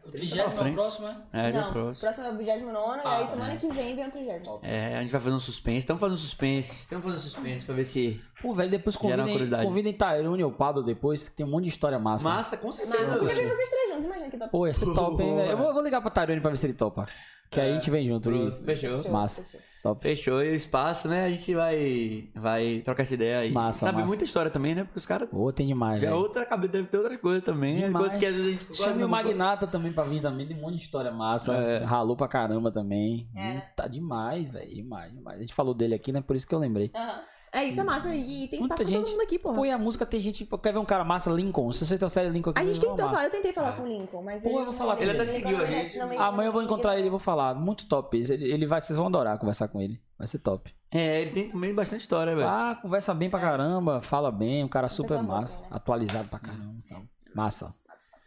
[SPEAKER 1] O
[SPEAKER 3] próximo, né?
[SPEAKER 1] É, já é
[SPEAKER 2] Não,
[SPEAKER 1] o
[SPEAKER 2] próximo.
[SPEAKER 1] próximo.
[SPEAKER 2] é o 29 e
[SPEAKER 3] Ah,
[SPEAKER 2] aí semana que vem vem o 30.
[SPEAKER 1] É, a gente vai fazer um suspense. Estamos fazendo suspense. Estamos fazendo suspense pra ver se.
[SPEAKER 3] Pô, velho, depois
[SPEAKER 1] Gera uma curiosidade.
[SPEAKER 3] convidem, convidem Tairone ou Pablo depois, que tem um monte de história massa.
[SPEAKER 1] Massa, com certeza.
[SPEAKER 2] Massa, eu
[SPEAKER 1] velho.
[SPEAKER 2] já vi vocês três juntos, imagina que top.
[SPEAKER 3] Pô, ia ser top, hein, velho? Eu vou,
[SPEAKER 1] Boa.
[SPEAKER 3] eu vou ligar pra Tairone pra ver se ele topa. Que aí a gente vem junto.
[SPEAKER 1] Pronto,
[SPEAKER 3] e-
[SPEAKER 1] É. fechou.
[SPEAKER 3] Massa.
[SPEAKER 6] Fechou.
[SPEAKER 3] Top.
[SPEAKER 1] Fechou e o espaço, né? A gente vai, vai trocar essa ideia aí.
[SPEAKER 3] Massa,
[SPEAKER 1] Sabe
[SPEAKER 3] massa.
[SPEAKER 1] muita história também, né? Porque os caras.
[SPEAKER 3] Ô, tem demais,
[SPEAKER 1] Já é
[SPEAKER 3] velho.
[SPEAKER 1] outra cabeça, deve ter outras coisas também. né?
[SPEAKER 3] Demais.
[SPEAKER 1] Coisas que às vezes a gente quase
[SPEAKER 3] Chame
[SPEAKER 1] não-
[SPEAKER 3] o Magnata também pra vir também, tem um monte de história massa.
[SPEAKER 1] É.
[SPEAKER 3] Ralou pra caramba também.
[SPEAKER 2] É.
[SPEAKER 3] Hum, Tá demais, velho. Demais, demais. A gente falou dele aqui, né? Por isso que eu lembrei.
[SPEAKER 2] Aham.
[SPEAKER 6] É isso, é massa. E e tem espaço
[SPEAKER 3] Muita
[SPEAKER 6] pra todo
[SPEAKER 3] gente.
[SPEAKER 6] mundo aqui, porra.
[SPEAKER 3] Pô, e a música tem gente. pô, Quer ver um cara massa, Lincoln? Se vocês trouxerem Lincoln aqui,
[SPEAKER 6] A gente
[SPEAKER 3] vocês vão
[SPEAKER 6] tentou
[SPEAKER 3] amar.
[SPEAKER 6] falar, eu tentei falar com o Lincoln, mas
[SPEAKER 3] Pô,
[SPEAKER 6] ele.
[SPEAKER 3] eu vou falar com ele. Ele
[SPEAKER 1] até seguiu a gente.
[SPEAKER 3] Ah, Amanhã eu vou encontrar ele e vou falar. Muito top. Ele, ele vai, vocês vão adorar conversar com ele. Vai ser top.
[SPEAKER 1] É, ele tem também bastante história, velho.
[SPEAKER 3] Ah, conversa bem pra caramba, fala bem, um cara super
[SPEAKER 2] É. Pessoa boa,
[SPEAKER 3] massa.
[SPEAKER 2] né?
[SPEAKER 3] Atualizado pra caramba. então. Massa.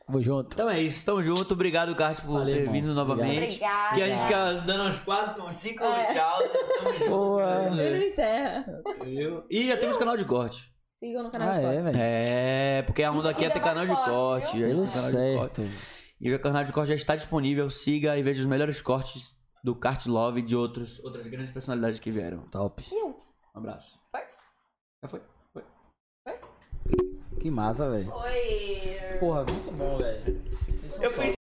[SPEAKER 3] Tamo junto.
[SPEAKER 1] Então é isso, tamo junto. Obrigado, Cart, por
[SPEAKER 3] Valeu,
[SPEAKER 1] ter
[SPEAKER 3] irmão.
[SPEAKER 1] vindo novamente.
[SPEAKER 2] Obrigada.
[SPEAKER 1] Que a gente fica dando uns 4, uns 5
[SPEAKER 2] É.
[SPEAKER 1] tchau. Tamo junto.
[SPEAKER 3] Boa.
[SPEAKER 6] Ele encerra.
[SPEAKER 1] Entendeu? E já temos canal de corte.
[SPEAKER 6] Sigam
[SPEAKER 2] Tá,
[SPEAKER 6] no canal
[SPEAKER 3] Ah,
[SPEAKER 6] de
[SPEAKER 3] é,
[SPEAKER 6] corte.
[SPEAKER 3] velho.
[SPEAKER 1] É, porque a onda aqui é ter canal de corte. já tem
[SPEAKER 3] Pelo
[SPEAKER 1] canal de corte.
[SPEAKER 3] certo.
[SPEAKER 1] E o canal de corte já está disponível. Siga e veja os melhores cortes do Kart Love e de outros, outras grandes personalidades que vieram.
[SPEAKER 3] Top.
[SPEAKER 1] Um abraço.
[SPEAKER 2] Foi?
[SPEAKER 1] Já foi? Foi.
[SPEAKER 3] Que massa, velho.
[SPEAKER 2] Oi.
[SPEAKER 3] Porra, muito bom, velho. Vocês são
[SPEAKER 1] Eu fui